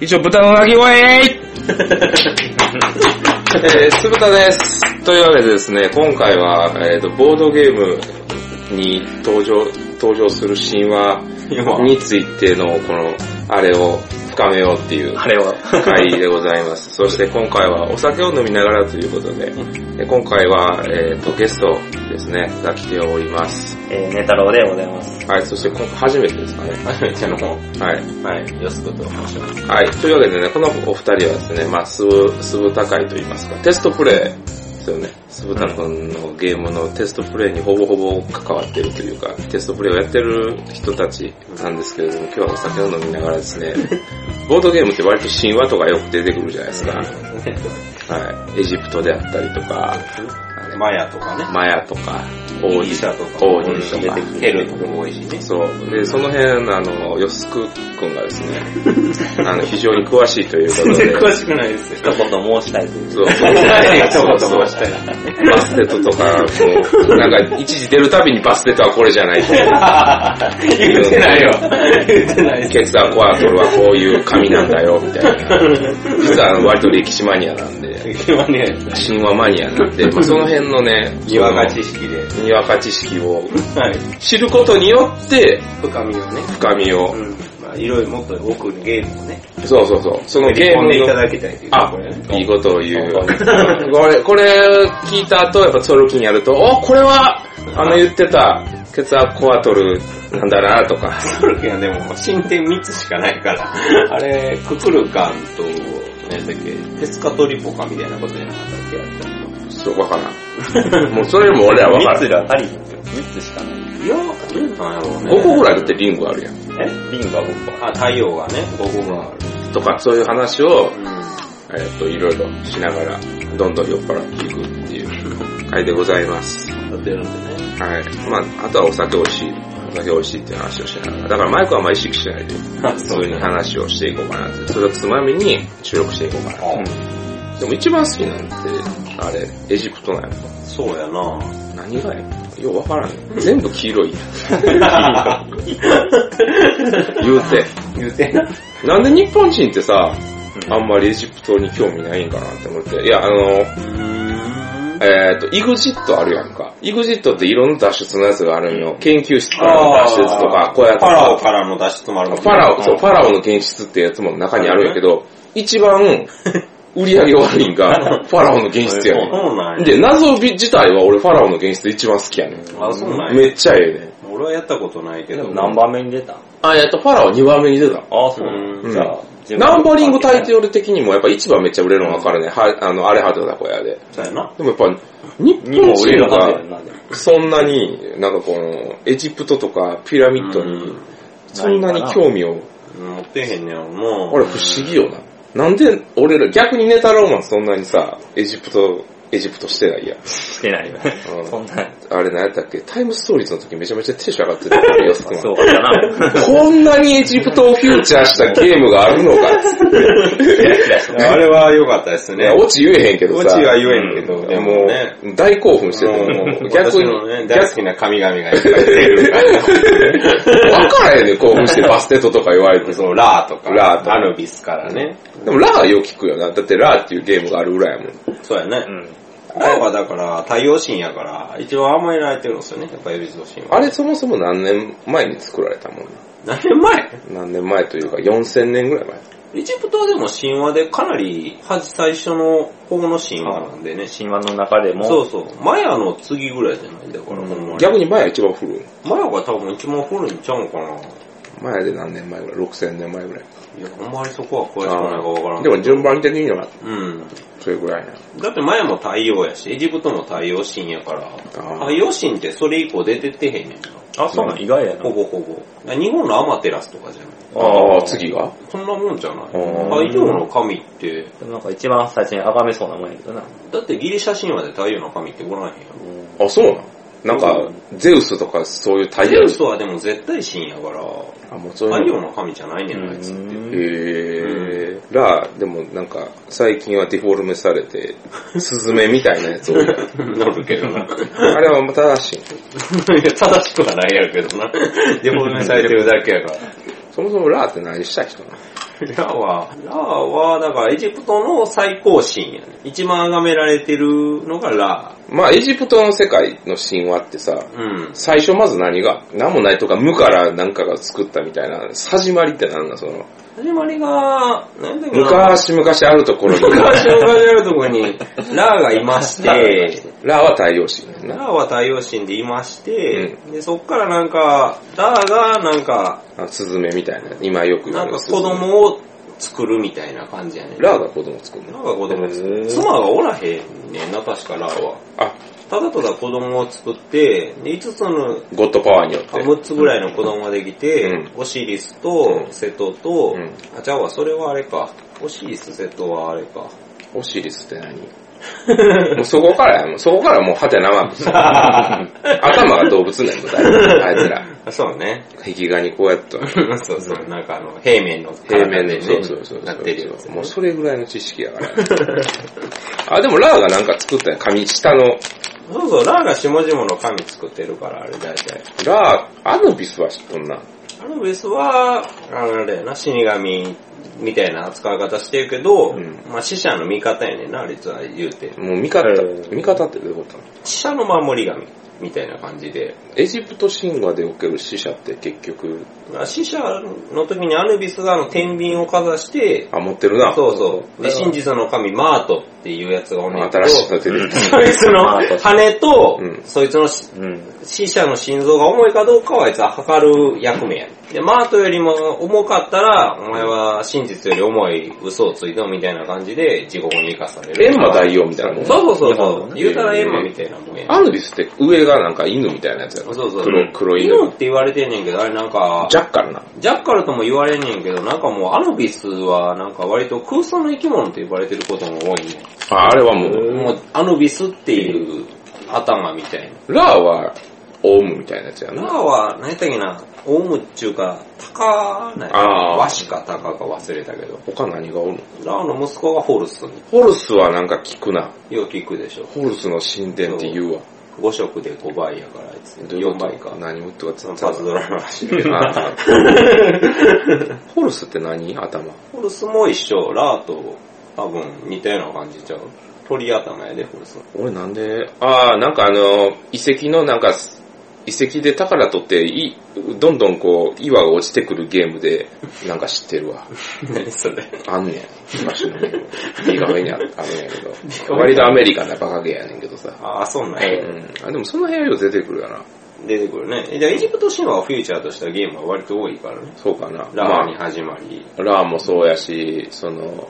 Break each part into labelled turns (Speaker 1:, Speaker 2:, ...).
Speaker 1: 一応豚の鳴き 声えー、酢豚です。というわけでですね、今回は、えー、とボードゲームに登場登場する神話についてのこのあれを深めようっていう
Speaker 2: あれは。
Speaker 1: 回でございます。 そして今回はお酒を飲みながらということで、え今回は、えー、とゲストですね、が来ております。
Speaker 2: えー、ネタロウでございます。
Speaker 1: はい、そして今回初めてですかね。
Speaker 3: 初めての方。
Speaker 1: はい。
Speaker 3: はい、よすこと申します。
Speaker 1: はい。というわけでね、このお二人はですね、まあ、すぶ、すぶ高いと言いますか、テストプレイですよね。すぶたくんのゲームのテストプレイにほぼほぼ関わってるというか、テストプレイをやってる人たちなんですけれども、今日はお酒を飲みながらです ね、ボードゲームって割と神話とかよく出てくるじゃないですか。はい。エジプトであったりとか、
Speaker 3: マヤ とかね。
Speaker 1: マヤとか、オ
Speaker 3: オ
Speaker 1: ーデ
Speaker 3: ーディ
Speaker 1: ィ
Speaker 3: シャとか。
Speaker 1: オーディシャ
Speaker 3: 出てくる。ケルとかも多いしね。
Speaker 1: そう。で、その辺、あの、よすくくんがですね、あの、非常に詳しいという ことで、
Speaker 3: 詳しくないですよ。
Speaker 2: 一言申したいという。
Speaker 1: そう、そう、そう、そう、バステットとか、もう、なんか、一時出るたびにバステットはこれじゃないって
Speaker 3: 言ってないよ。言ってない
Speaker 1: ケツアクアトルはこういう紙なんだよ、みたいな。実は、あの割と歴史マニアなんで、
Speaker 3: です。今ね、
Speaker 1: 神話マニアなん で、まあ、その辺のね、
Speaker 3: にわか知識で。
Speaker 1: にわか知識を
Speaker 3: はい。
Speaker 1: 知ることによって、
Speaker 3: 深みをね。
Speaker 1: 深みを
Speaker 3: う、ん。まあ、いろいろもっと奥にゲームをね、
Speaker 1: そうそうそう、その
Speaker 3: 取
Speaker 1: ゲ
Speaker 3: り
Speaker 1: ー
Speaker 3: 込んでい
Speaker 1: ム
Speaker 3: た
Speaker 1: の、
Speaker 3: だきたいという
Speaker 1: あ
Speaker 3: ころね。、
Speaker 1: いいことを言う。これ、これ聞いた後、やっぱソルキンやると、お、これは、あの言ってた、ケツアコアトルなんだなとか。
Speaker 3: ソルキはでももう進展3つしかないから、 あれ、ククルカンと、何だっけ、テスカトリポカみたいなことじゃなかったっけ
Speaker 1: そう、わからん。 もうそれも俺らわからん。
Speaker 2: つらあり三つしかない。
Speaker 3: いや、なんやろうね。
Speaker 1: 5個ぐらいだってリングあるやん。
Speaker 2: えリングは僕は。
Speaker 3: あ、太陽がね、5個がある。
Speaker 1: とか、そういう話を、
Speaker 3: う
Speaker 1: えっと、いろいろしながら、どんどん酔っ払っていくっていう回でございます。
Speaker 3: ん。立ってるんでね。
Speaker 1: はい。まあ、あとはお酒美味しい。お酒美味しいっていう話をしながら。だからマイクはあんまり意識しないで、
Speaker 3: あ、
Speaker 1: そういう話をしていこうかなって。それをつまみに収録していこうかな
Speaker 3: あ
Speaker 1: でも一番好きなんて、あれ、エジプトなんや
Speaker 3: そうやな
Speaker 1: 何がやようわからん。全部黄色いやん。 言うて。
Speaker 3: 言うてな。
Speaker 1: なんで日本人ってさ、
Speaker 2: うん
Speaker 1: あんまりエジプトに興味ないんかなって思って。いや、あの、
Speaker 3: うーん。
Speaker 1: えっ、と、イグジットあるやんか。イグジットっていろんな脱出のやつがあるんよ。研究室からの脱出とか、こうやって
Speaker 3: パラオからの脱出もあるもんね
Speaker 1: ファラオ、そう、ファラオの検出ってやつも中にあるんやけど、一番売り上げ悪いん が、ファラオの検出やねん。
Speaker 3: そうなんや。
Speaker 1: で、謎自体は俺ファラオの現出一番好きやねん。
Speaker 3: あ、そうなんや。
Speaker 1: めっちゃええねん。
Speaker 3: 俺はやったことないけ
Speaker 2: で
Speaker 3: ど。。
Speaker 2: も何番目に出た
Speaker 1: あ、やっとファラオ2番目に出た。
Speaker 2: ああ、そう
Speaker 1: うんん
Speaker 2: じゃあ、自分
Speaker 1: ナンバリングタイトル的にもやっぱ一番めっちゃ売れるの分かるね。はあの、あれはどだこやで。
Speaker 3: そうやな。
Speaker 1: でもやっぱ、日
Speaker 2: にも
Speaker 1: 本
Speaker 2: 売れ
Speaker 1: 人
Speaker 2: るはずや
Speaker 1: が
Speaker 2: んな、でも。
Speaker 1: そんなに、なんかこの、エジプトとかピラミッドに、そんなに興味を、
Speaker 3: うん持ってへんねやろな
Speaker 1: 俺不思議よな。なんで俺ら、逆にネタローマンそんなにさ、エジプト、エジプトしてないやん。
Speaker 2: してないよ。
Speaker 1: うん
Speaker 2: そんな、
Speaker 1: あれ何やったっけタイムストーリーズの時めちゃめちゃテンション上がってたよ。 安くん
Speaker 2: そうかな。
Speaker 1: こんなにエジプトをフューチャーしたゲームがあるのかっつって
Speaker 3: いやあれは良かったです
Speaker 1: ね。
Speaker 3: ね。
Speaker 1: オチ言えへんけどさ。
Speaker 3: オチは言えんけど
Speaker 1: うん
Speaker 3: でも
Speaker 1: も
Speaker 3: ね
Speaker 1: う、大興奮してて、もう逆
Speaker 3: 私
Speaker 1: に、
Speaker 3: のね、大好
Speaker 1: 逆
Speaker 3: きな神々がいっぱい出るから。
Speaker 1: わからへんねん興奮してバステットとか言わ れて。
Speaker 3: そう、ラーとか、
Speaker 1: ラーとか
Speaker 3: アルビスからね。
Speaker 1: でもラーよく聞くよな。だってラーっていうゲームがあるぐらいやもん。
Speaker 3: そうや
Speaker 2: う
Speaker 3: ね。
Speaker 2: ん。
Speaker 3: ラーはだから、太陽神やから、一応甘えられてるんですよね、やっぱエビスの神は。
Speaker 1: あれそもそも何年前に作られたもん
Speaker 3: 何年前
Speaker 1: 何年前というか4000年ぐらい前。
Speaker 3: エジプトはでも神話でかなり、はじ最初の方の神話なんでね。
Speaker 2: 神話の中でも、
Speaker 3: そうそう。マヤの次ぐらいじゃないだから、ほんまに。
Speaker 1: 逆に前は一番古い。
Speaker 3: マヤが多分一番古いんちゃうのかな。
Speaker 1: 前で何年前ぐらい ?6000 年前ぐらい。
Speaker 3: いや、あんまりそこは詳しくないからわからん
Speaker 1: で
Speaker 3: けど。
Speaker 1: も順番的には
Speaker 3: うん。
Speaker 1: それぐらいな。
Speaker 3: だってマヤも太陽やし、エジプトも太陽神やから、
Speaker 1: ー
Speaker 3: 太陽神ってそれ以降出てってへんねんな。
Speaker 2: あ、そうなん、意外やな
Speaker 3: ほ。ぼほぼ。日本のアマテラスとかじゃない。
Speaker 1: ああ、次が
Speaker 3: そんなもんじゃない。
Speaker 1: ー
Speaker 3: 太陽の神って、
Speaker 2: なんか一番最初に崇めそうなもんやけどな。
Speaker 3: だってギリシャ神話で太陽の神っておらへんやろ。
Speaker 1: あ、そうなんなんか、ゼウスとかそういう大
Speaker 3: ゼ
Speaker 1: 量
Speaker 3: ウスはでも絶対神やから、
Speaker 1: あ、もうそう
Speaker 3: 太
Speaker 1: いう
Speaker 3: 陽
Speaker 1: の。
Speaker 3: の神じゃないねん、あいつって。
Speaker 1: へえー。ラー、でもなんか、最近はディフォルメされて、スズメみたいなやつ多い やん
Speaker 3: なるけどな。い
Speaker 1: あれはまあ正しい。
Speaker 3: や、正しくはないやろけどな。デフォルメされてるだけやから。
Speaker 1: そもそもラーって何したい人なの
Speaker 3: ラは、ラは、だからエジプトの最高神やね。一番崇められてるのがラ。
Speaker 1: まあ、エジプトの世界の神話ってさ、
Speaker 3: うん。
Speaker 1: 最初まず何が何もないとか無から何かが作ったみたいな、始まりって何なんその、
Speaker 3: 始まりが、なんだっけな。
Speaker 1: 昔々あるとこ ろに、
Speaker 3: 昔の昔あるところに、ラーがいまして、
Speaker 1: ラは太陽神やん
Speaker 3: ラー
Speaker 1: な。
Speaker 3: は太陽神でいまして、で、そっからなんか、ラーがなんか、
Speaker 1: あスズメみたいな、今よく言
Speaker 3: な
Speaker 1: わ
Speaker 3: ん
Speaker 1: れ
Speaker 3: か
Speaker 1: る
Speaker 3: 子
Speaker 1: スズメ。
Speaker 3: 供を作るみたいな感じやねん。
Speaker 1: ラーが子供作る
Speaker 3: ラ
Speaker 1: の
Speaker 3: ーが子供作る。妻がおらへんねんな、確かラーは。
Speaker 1: あ、
Speaker 3: ただただ子供を作って、で5つの
Speaker 1: ゴッドパワーによって。
Speaker 3: 6つぐらいの子供ができて、
Speaker 1: うん
Speaker 3: オシリスと
Speaker 1: うん
Speaker 3: セトと、
Speaker 1: うん
Speaker 3: あ、じゃあそれはあれか。オシリス、セトはあれか。
Speaker 1: オシリスって何もうそこからや、もうそこからもうハテナマークする 頭が動物ねんもうだいぶあいつら。
Speaker 3: あそうね。
Speaker 1: 壁画にこうやっと、
Speaker 3: そうそう、なんかあの、平面の
Speaker 1: 平
Speaker 3: 体
Speaker 1: 面で、
Speaker 3: でね、
Speaker 1: そうそうそうそう。
Speaker 3: なってるよ、ね。
Speaker 1: もうそれぐらいの知識やから。 あ、でもラーがなんか作ったやん、紙、下の。
Speaker 3: そうそう、ラーが下々の神作ってるから、あれ大体。
Speaker 1: ラー、アヌビスは知っとんな。
Speaker 3: アルベスは、あのあれやな、死神みたいな扱い方してるけど、
Speaker 1: うん
Speaker 3: まあ死者の味方やねんな、実は言うて。
Speaker 1: もう味方、
Speaker 2: へー
Speaker 1: 味方ってどういうことなの
Speaker 3: 死者の守り神みたいな感じで、
Speaker 1: エジプト神話でおける死者って結局、
Speaker 3: 死者の時にアヌビスがあの天秤をかざして、
Speaker 1: あ、持ってるな。
Speaker 3: そうそう。で、真実の神マートっていうやつがおんねんけど、
Speaker 1: 新しい
Speaker 3: そ
Speaker 1: の出てきた。
Speaker 3: いつの羽と
Speaker 1: うん、
Speaker 3: そいつの
Speaker 2: うん。
Speaker 3: 死者の心臓が重いかどうかはあいつは測る役目やねん。で、マートよりも重かったら、お前は真実より重い嘘をついたみたいな感じで地獄に生かされる。
Speaker 1: エンマ大王みたいなもん。
Speaker 3: そうそうそうそう。
Speaker 2: うん
Speaker 3: 言うたらエンマみたいなもんやねん。
Speaker 1: アヌビスって上がなんか犬みたいなやつやろ。
Speaker 3: そうそう。
Speaker 1: 黒黒
Speaker 3: 犬
Speaker 1: 犬
Speaker 3: っ。て言われてんねんけど、あれなんか、
Speaker 1: ジャッカルな。
Speaker 3: ジャッカルとも言われんねんけど、なんかもうアヌビスはなんか割と空想の生き物と呼ばれてることも多いね。
Speaker 1: あ、あれはもう、
Speaker 3: もうアヌビスっていう頭みたいな。
Speaker 1: ラーはオウムみたいなやつや
Speaker 3: ラ
Speaker 1: な。
Speaker 3: ーは何やったっけな、オウムっちゅうか、タカなんや
Speaker 1: あー
Speaker 3: ワシかタカか忘れたけど。
Speaker 1: 他何がおるの
Speaker 3: ラーの息子がホルス
Speaker 1: ホルスはなんか聞くな。
Speaker 3: よく聞くでしょ。
Speaker 1: ホルスの神殿って言うわ。
Speaker 3: 5色で5倍やからあいつ。
Speaker 1: どういう
Speaker 3: 4
Speaker 1: こと
Speaker 3: 倍か。
Speaker 1: 何をとかつ
Speaker 3: パズドラの走る。
Speaker 1: ホルスって何頭。
Speaker 3: ホルスも一緒、ラーと多分似たような感じちゃう。鳥頭やで、ホルス。
Speaker 1: 俺なんで、ああ、なんかあの、遺跡のなんか、遺跡で宝取って、い、どんどんこう、岩が落ちてくるゲームで、なんか知ってるわ。
Speaker 3: 何それ。
Speaker 1: あんねん。昔のゲーム。右側にああるんやけど。割とアメリカンなバカゲーやねんけどさ。
Speaker 3: ああ、そうな
Speaker 1: う
Speaker 3: んや。
Speaker 1: ん。あ、でもその辺より出てくるよな。
Speaker 3: 出てくるね。えじゃあエジプト神話をフューチャーとしたゲームは割と多いからね。
Speaker 1: そうかな。
Speaker 3: ラー
Speaker 1: ま
Speaker 3: に始まり。
Speaker 1: あ、ラーもそうやし、その、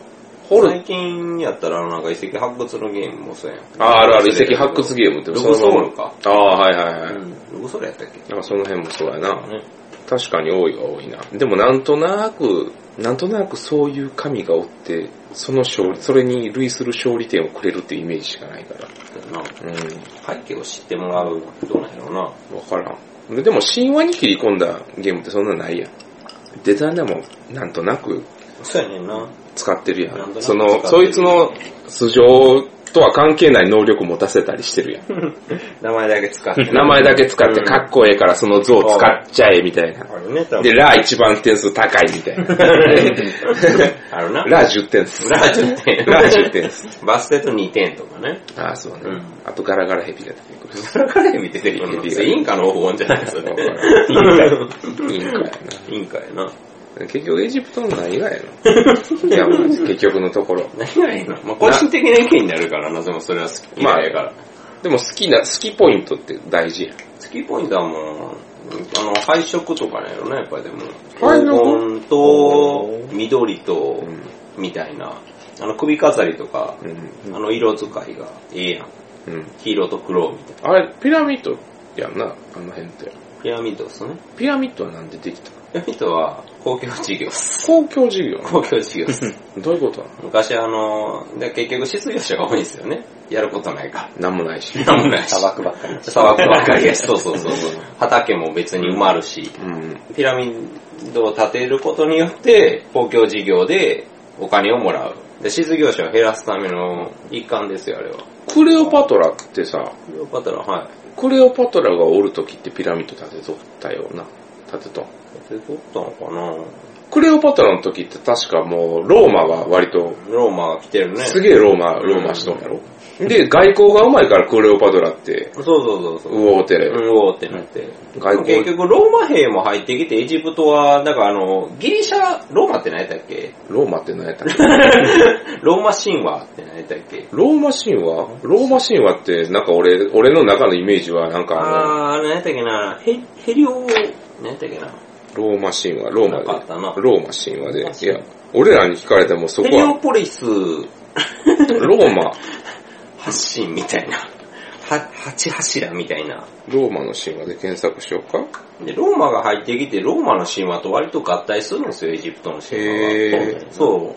Speaker 1: ホル、
Speaker 3: 最近やったらなんか遺跡発掘のゲームもそうやん。
Speaker 1: ああ、あるある遺跡発掘ゲームって
Speaker 3: ロ
Speaker 1: そ
Speaker 3: グソ
Speaker 1: の
Speaker 3: ー
Speaker 1: ま
Speaker 3: ル
Speaker 1: ま。
Speaker 3: か。
Speaker 1: ああ、はいはいはい。
Speaker 3: うん。ログソールやったっけ
Speaker 1: なんかその辺もそうやな。
Speaker 3: ね
Speaker 1: 確かに多いは多いな。でもなんとなく、なんとなくそういう神がおって、その勝利、それに類する勝利点をくれるっていうイメージしかないから。
Speaker 3: な
Speaker 1: う
Speaker 3: 背景を知ってもらうどうなんやろうな。
Speaker 1: ん。わからん。ででも神話に切り込んだゲームってそんなないやん。デザインでもなんとなく
Speaker 3: そうやねんな。
Speaker 1: 使ってるや
Speaker 3: なんとなく
Speaker 1: ん。
Speaker 3: 使
Speaker 1: そ
Speaker 3: ってる
Speaker 1: の、そいつの素性とは関係ない能力持たせたりしてるやん。
Speaker 3: 名前だけ使って。
Speaker 1: 名前だけ使って
Speaker 3: うん
Speaker 1: かっこええからその像使っちゃえみたいな。
Speaker 3: あるね、多
Speaker 1: で、
Speaker 3: 分。
Speaker 1: ラ一番点数高いみたいな。
Speaker 3: ある な。
Speaker 1: ラ10点っす。
Speaker 3: ラー10点
Speaker 1: ラ10点っす。
Speaker 3: バステと2点とかね。
Speaker 1: ああ、そうね。
Speaker 3: うん
Speaker 1: あとガラガラヘビが出てくる。
Speaker 3: それから見ててくるの。別にインカの黄金じゃない ですよね。
Speaker 1: いいんかや
Speaker 3: インカやな。
Speaker 1: な。結局エジプトの何がやのいや、まあ結局のところ。
Speaker 3: 何がいいのまあ、個人的な意見になるからな、でもそれは好き嫌いやから。
Speaker 1: でも好きな、好きポイントって大事やん。
Speaker 3: 好きポイントはもう、あの、配色とかなんやろね、やっぱりでも。
Speaker 1: 配色
Speaker 3: 黄金と、緑と
Speaker 1: う、ん。
Speaker 3: みたいな。あの、首飾りとか、
Speaker 1: うん。
Speaker 3: あの、色使いがええやん。
Speaker 1: うん。
Speaker 3: 黄色と黒みたいな。
Speaker 1: あれ、ピラミッドやんな、あの辺って。
Speaker 3: ピラミッドですね。
Speaker 1: ピラミッドはなんでできたの
Speaker 3: ピラミッドは、公共事業っす。
Speaker 1: 公共事業な
Speaker 3: 公共事業っす。
Speaker 1: のどういうことなの
Speaker 3: 昔あの、で結局失業者が多いんですよね。やることないから。
Speaker 1: なんもないし。
Speaker 3: なんもないし。
Speaker 2: 砂漠ばっかり。
Speaker 3: 砂漠ばっかりやし、そうそうそうそう。畑も別に埋まるし、
Speaker 1: うん。
Speaker 3: ピラミッドを建てることによって、公共事業でお金をもらう。で、失業者を減らすための一環ですよ、あれは。
Speaker 1: クレオパトラってさ、
Speaker 3: クレオパトラ、はい。
Speaker 1: クレオパトラがおるときってピラミッド建てとったよな。建てとん。
Speaker 3: 建て取ったのかな
Speaker 1: クレオパトラの時って確かもう、ローマが割と、
Speaker 3: ローマが来てるね。
Speaker 1: すげえローマ、ローマしとんやろ。で、外交がうまいからクレオパトラって、
Speaker 3: そうそうそうそう。
Speaker 1: ウオーテ
Speaker 3: う
Speaker 1: レ。
Speaker 3: ん、おーってなって。
Speaker 1: 外
Speaker 3: 結
Speaker 1: 交、
Speaker 3: 局、ローマ兵も入ってきて、エジプトは、なんかあの、ギリシャ、ローマって何やったっけ
Speaker 1: ローマって何やったっけ
Speaker 3: ローマ神話って何やったっけ
Speaker 1: ローマ神話ローマ神話って、なんか俺、俺の中のイメージは、なんかあ
Speaker 3: あー、あれ何やったっけな、ヘヘリオ、何やったっけな、
Speaker 1: の、ローマ神話、ローマ
Speaker 3: なかったな
Speaker 1: で、ローマ神話
Speaker 3: ローマ神話
Speaker 1: で、いや、俺らに聞かれてもそ
Speaker 3: ヘ
Speaker 1: こ
Speaker 3: リオ
Speaker 1: は、
Speaker 3: ポリス
Speaker 1: ローマ、
Speaker 3: 発信みたいな、は八柱みたいな。
Speaker 1: ローマの神話で検索しようか
Speaker 3: で、ローマが入ってきて、ローマの神話と割と合体するんですよ、エジプトの神話
Speaker 1: へ
Speaker 3: は。
Speaker 2: ー
Speaker 3: そ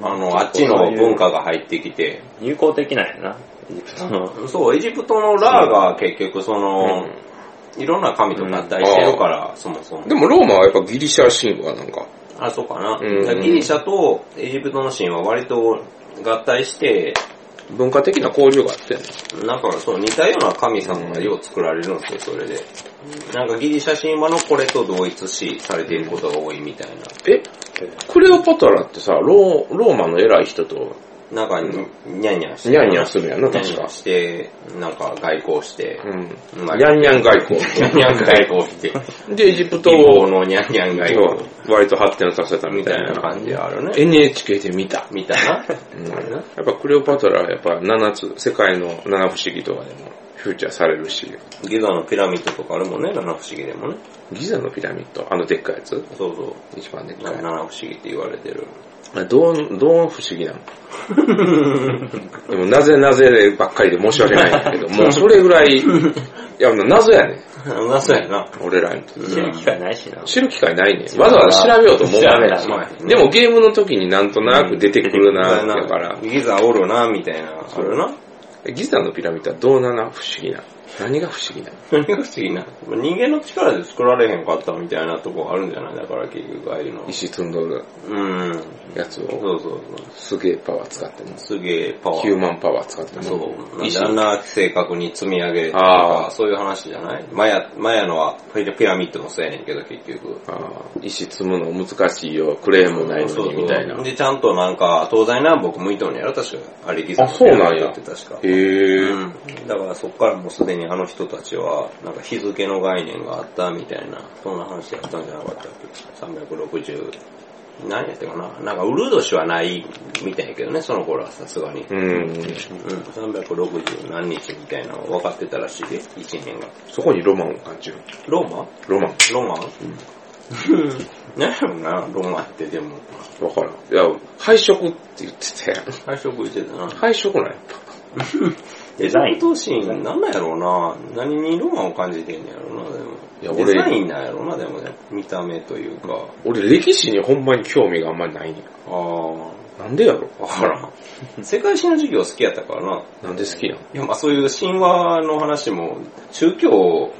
Speaker 3: う。あの、あっちの文化が入ってきて、
Speaker 2: 友好的なんやな。エジプトの。
Speaker 3: そう、エジプトのラーが結局その、いろんな神と合体してるから、そもそも。
Speaker 1: でもローマはやっぱギリシャ神話なんか。
Speaker 3: あ、そうかな。
Speaker 1: うん
Speaker 3: だからギリシャとエジプトの神は割と合体して、
Speaker 1: 文化的な交流があってんの
Speaker 3: なんかそう似たような神様がよう作られるんですよ、それで。なんかギリシャ神話のこれと同一視されていることが多いみたいな。
Speaker 1: えクレオパトラってさ、ローローマの偉い人と、
Speaker 3: なんかに、ニャンニャンして。
Speaker 1: ニャンニャンするやんな確か
Speaker 3: ニャンニャンして、なんか外交して。
Speaker 1: うん。
Speaker 3: まあ
Speaker 1: ニャンニャン外交。
Speaker 3: ニャンニャン外交して。
Speaker 1: で、エジプト
Speaker 3: 東方
Speaker 1: を
Speaker 3: のニャンニャン外交。
Speaker 1: 割と発展させたみ
Speaker 3: み
Speaker 1: た
Speaker 3: た
Speaker 1: い
Speaker 3: い
Speaker 1: な
Speaker 3: な
Speaker 1: 感
Speaker 3: 感じ
Speaker 1: じ。
Speaker 3: あるね。
Speaker 1: NHK で見た。
Speaker 3: みたいな。
Speaker 1: うん
Speaker 3: あれ
Speaker 1: や
Speaker 3: な
Speaker 1: っぱクレオパトラはやっぱ7つ、世界の七不思議とかでもフューチャーされるし、
Speaker 3: ギザのピラミッドとかあれもね、七不思議でもね。
Speaker 1: ギザのピラミッド、あのでっかいやつ
Speaker 3: そうそう。
Speaker 1: 一番でっか
Speaker 3: 七
Speaker 1: い
Speaker 3: 不。思議って言われてる。
Speaker 1: あどう、どう不思議なのでも、なぜなぜばっかりで申し訳ないんだけ ど、もうそれぐらい、いや、謎やねん。
Speaker 3: うまそうやな。
Speaker 1: 俺らにとって。
Speaker 2: 知る機会ないしな。
Speaker 1: 知る機会ないねん。わざわざ調べようと思う
Speaker 2: 調べない
Speaker 3: お前
Speaker 1: でもゲームの時になんとなく出てくるなー
Speaker 3: うん
Speaker 1: だから、
Speaker 3: ギザおるな、みたいな。あるな。
Speaker 1: ギザのピラミッドはどうなな不思議な。何が不思議な
Speaker 3: 何が不思議な。人間の力で作られへんかったみたいなとこあるんじゃないだから結局ああいうの。
Speaker 1: 石積んどる
Speaker 3: うん。
Speaker 1: やつ
Speaker 3: そう
Speaker 1: を、
Speaker 3: そうそう。
Speaker 1: すげえパワー使ってます。
Speaker 3: すげえパワ
Speaker 1: ヒュー
Speaker 3: ー。
Speaker 1: マンパワー使ってます。
Speaker 3: そう。なん
Speaker 1: 石
Speaker 3: であんな正確に積み上げると
Speaker 1: あー
Speaker 3: か、そういう話じゃないマヤ、マヤのはピラミッドもそうやねんけど結局。
Speaker 1: あー石積むの難しいよ、クレーンもないのにみたいな。
Speaker 3: で、ちゃんとなんか、東西南北向いとんねやろ、確か。あれ、ギ
Speaker 1: あそうなんや
Speaker 3: って確か。
Speaker 1: へー。
Speaker 3: うん。だからそこからもうすでにあの人たちは、なんか日付の概念があったみたいな、そんな話やったんじゃなかったっけ ?360。何やったかななんかウルド氏はないみたいやけどね、その頃はさすがに。
Speaker 1: うん。
Speaker 3: うん。360何日みたいなの分かってたらしいで、1年が。
Speaker 1: そこにロマンを感じる。
Speaker 3: ローマ
Speaker 1: ロマン。
Speaker 3: ロマン何やろな、ロマンってでも。
Speaker 1: わからん。いや、配色って言ってた やん。
Speaker 3: 最初食いてたな。
Speaker 1: 配色なんやっぱ。
Speaker 2: デザイン。
Speaker 3: 闘神なんなんやろうな何にロマンを感じてんねやろうな、でも。
Speaker 1: いや
Speaker 3: デ
Speaker 1: 俺
Speaker 3: ザインなんやろうな、でもね。見た目というか。
Speaker 1: 俺歴史にほんまに興味があんまりないねん。
Speaker 3: あー、
Speaker 1: なんでやろ
Speaker 3: わから ん。世界史の授業好きやったからな。
Speaker 1: なんで好きなの
Speaker 3: いや、まあそういう神話の話も、宗教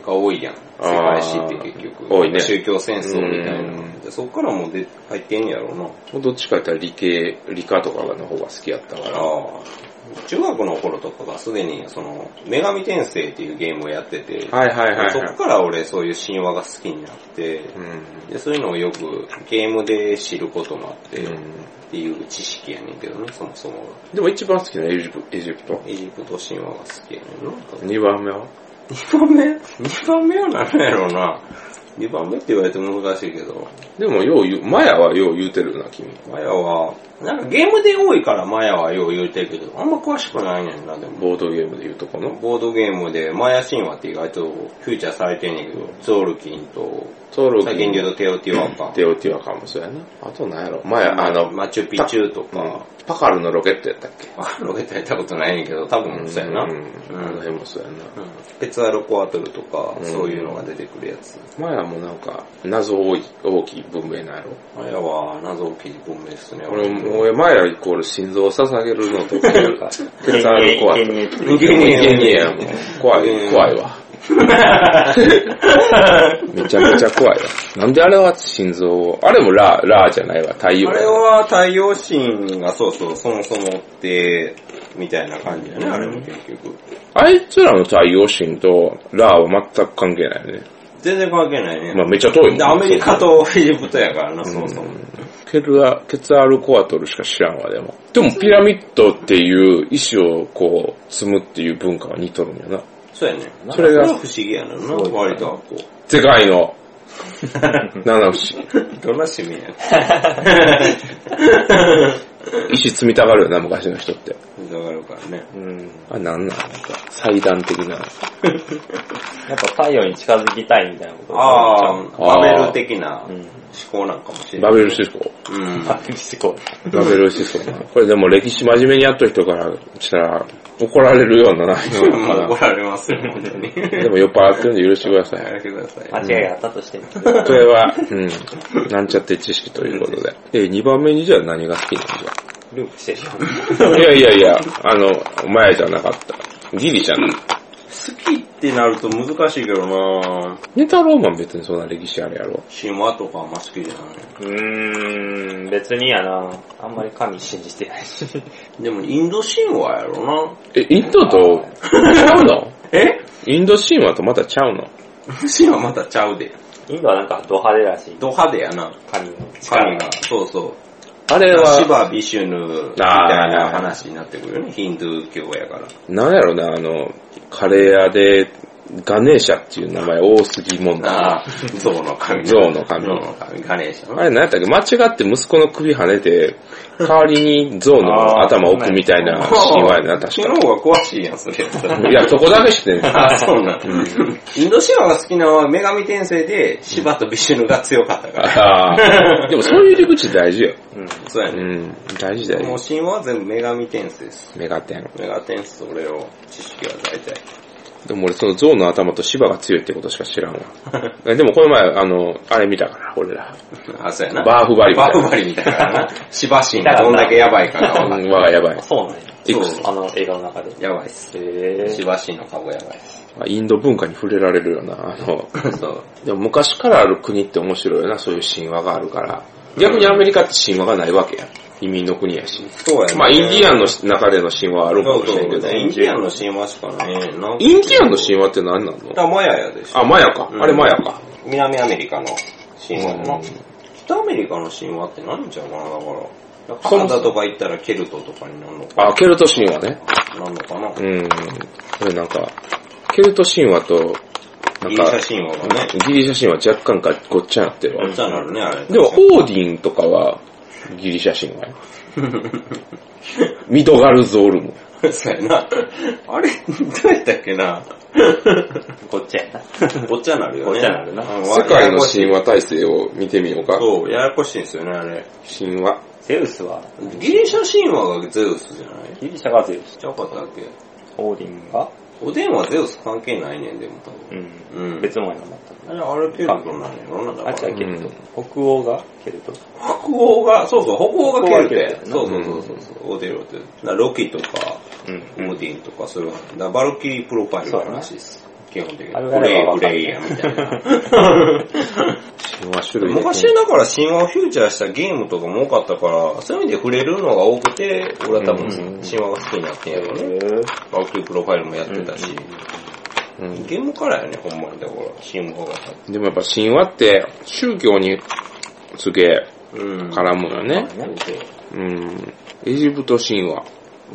Speaker 3: が多いやん。世界史って結局。
Speaker 1: あー多いね
Speaker 3: 宗教戦争みたい
Speaker 1: うん
Speaker 3: な。でそっからもうで入ってんやろうな。
Speaker 1: どっちか言ったら理系、理科とかの方が好きやったから。
Speaker 3: あー中学の頃とかがすでに、その、女神転生っていうゲームをやってて、
Speaker 1: はいはいはい、
Speaker 3: そ
Speaker 1: は
Speaker 3: こ
Speaker 1: い。
Speaker 3: から俺そういう神話が好きになって、
Speaker 1: うん。
Speaker 3: で、そういうのをよくゲームで知ることもあって、
Speaker 1: う
Speaker 3: っ
Speaker 1: ん
Speaker 3: ていう知識やねんけどね、そもそも。
Speaker 1: でも一番好きなエジプエジプト。
Speaker 3: エジプト神話が好きやねんな。
Speaker 1: 二番目は
Speaker 3: 2番目 ?2 番目は何やろうな。2番目って言われても難しいけど、
Speaker 1: でもよう言う、マヤはよう言うてるな、君。
Speaker 3: マヤは、なんかゲームで多いからマヤはよう言うてるけど、あんま詳しくないねんな、でも。
Speaker 1: ボードゲームで言うとこの。
Speaker 3: ボードゲームでマヤ神話って意外とフューチャーされてんねんけど、ゾールキンと、
Speaker 1: ソル
Speaker 3: 最近
Speaker 1: ギ
Speaker 3: で
Speaker 1: ン、
Speaker 3: 言うとテオティワンか。
Speaker 1: テオティワカもそうやな。あとなんやろ。マヤ、あの、
Speaker 3: マチュピチュと
Speaker 1: う
Speaker 3: か
Speaker 1: ん、パカルのロケットやったっけ
Speaker 3: わかるロケットやったことないねんけど、多分そうやな。
Speaker 1: ん
Speaker 3: う
Speaker 1: あの
Speaker 3: ん
Speaker 1: 辺もそうやな。
Speaker 3: ペツアルコアトルとか、
Speaker 1: うん
Speaker 3: そういうのが出てくるやつ。
Speaker 1: マヤもなんか、謎多い、大きい文明なんやろ。
Speaker 3: マヤは謎大きい文明ですね。
Speaker 1: 俺、も俺マヤイコール心臓を捧げるのと、なんか、ペツアルコア
Speaker 2: い
Speaker 1: と
Speaker 2: け。にえっ
Speaker 1: い
Speaker 2: て
Speaker 1: けねえ、いけねえやん。怖い、怖いわ。めちゃめちゃ怖いわ。なんであれは心臓を、あれもラー、ラーじゃないわ、太陽
Speaker 3: あれは太陽神がそうそう、そもそもって、みたいな感じだね、
Speaker 1: うん
Speaker 3: あれも結局。
Speaker 1: あいつらの太陽神とラーは全く関係ないよね。
Speaker 3: 全然関係ないね。
Speaker 1: まあめっちゃ遠いもんね
Speaker 3: アメリカとエジプトやからな、そもそも。
Speaker 1: うんケルア、ケツアールコアトルしか知らんわ、でも。でも、ピラミッドっていう石をこう、積むっていう文化は似とるんやな。
Speaker 3: そうやね。
Speaker 1: それが
Speaker 3: 不思議やねんな、割とこう。
Speaker 1: 世界の、七不思
Speaker 3: どんな趣味やねん
Speaker 1: 議。石積みたがるよな、昔の人って。
Speaker 3: わかるからね。
Speaker 2: うん。
Speaker 1: あ、なんなんなんか、祭壇的な。
Speaker 2: やっぱ太陽に近づきたいみたいなこと
Speaker 3: ああ、
Speaker 1: あ
Speaker 3: バベル的な
Speaker 2: う
Speaker 3: 思
Speaker 2: ん。
Speaker 3: 考なんかもしれな
Speaker 1: バ
Speaker 3: い。
Speaker 1: ベル思想。
Speaker 3: うん。
Speaker 2: あ、結構。
Speaker 1: バベル思想な。これでも歴史真面目にやっとる人からしたら、怒られるような内容だか
Speaker 3: 怒られますよ、本当に。
Speaker 1: ら。でも酔っ払ってるんで許してくださ
Speaker 3: や
Speaker 1: い。
Speaker 3: めてください。
Speaker 2: 間違いがあったとしても。
Speaker 1: これは、うん、なんちゃって知識ということで。え、2番目にじゃあ何が好きなんじゃ
Speaker 2: ループしてるよ。
Speaker 1: いやいやいや、あの、前じゃなかった。ギリじゃない。
Speaker 3: 好きってなると難しいけどな
Speaker 1: ネタローマン別にそんな歴史あるやろ。
Speaker 3: 神話とかあんま好きじゃな
Speaker 2: うーん、別にやな。あんまり神信じてないし。
Speaker 3: い。でも、インド神話やろな
Speaker 1: え、インドと、ちゃう の
Speaker 3: え
Speaker 1: インド神話とまたちゃうの
Speaker 3: 神話またちゃうで。
Speaker 2: インドはなんかド派手らしい。
Speaker 3: ド派手やな。
Speaker 2: 神の力
Speaker 3: 神
Speaker 2: が
Speaker 3: が。。そうそう。
Speaker 1: あれ
Speaker 3: シ
Speaker 1: は、
Speaker 3: バビシュヌみたいな話になってくるよね。ヒンドゥー教やから。
Speaker 1: なんやろな、あの、カレー屋で、ガネーシャっていう名前多すぎもんな。
Speaker 3: ああ、象の神。
Speaker 1: 象の神
Speaker 3: 象の神。ガネーシャ
Speaker 1: あ
Speaker 3: な。
Speaker 1: れ何やったっけ間違って息子の首跳ねて、代わりに象の頭置くみたいな神話やな、確
Speaker 3: 君の方が詳しいやん、それやったら
Speaker 1: か。いや、そこだけして ん
Speaker 3: あ、そうなん。インド神話が好きなのは女神転生で、シバとビシュヌが強かったから。
Speaker 1: ああ。でもそういう入り口大事よ。
Speaker 2: うん。
Speaker 3: そうや
Speaker 1: う
Speaker 3: ね。
Speaker 1: ん。大事だ
Speaker 3: もう
Speaker 1: よ。
Speaker 3: 神話は全部女神転生です。
Speaker 1: メガテン。
Speaker 3: 女神転生と俺を知識は大体。
Speaker 1: でも俺その象の頭と芝が強いってことしか知 らんわ。えでもこの前、あの、あれ見たから、俺ら。
Speaker 3: あ、そうやな。
Speaker 1: バーフバリみた
Speaker 3: バ
Speaker 1: いな
Speaker 3: フバリみたいな。シバ神がどんだけやばいかがわか
Speaker 1: う
Speaker 3: る。
Speaker 1: ん、我がやばい
Speaker 2: あ。そうなんや。
Speaker 1: いく
Speaker 3: そ
Speaker 1: つ
Speaker 3: う
Speaker 2: あの映画の中で。
Speaker 3: やばいっす。
Speaker 2: へ
Speaker 3: シ
Speaker 2: ぇ
Speaker 3: バ神の顔がやばいっす。
Speaker 1: あインド文化に触れられるよな。あの、
Speaker 3: そう。
Speaker 1: でも昔からある国って面白いよな、そういう神話があるから。逆にアメリカって神話がないわけや。移民の国やし。
Speaker 3: そうやね。
Speaker 1: まあインディアンの中での神話はあるか
Speaker 3: そう
Speaker 1: もしれん
Speaker 3: そ
Speaker 1: け
Speaker 3: う
Speaker 1: ど。
Speaker 3: インディアンの神話しかねえな。
Speaker 1: インディアンの神話って何なの
Speaker 3: だマヤやでしょ。
Speaker 1: あ、マヤか。あれマヤか。
Speaker 3: 南アメリカの神話やな。
Speaker 1: うん
Speaker 3: 北アメリカの神話って何ちゃうかな、だから。カ
Speaker 1: そ
Speaker 3: ナ
Speaker 1: もそも
Speaker 3: ダとか行ったらケルトとかになるのか
Speaker 1: あ、ケルト神話ね。
Speaker 3: な。なんのかな
Speaker 1: う。ん。これなんか、ケルト神話と、な
Speaker 3: ギ
Speaker 1: ん
Speaker 3: リシ
Speaker 1: か
Speaker 3: ャ、神話がね。
Speaker 1: ギリシャ神話若干かごっちゃになってるわ
Speaker 3: おっ。ちゃんなるね、あれ。
Speaker 1: でも、オーディンとかは、ギリシャ神話や。ミドガルゾールム。
Speaker 3: そうやな。あれ、どうやったっけな。
Speaker 2: こっちやな。
Speaker 3: おっちゃんなるよね。
Speaker 2: ごっちゃになるな
Speaker 3: うん
Speaker 1: 世界の
Speaker 3: ややこしい
Speaker 1: 神話体制を見てみようか。
Speaker 3: そう、ややこしいんですよね、あれ。
Speaker 1: 神話。
Speaker 2: ゼウスは、
Speaker 3: ギリシャ神話がゼウスじゃない
Speaker 2: ギリシャがゼウス。
Speaker 3: ちゃうかったっけ
Speaker 2: オーディンが、
Speaker 3: おでんはゼウス関係ないねん、でも多
Speaker 2: うん。
Speaker 3: 分。うん。
Speaker 2: 別のものになった。
Speaker 3: あれ、あれケルトなんやろな、だ
Speaker 2: あ、
Speaker 3: か
Speaker 2: 違
Speaker 3: ら
Speaker 2: う、。ケルト
Speaker 1: うん。
Speaker 2: 北欧がケルト。
Speaker 3: 北欧が、そうそう、北欧がケルトや。
Speaker 2: 北
Speaker 3: そ
Speaker 2: 欧
Speaker 3: うそうそうそう、オデロって。だからロキとか、
Speaker 2: うん。
Speaker 3: オーディンとか、そういう、だからバルキリープロファイルの話です。基本的に。
Speaker 2: あれ
Speaker 3: フ
Speaker 2: は
Speaker 3: レイ、
Speaker 2: わ
Speaker 3: フ
Speaker 2: かる
Speaker 3: レイヤーみたいな。
Speaker 1: 神話種類で
Speaker 3: 昔だから神話をフューチャーしたゲームとかも多かったから、そういう意味で触れるのが多くて、俺は多分
Speaker 1: うん
Speaker 3: 神話が好きになってんやろね。
Speaker 2: ぇ
Speaker 3: バルキリープロファイルもやってたし。
Speaker 1: うん
Speaker 3: ゲームからやね、ほんまに。だから、神話が。
Speaker 1: でもやっぱ神話って、宗教にすげえ
Speaker 3: うん。
Speaker 1: 絡むよね。
Speaker 2: 何で
Speaker 1: うん。エジプト神話。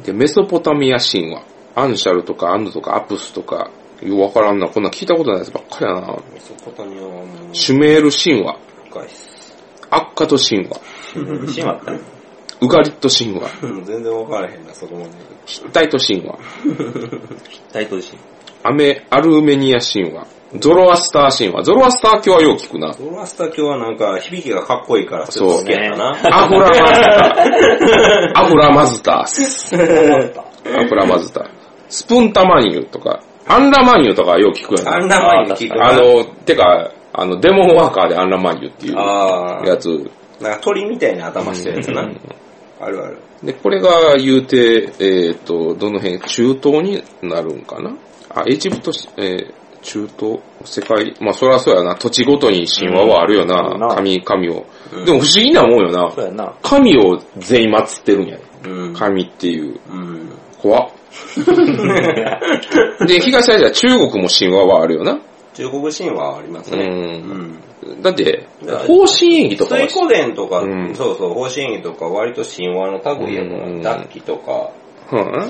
Speaker 1: で、メソポタミア神話。アンシャルとかアンドとかアプスとか、よくわからんな。こんなん聞いたことないやつばっかりやな。
Speaker 3: メソポタミアはもう
Speaker 1: シュメール神話。
Speaker 3: 深いっす。
Speaker 1: アッカト神話。
Speaker 2: シマったね。
Speaker 1: ウガリット神話。
Speaker 3: 全然分からへんな、そこまで。
Speaker 1: ヒッタイト神話。
Speaker 2: 大東人。
Speaker 1: アメ、アルメニア神話。ゾロアスター神話。ゾロアスター教はよう聞くな。
Speaker 3: ドラスタ今日はなんか響きがかっこいいからちょっと好きやったな。
Speaker 1: アフラマズタ。アフラマズタ。アフラマズタ。スプンタマニュとか、アンラマニュとかよう聞くよ
Speaker 3: あ
Speaker 1: ね。
Speaker 3: んな前に聞くな。
Speaker 1: あの、てか、あの、デモンワーカーでアンラマニュっていう
Speaker 3: あ
Speaker 1: や
Speaker 3: ー
Speaker 1: つ。
Speaker 3: なんか鳥みたいな頭してるやつな。あるある。
Speaker 1: で、これが言うて、えっ、と、どの辺、中東になるんかなあ、エジプト、えー中東、世界、まあそりゃそうやな、土地ごとに神話はあるよな、
Speaker 2: うん
Speaker 1: 神、神を。
Speaker 3: うん
Speaker 1: でも不思議なもんよな
Speaker 2: そ、うやな。
Speaker 1: 神を全員祀ってるんや。
Speaker 3: うん。
Speaker 1: 神っていう、
Speaker 3: うん。
Speaker 1: 怖っ。で、東アジア、中国も神話はあるよな。
Speaker 3: 中国神話はあります
Speaker 1: う。
Speaker 3: ね。うんん。
Speaker 1: だって
Speaker 3: だ、
Speaker 1: 方針演技とかは
Speaker 3: 水、湖伝とか、
Speaker 1: うん
Speaker 3: そうそう、方針とか割と神話の類やか
Speaker 1: うん
Speaker 3: ら、ダッキとか、
Speaker 1: うん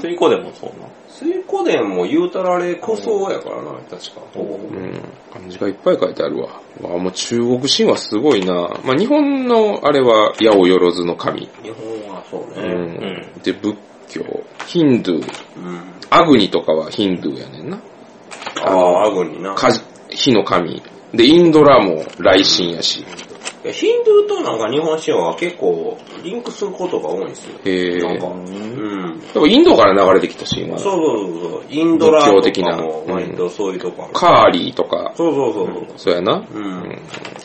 Speaker 2: 水湖でもそうな。
Speaker 3: 水湖伝も言うたらあれ古装やからな、確か。
Speaker 1: うん。漢字がいっぱい書いてあるわ。わあもう中国神話すごいな。まあ、日本のあれは、八百万の神。
Speaker 3: 日本はそう
Speaker 1: う
Speaker 3: ね。
Speaker 1: ん
Speaker 2: う
Speaker 1: で、仏教、ヒンドゥー、
Speaker 3: うん。
Speaker 1: アグニとかはヒンドゥーやねんな。
Speaker 3: ああ、アグにな。
Speaker 1: 火事火の神。で、インドラも来神やし。
Speaker 3: いやヒンドゥーとなんか日本神話は結構リンクすることが多いんですよ。
Speaker 1: へえ。
Speaker 3: なん
Speaker 1: で
Speaker 3: か、う。
Speaker 2: うん
Speaker 1: もインドから流れてきた神話。
Speaker 3: そうそうそうそう。インドラ
Speaker 1: 仏
Speaker 3: と
Speaker 1: 教的
Speaker 3: か
Speaker 1: な
Speaker 3: も割とそういうとこある。
Speaker 1: カーリーとか、
Speaker 3: そうそうそう
Speaker 1: そうやな。
Speaker 3: そ
Speaker 1: う
Speaker 3: う。う。
Speaker 1: んん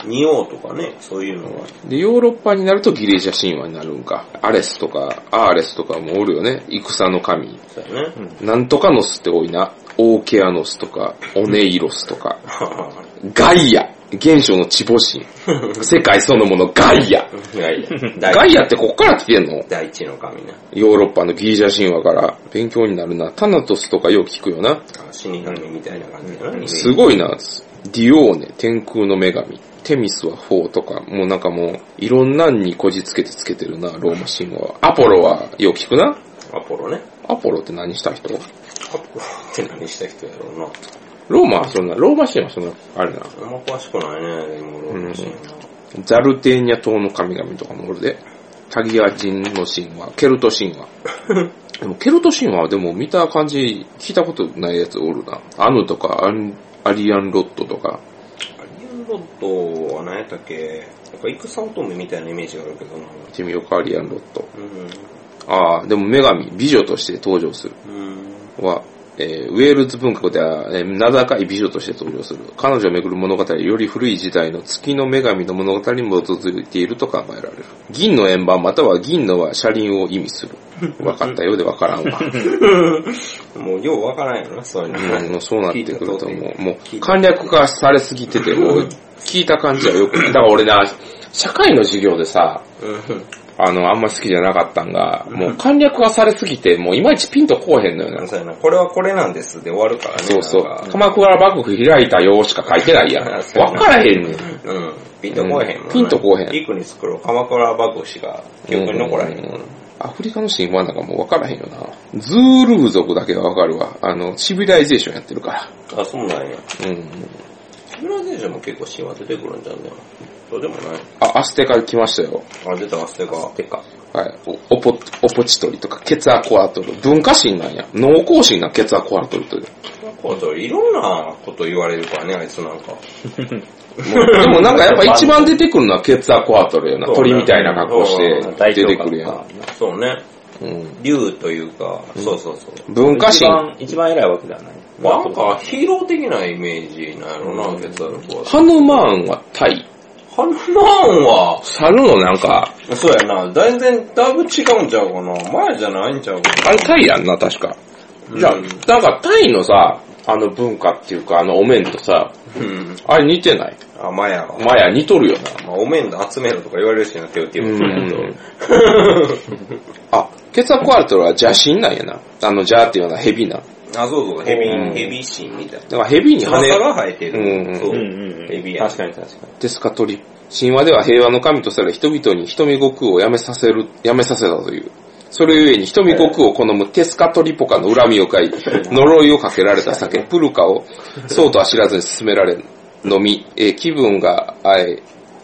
Speaker 3: 仁王とかね、そういうのは。
Speaker 1: で、ヨーロッパになるとギリシャ神話になるんか。アレスとか、アーレスとかもおるよね。戦の神。
Speaker 3: そうやね。
Speaker 1: なんとかノスって多いな。オーケアノスとか、オネイロスとか、
Speaker 3: は
Speaker 1: ガイア。現象の地母神。世界そのものガイア。
Speaker 3: いやい や
Speaker 1: ガイアってこっから来てんの
Speaker 3: 第一の神な。
Speaker 1: ヨーロッパのギリシャ神話から勉強になるな。タナトスとかよく聞くよな。
Speaker 3: 死神みたいな感じだな。
Speaker 1: すごいな。ディオーネ、天空の女神。テミスは4とか、もうなんかもう、いろんなんにこじつけてつけてるな、ローマ神話は。アポロはよく聞くな。
Speaker 3: アポロね。
Speaker 1: アポロって何した人
Speaker 3: アポロって何した人やろうな。
Speaker 1: ローマはそんな、ローマ神話はそんな、あれな。
Speaker 3: あんま詳しくないね、でも、ローマ神話。
Speaker 1: ザルテーニャ島の神々とかもおるで。タギア人の神話、ケルト神話。でもケルト神話はでも見た感じ、聞いたことないやつおるな。アヌとかアンアリアンロッドとか。
Speaker 3: アリアンロッドは何やったっけなんか戦乙女みたいなイメージがあるけどな。
Speaker 1: 行ってみようか、アリアンロッド。
Speaker 3: うん。
Speaker 1: ああ、でも女神、美女として登場する。
Speaker 3: うん。
Speaker 1: は、えーウェールズ文学では、えー名高い美女として登場する。彼女をめぐる物語はより古い時代の月の女神の物語に基づいていると考えられる。銀の円盤または銀のは車輪を意味する。分かったようで分からんわ。
Speaker 3: もうようわからんよな、そういう
Speaker 1: うん、も
Speaker 3: の。
Speaker 1: うそうなってくると
Speaker 3: 聞いた
Speaker 1: 思
Speaker 3: 通
Speaker 1: う。もう、簡略化されすぎて て、もう、聞いた感じはよく、だから俺な、社会の授業でさ、
Speaker 3: うん。
Speaker 1: あの、あんまり好きじゃなかったんが、もう簡略化されすぎて、もういまいちピンとこうへんのよな。
Speaker 3: そうやな、これはこれなんですで終わるからね。
Speaker 1: そうそ
Speaker 3: な
Speaker 1: う。
Speaker 3: んか
Speaker 1: 鎌倉幕府開いたよしか書いてないやん。わ
Speaker 3: そう
Speaker 1: からへんねん。
Speaker 3: うん。ピンとこえへん
Speaker 1: う
Speaker 3: もんな。
Speaker 1: んピンとこえへん
Speaker 3: いくに作ろう、鎌倉幕府氏が記憶に残らへんもんな。
Speaker 1: アフリカの神話なんかもうわからへんよな。ズールー族だけはわかるわ。あの、シビライゼーションやってるか
Speaker 3: あ、そうなんや。
Speaker 1: ら。うん。
Speaker 3: 木村選手も結構神話出てくるんじゃんね。そうでもない。
Speaker 1: あ、アステカ来ましたよ。
Speaker 3: あ、出た、アステカ。アステカ。
Speaker 1: はい。おオポ、オポチトリとか、ケツアコアトル。文化神なんや。農耕神なん、ケツアコアトルって。
Speaker 3: こういろんなこと言われるからね、あいつなんか。
Speaker 1: もうでもなんかやっぱ一番出てくるのはケツアコアトルやな。
Speaker 3: そうね
Speaker 1: 鳥みたいな格好して
Speaker 2: ん。大
Speaker 1: 出て
Speaker 2: 丈
Speaker 1: くるや
Speaker 2: 夫
Speaker 1: ん。
Speaker 3: そうね。
Speaker 1: うん。
Speaker 3: 竜というか、そうそうそう。
Speaker 1: 文化
Speaker 2: 一
Speaker 1: 神。
Speaker 2: 番、一番偉いわけではない。
Speaker 3: なんかヒーロー的なイメージなんやろな、ケツアルコは。
Speaker 1: ハヌマーンはタイ。
Speaker 3: ハヌマーンは、
Speaker 1: 猿のなんか、
Speaker 3: そうやな、全然だいぶ違うんちゃうかな。前じゃないんちゃうか
Speaker 1: あれタイやんな、確か。
Speaker 3: な。
Speaker 1: じゃあ、
Speaker 3: うん
Speaker 1: なんかタイのさ、あの文化っていうか、あのお面とさ、
Speaker 3: うん。
Speaker 1: あれ似てない
Speaker 3: あ、マヤは。
Speaker 1: マヤ似とるよな。
Speaker 3: まあ、お面の集めろとか言われるしな、テオティ
Speaker 1: うん。あ、ケツァコアルトルは邪神なんやな。あの邪っていうのは蛇な。
Speaker 3: あ、そうそう、ヘビ
Speaker 1: うん、
Speaker 3: ヘビシンみたいな。
Speaker 1: だから蛇に
Speaker 3: 翼
Speaker 1: 羽
Speaker 3: が生えて
Speaker 1: うん
Speaker 3: る。そうう。
Speaker 2: んうん。
Speaker 3: エビや
Speaker 2: 確かに確かに。
Speaker 1: ですか鳥。神話では平和の神とされ人々に人見悟空をやめさせる、やめさせたという。それゆえに人見悟空を好むテスカトリポカの恨みを買い、 呪いをかけられた 酒、プルカをそうとは知らずに勧められ飲み、えー気分が、え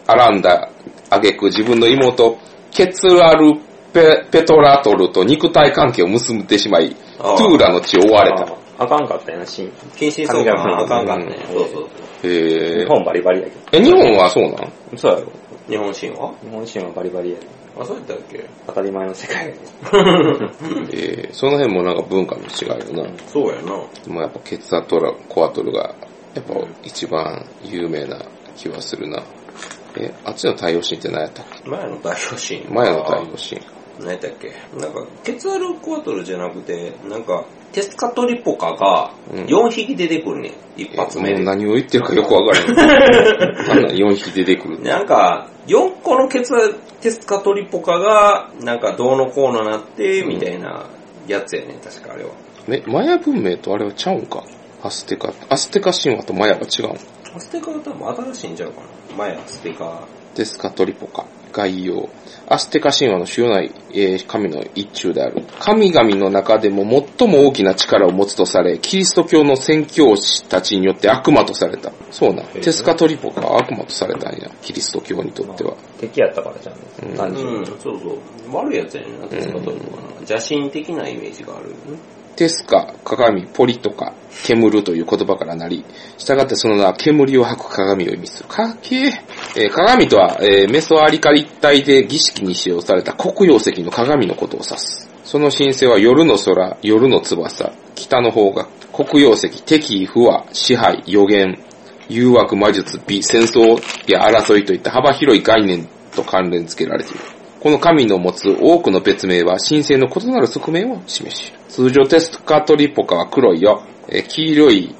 Speaker 1: ー、らんだ挙句自分の妹、ケツアルペペトラトルと肉体関係を結んでしまい、ト
Speaker 3: あー
Speaker 1: ゥーラの地を追われた。
Speaker 2: ああかんかったよな、シーン。
Speaker 3: 禁止そうかな、あかんかった
Speaker 1: うん
Speaker 3: ね。そうそう。
Speaker 1: へ
Speaker 2: 日
Speaker 1: ー
Speaker 2: 本バリバリやけ
Speaker 1: え、日本はそうなん
Speaker 2: ど。そうやろ。
Speaker 3: 日本神話
Speaker 2: 日本人はバリバリやで。
Speaker 3: あ、そうやったっけ
Speaker 2: 当たり前の世界やで。
Speaker 1: えーその辺もなんか文化の違いよな。
Speaker 3: そうやな。
Speaker 1: でもやっぱケツアトラ、コアトルが、やっぱ一番有名な気はするな。え、あっちの太陽神って何やったっ
Speaker 3: 前の大表神。
Speaker 1: け前の太陽神。
Speaker 3: 何やったっけなんか、ケツアルコアトルじゃなくて、なんか、テスカトリポカが
Speaker 1: うん
Speaker 3: 4匹出てくるね、ん、一
Speaker 1: え
Speaker 3: 発目
Speaker 1: もう
Speaker 3: で。
Speaker 1: 何を言ってるかよくわからない。あんなん4匹出てくる。
Speaker 3: なんか、4個のケツテスカトリポカが、なんかどうのこうのなって、みたいなやつやね、確かあれは。
Speaker 1: え、マヤ文明とあれはちゃうんかアステカ、アステカ神話とマヤは違うん
Speaker 3: ステカは多分新しいんちゃうかな。前はステカ
Speaker 1: テスカトリポカ、概要。アステカ神話の主要な、えー神の一中である。神々の中でも最も大きな力を持つとされ、キリスト教の宣教師たちによって悪魔とされた。そうな。テスカトリポカは悪魔とされたんや。キリスト教にとっては。
Speaker 2: 敵やったからじゃん。
Speaker 1: うん
Speaker 2: 単純に。
Speaker 3: うん、そうそう。悪いやつやねんな、テスカトリポカな。邪神的なイメージがあるよね。
Speaker 1: テスカ、鏡、ポリとか、煙という言葉からなり、従ってその名は煙を吐く鏡を意味する。かっけええー鏡とは、えーメソアリカ立体で儀式に使用された黒曜石の鏡のことを指す。その神聖は夜の空、夜の翼、北の方が黒曜石、敵意、不和、支配、予言、誘惑、魔術、美、戦争や争いといった幅広い概念と関連付けられている。この神の持つ多くの別名は神聖の異なる側面を示し、通常テスカトリポカは黒いよ、えー黄色い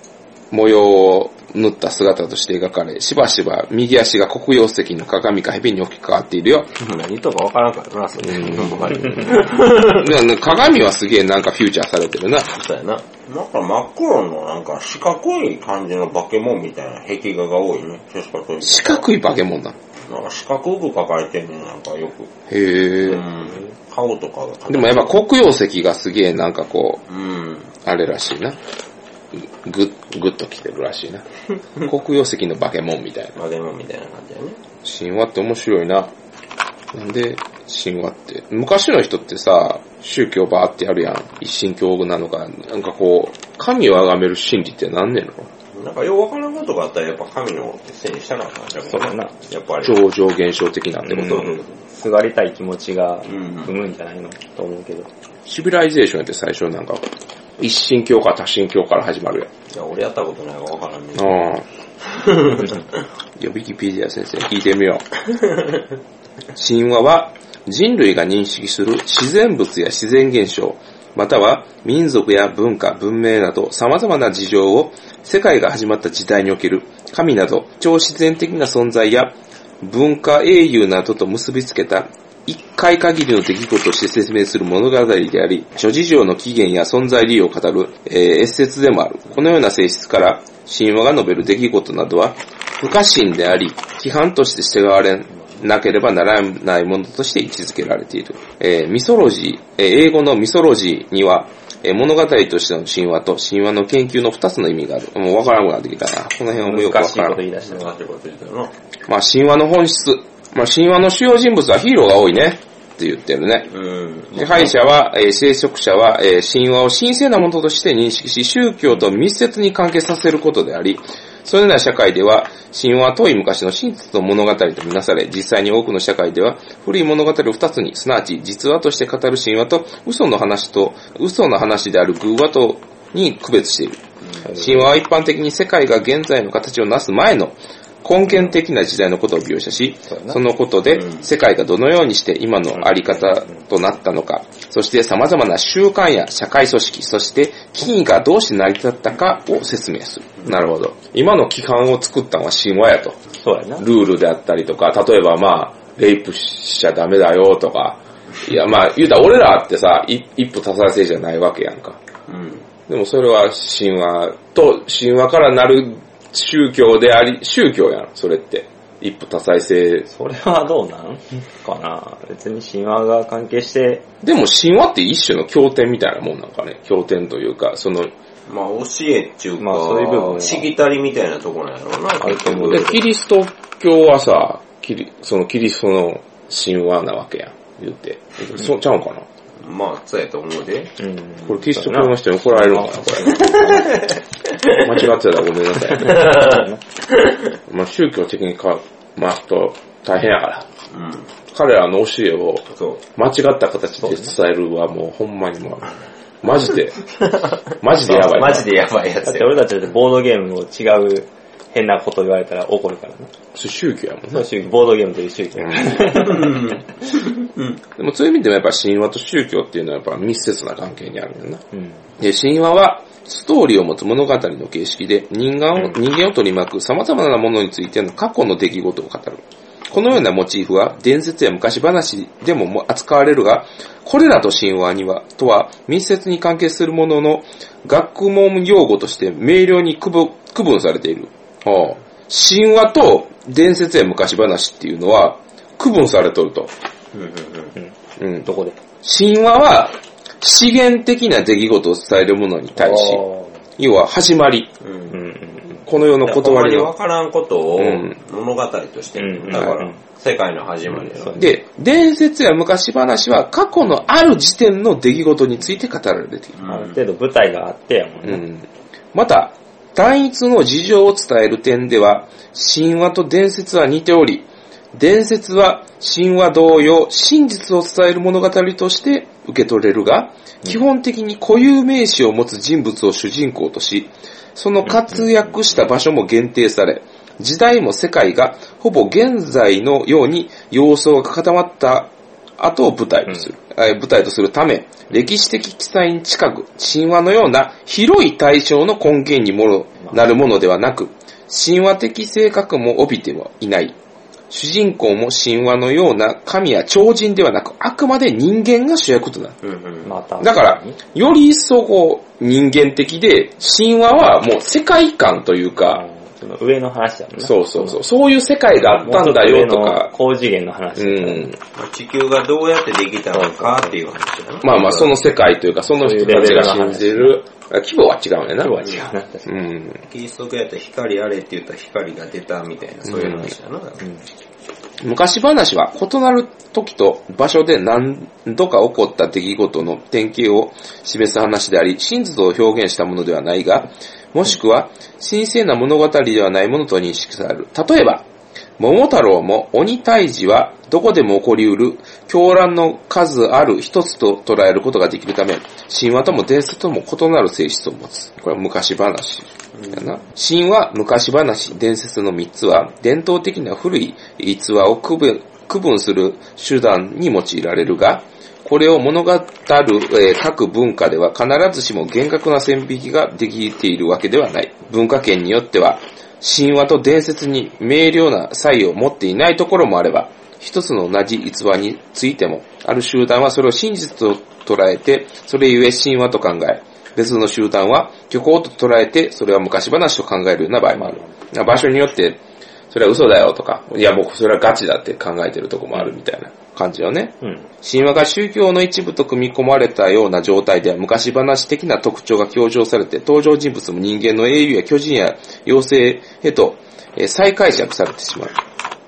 Speaker 1: 模様を縫った姿として描かれ、しばしば右足が黒曜石の鏡か蛇に置き換わっているよ。
Speaker 3: 何言ったかわからんからな、それ。ほんまに
Speaker 1: でな鏡はすげえなんかフューチャーされてるな。
Speaker 3: そうやな。なんか真っ黒のなんか四角い感じの化け物みたいな壁画が多いね。テスカトリポカ
Speaker 1: 四角い化け物だ。
Speaker 3: なんか四角く抱えてんねん、なんかよく。
Speaker 1: へ
Speaker 3: う
Speaker 1: え。
Speaker 3: ん。顔とかが。
Speaker 1: でもやっぱ黒曜石がすげえなんかこう、
Speaker 3: うん。
Speaker 1: あれらしいな。ぐ、ぐっと来てるらしいな。黒曜石の化け物みたいな。
Speaker 3: 化け物みたいな感じやね。
Speaker 1: 神話って面白いな。なんで、神話って。昔の人ってさ、宗教バーってやるやん。一神教なのか、なんかこう、神を崇める心理ってなんねんの
Speaker 3: なんかようわからんことがあったらやっぱ神のせいにしたらあかんじゃん。
Speaker 2: そうだな。
Speaker 3: やっぱり。
Speaker 1: 超常現象的なんてこと。
Speaker 3: うん
Speaker 2: すがりたい気持ちが
Speaker 3: うん
Speaker 2: 生むんじゃないのと思うけど。
Speaker 1: シビライゼーションやって最初なんか、一神教か多神教から始まるやん。
Speaker 3: いや、俺やったことないからわからんねん。
Speaker 1: ああ。いや、ウィキペディア先生、聞いてみよう。神話は、人類が認識する自然物や自然現象、または民族や文化、文明など様々な事情を世界が始まった時代における神など超自然的な存在や文化英雄などと結びつけた一回限りの出来事として説明する物語であり、諸事情の起源や存在理由を語る、えー、エッセツでもある。このような性質から、神話が述べる出来事などは、不可侵であり、規範として従われなければならないものとして位置づけられている。えーミソロジー、えー英語のミソロジーには、えー物語としての神話と神話の研究の二つの意味がある。もうわからんくなってきたな。この辺はもうよくわ
Speaker 2: 難しい
Speaker 1: か
Speaker 2: こと
Speaker 1: らん。
Speaker 2: 言い出して
Speaker 3: 難しいこと言ってるな。
Speaker 1: まあ神話の本質。まあ神話の主要人物はヒーローが多いね。って言ってるね。
Speaker 3: うん。
Speaker 1: で敗者は、えー聖職者は、えー神話を神聖なものとして認識し、宗教と密接に関係させることであり、そのような社会では、神話は遠い昔の真実の物語とみなされ、実際に多くの社会では、古い物語を二つに、すなわち実話として語る神話と、嘘の話と、嘘の話である偶話と、に区別している。神話は一般的に世界が現在の形をなす前の根源的な時代のことを描写し、そのことで
Speaker 3: うん
Speaker 1: 世界がどのようにして今のあり方となったのか、そして様々な習慣や社会組織、そして金がどうして成り立ったかを説明する。なるほど。今の規範を作ったのは神話やと。
Speaker 2: そうやな。
Speaker 1: ルールであったりとか、例えばまあ、レイプしちゃダメだよとか、いやまあ、言うたら俺らってさ、い一夫多妻制じゃないわけやんか。
Speaker 3: うん。
Speaker 1: でもそれは神話と、神話からなる宗教であり、宗教やん、それって。一夫多妻制。
Speaker 2: それはどうなんかな別に神話が関係して、
Speaker 1: でも神話って一種の経典みたいなもんなんかね。経典というか、その、
Speaker 3: まあ、教えっちゅうか、
Speaker 2: まあそういう部分は
Speaker 3: しきたりみたいなとこなんやろうな。
Speaker 2: あると思う
Speaker 1: でキリスト教はさ、キリ、そのキリストの神話なわけやん、言って。そうちゃうんかな
Speaker 3: まあ、そうやと思うで。
Speaker 2: うん。
Speaker 1: これキリスト教の人に怒られるのかな、こ れ。間違ってたらごめんなさいね。 まあ宗教的にか、まあと大変やから。
Speaker 3: うん。
Speaker 1: 彼らの教えを
Speaker 3: そう。
Speaker 1: 間違った形で伝えるはもうほんまにもう、マジで、 マジでやばい。
Speaker 3: マジでやばいや
Speaker 2: だっ
Speaker 3: つ
Speaker 2: て
Speaker 3: や。
Speaker 2: 俺たちだってボードゲームを違う変なこと言われたら怒るからな。
Speaker 1: それ宗教やもん
Speaker 2: そ
Speaker 1: ね
Speaker 2: の。宗教ボードゲームという宗教。
Speaker 1: でもそういう意味でもやっぱ神話と宗教っていうのはやっぱ密接な関係にあるよな。
Speaker 2: うん。
Speaker 1: で、神話は、ストーリーを持つ物語の形式で、人間を、人間を取り巻く様々なものについての過去の出来事を語る。このようなモチーフは、伝説や昔話でもも扱われるが、これらと神話には、とは密接に関係するものの、学問用語として明瞭に区分区分されている。はあ神話と伝説や昔話っていうのは区分されとると。
Speaker 3: うんうんうん。
Speaker 1: うん。
Speaker 2: どこで
Speaker 1: 神話は資源的な出来事を伝えるものに対し
Speaker 2: あ、ー
Speaker 1: 要は始まり、
Speaker 3: うん
Speaker 2: うんうん
Speaker 1: この世の断り
Speaker 3: に
Speaker 1: の
Speaker 3: 分からんことを
Speaker 1: うん
Speaker 3: 物語としてる、
Speaker 2: うん
Speaker 3: だか
Speaker 2: う
Speaker 3: ら
Speaker 2: ん、
Speaker 3: 世界の始まりだよね
Speaker 1: で、伝説や昔話は過去のある時点の出来事について語られている。
Speaker 2: うん。ある程度舞台があってやもん
Speaker 1: う
Speaker 2: ね。
Speaker 1: ん。また、単一の事情を伝える点では、神話と伝説は似ており、伝説は神話同様、真実を伝える物語として受け取れるが、基本的に固有名詞を持つ人物を主人公とし、その活躍した場所も限定され、時代も世界がほぼ現在のように様相が固まった後を舞台とする、えー舞台とするため、歴史的記載に近く、神話のような広い対象の根源にもろなるものではなく、神話的性格も帯びてはいない。主人公も神話のような神や超人ではなく、あくまで人間が主役となる。
Speaker 3: うんうん
Speaker 2: また。
Speaker 1: だから、より一層こう、人間的で、神話はもう世界観という
Speaker 2: あ
Speaker 1: か、
Speaker 2: ーその上の話やもんね。
Speaker 1: そうそうそう、そういう世界があったんだよとか、
Speaker 2: 高次元の話
Speaker 1: う
Speaker 2: だから。
Speaker 1: ん。
Speaker 3: まあ地球がどうやってできたのかっていう話だな。
Speaker 1: まあまあ、その世界というか、その人たちが信じる、規模は違うんやな。
Speaker 2: 今日は違うな。確か
Speaker 1: うん。
Speaker 3: キリスト教やったら光あれって言ったら光が出たみたいな、そういう話だな。
Speaker 2: に
Speaker 1: 昔話は異なる時と場所で何度か起こった出来事の典型を示す話であり、真実を表現したものではないが、もしくは神聖な物語ではないものと認識される。例えば、桃太郎も鬼退治はどこでも起こりうる狂乱の数ある一つと捉えることができるため、神話とも伝説とも異なる性質を持つ。これは昔話やな。神話、昔話、伝説の三つは、伝統的な古い逸話を区分区分する手段に用いられるが、これを物語る、えー各文化では必ずしも厳格な線引きができているわけではない。文化圏によっては、神話と伝説に明瞭な差異を持っていないところもあれば、一つの同じ逸話についても、ある集団はそれを真実と捉えて、それゆえ神話と考え、別の集団は虚構と捉えて、それは昔話と考えるような場合もある。場所によって、それは嘘だよとか、いや僕それはガチだって考えてるとこもあるみたいな感じよね。
Speaker 2: うん。
Speaker 1: 神話が宗教の一部と組み込まれたような状態では昔話的な特徴が強調されて登場人物も人間の英雄や巨人や妖精へとえー再解釈されてしまう。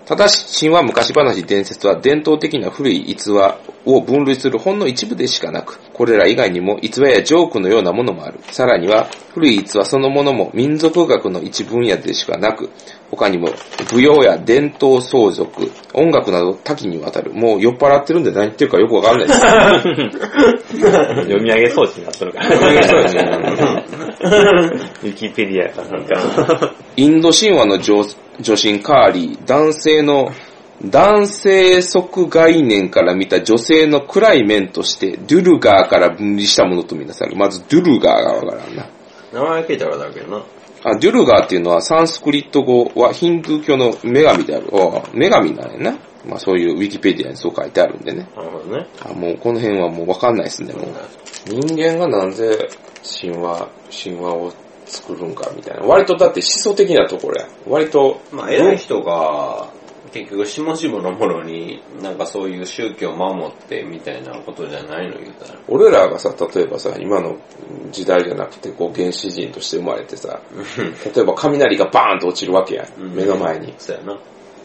Speaker 1: ただし、神話、昔話、伝説は伝統的な古い逸話を分類するほんの一部でしかなく、これら以外にも逸話やジョークのようなものもある。さらには、古い逸話そのものも民族学の一分野でしかなく、他にも舞踊や伝統相続、音楽など多岐にわたる。もう酔っ払ってるんで何言ってるかよくわかんないです。
Speaker 2: 読み上げ装置になっとるから。ウィキペディアかなんか。
Speaker 1: インド神話の女女神カーリー、男性の、男性即概念から見た女性の暗い面として、ドゥルガーから分離したものとみなされる。まず、ドゥルガーがわからんな。
Speaker 3: 名前聞いたらだけどな。
Speaker 1: あ、ドゥルガーっていうのはサンスクリット語はヒンドゥー教の女神である。あ女神なんやな。まあそういうウィキペディアにそう書いてあるんでね。
Speaker 3: なるほどね。
Speaker 1: あ、もうこの辺はもうわかんないですね、もう。人間がなぜ神話、神話を作るんかみたいな。割とだって思想的なところや。割と、
Speaker 3: まあ偉い人が、結局下々のものに、なんかそういう宗教を守ってみたいなことじゃないの言うたら。
Speaker 1: 俺らがさ、例えばさ、今の時代じゃなくて、こう、原始人として生まれてさ、例えば雷がバーンと落ちるわけや、
Speaker 3: うん
Speaker 1: ん、目の前に。
Speaker 3: そうやな。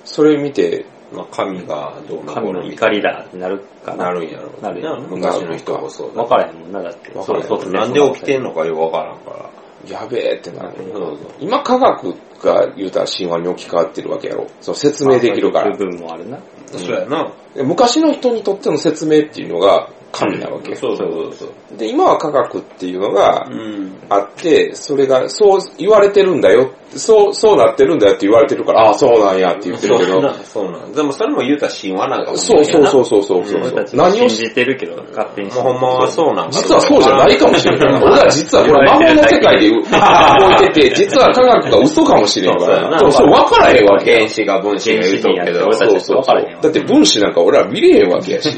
Speaker 1: それ見て、
Speaker 3: まあ神がどうな
Speaker 2: 神の
Speaker 3: み
Speaker 2: 怒りだってなるか
Speaker 3: な
Speaker 2: な。
Speaker 3: るんやろう
Speaker 2: なるよね
Speaker 3: 昔の人もそうだ
Speaker 2: わからへんもんな、だって。
Speaker 1: わか
Speaker 3: そ
Speaker 1: ら
Speaker 3: う
Speaker 1: へん
Speaker 3: そうそう。なんで起きてんのかよくわからんから。
Speaker 1: やべえってなる。
Speaker 3: そうそう。
Speaker 1: 今科学が言うたら神話に置き換わってるわけやろ。そう、説明できるから
Speaker 2: 部。分もあるな。
Speaker 3: そうやな。
Speaker 1: で昔の人にとっての説明っていうのが神なわけ。
Speaker 3: そうそうそうそう。
Speaker 1: で、今は科学っていうのが
Speaker 3: うん。
Speaker 1: あって、それが、そう言われてるんだよ。そう、そうなってるんだよって言われてるから、ああ、そうなんやって言ってるけ
Speaker 3: そ
Speaker 1: ど、
Speaker 3: うな、そうな。でもそれも言うたら神話なんかも。
Speaker 1: そうそうそううそうそうそう
Speaker 2: 俺たちは
Speaker 1: 何
Speaker 2: 信
Speaker 1: をし、
Speaker 2: じてるけど、勝手に
Speaker 3: もうほんまはそうなんか
Speaker 1: 実はそうじゃないかもしれんから。俺ら実はこれ魔法の世界で動いてて、実は科学が嘘かもしれんか
Speaker 3: そうそうや
Speaker 1: ら。
Speaker 3: な
Speaker 1: そう、そう、分からへんわけ
Speaker 3: 原。子が分子が言うとるけど。
Speaker 2: 原子にやって俺たち
Speaker 1: そうそうそ
Speaker 2: 分からへんわ
Speaker 1: う。だって分子なんか俺ら見れへんわけやし。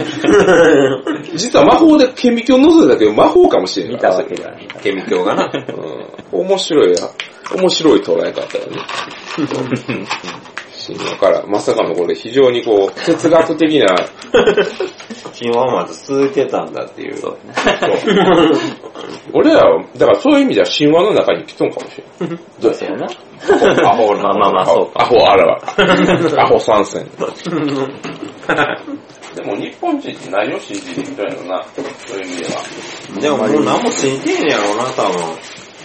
Speaker 1: 実は魔法で顕微鏡を覗いたけど魔法かもしれん
Speaker 2: 見
Speaker 1: か
Speaker 2: た
Speaker 1: ら。
Speaker 2: わけじゃない。
Speaker 3: 顕微鏡がな。
Speaker 1: うん面白いや、面白い捉え方やね。神話から、まさかのこれ非常にこう、哲学的な、
Speaker 3: 神話はまだ続いてたんだっていう。そう。
Speaker 1: 俺らは、だからそういう意味では神話の中に来とんかもしれん。どう
Speaker 2: そうやな。
Speaker 1: アホな。
Speaker 2: まあまあまあそう
Speaker 1: アホあら わ。アホ参戦。でも日本人って何を信じてきたんやろな、そういう意味では。
Speaker 3: でももう何も信じてへんやろうな、多分。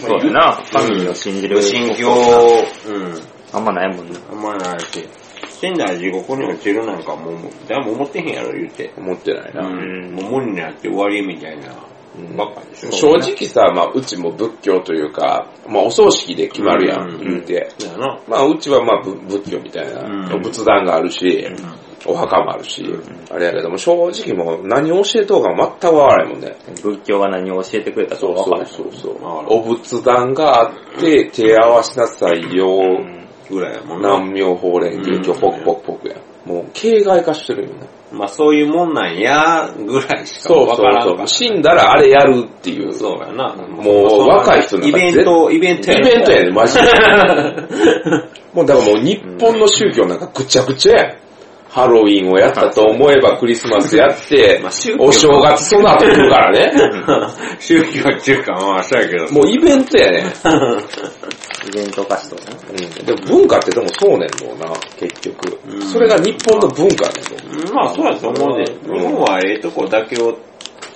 Speaker 2: そうやな。神を信じる。
Speaker 3: 信教、うん。
Speaker 2: あんまないもんな。
Speaker 3: あんまないし。死んだら地獄に落ちるなんかもう、誰も思ってへんやろ、言うて。
Speaker 1: 思ってないな。
Speaker 3: うん。もう無理になって終わりみたいな。ばっかでしょ。
Speaker 1: 正直さ、まあ、うちも仏教というか、まあ、お葬式で決まるやん、
Speaker 3: うん
Speaker 1: 言うて。
Speaker 3: だよな。
Speaker 1: まあ、うちはまあ、ぶ仏教みたいな、
Speaker 3: うん
Speaker 1: 仏壇があるし、お墓もあるし、あれやけども、正直もう何を教えとうか全くわからないもんね。
Speaker 2: 仏教が何を教えてくれたか
Speaker 1: そう
Speaker 2: わか
Speaker 1: そ
Speaker 2: らな
Speaker 1: う
Speaker 2: い。
Speaker 1: そうそう
Speaker 3: わからん。
Speaker 1: お仏壇があって、手合わしなさいよ、
Speaker 3: ぐらいやもんな。
Speaker 1: 南明法蓮華経、
Speaker 3: うん
Speaker 1: ポクポクポクやん。もう、形骸化してるよね。
Speaker 3: まあそういうもんなんや、ぐらいしか
Speaker 1: そう
Speaker 3: わ
Speaker 1: そ
Speaker 3: からんから
Speaker 1: うそう。死んだらあれやるっていう。
Speaker 3: そうやな。
Speaker 1: もう若い人なん
Speaker 3: イ
Speaker 1: か
Speaker 3: ベント、イベント
Speaker 1: イ
Speaker 3: や
Speaker 1: ベントやね、マジで。もうだからもう日本の宗教なんかぐちゃぐちゃやん。ハロウィンをやったと思えばクリスマスやって
Speaker 3: まあ宗、教
Speaker 1: お正月その後来る からね。
Speaker 3: 宗教っていうか、まあそうやけど。
Speaker 1: もうイベントやね。
Speaker 2: イベント化しとるな。
Speaker 1: うん。でも文化ってでもそうねんろうな、結局
Speaker 3: う。ん
Speaker 1: それが日本の文化ねんろう
Speaker 3: まあそうやと思うね。日
Speaker 1: うん
Speaker 3: 本はええとこだけを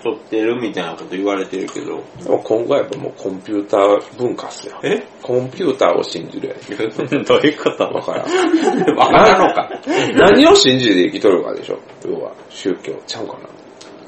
Speaker 3: 取ってるみたいなこと言われてるけど。
Speaker 1: でも今後はやっぱもうコンピューター文化っすよ。
Speaker 3: え
Speaker 1: コンピューターを信じるやね。
Speaker 2: どういうこ
Speaker 1: わ
Speaker 2: と
Speaker 1: からん。
Speaker 3: わからんのか。
Speaker 1: 何を信じて生きとるかでしょ。要は宗教ちゃうか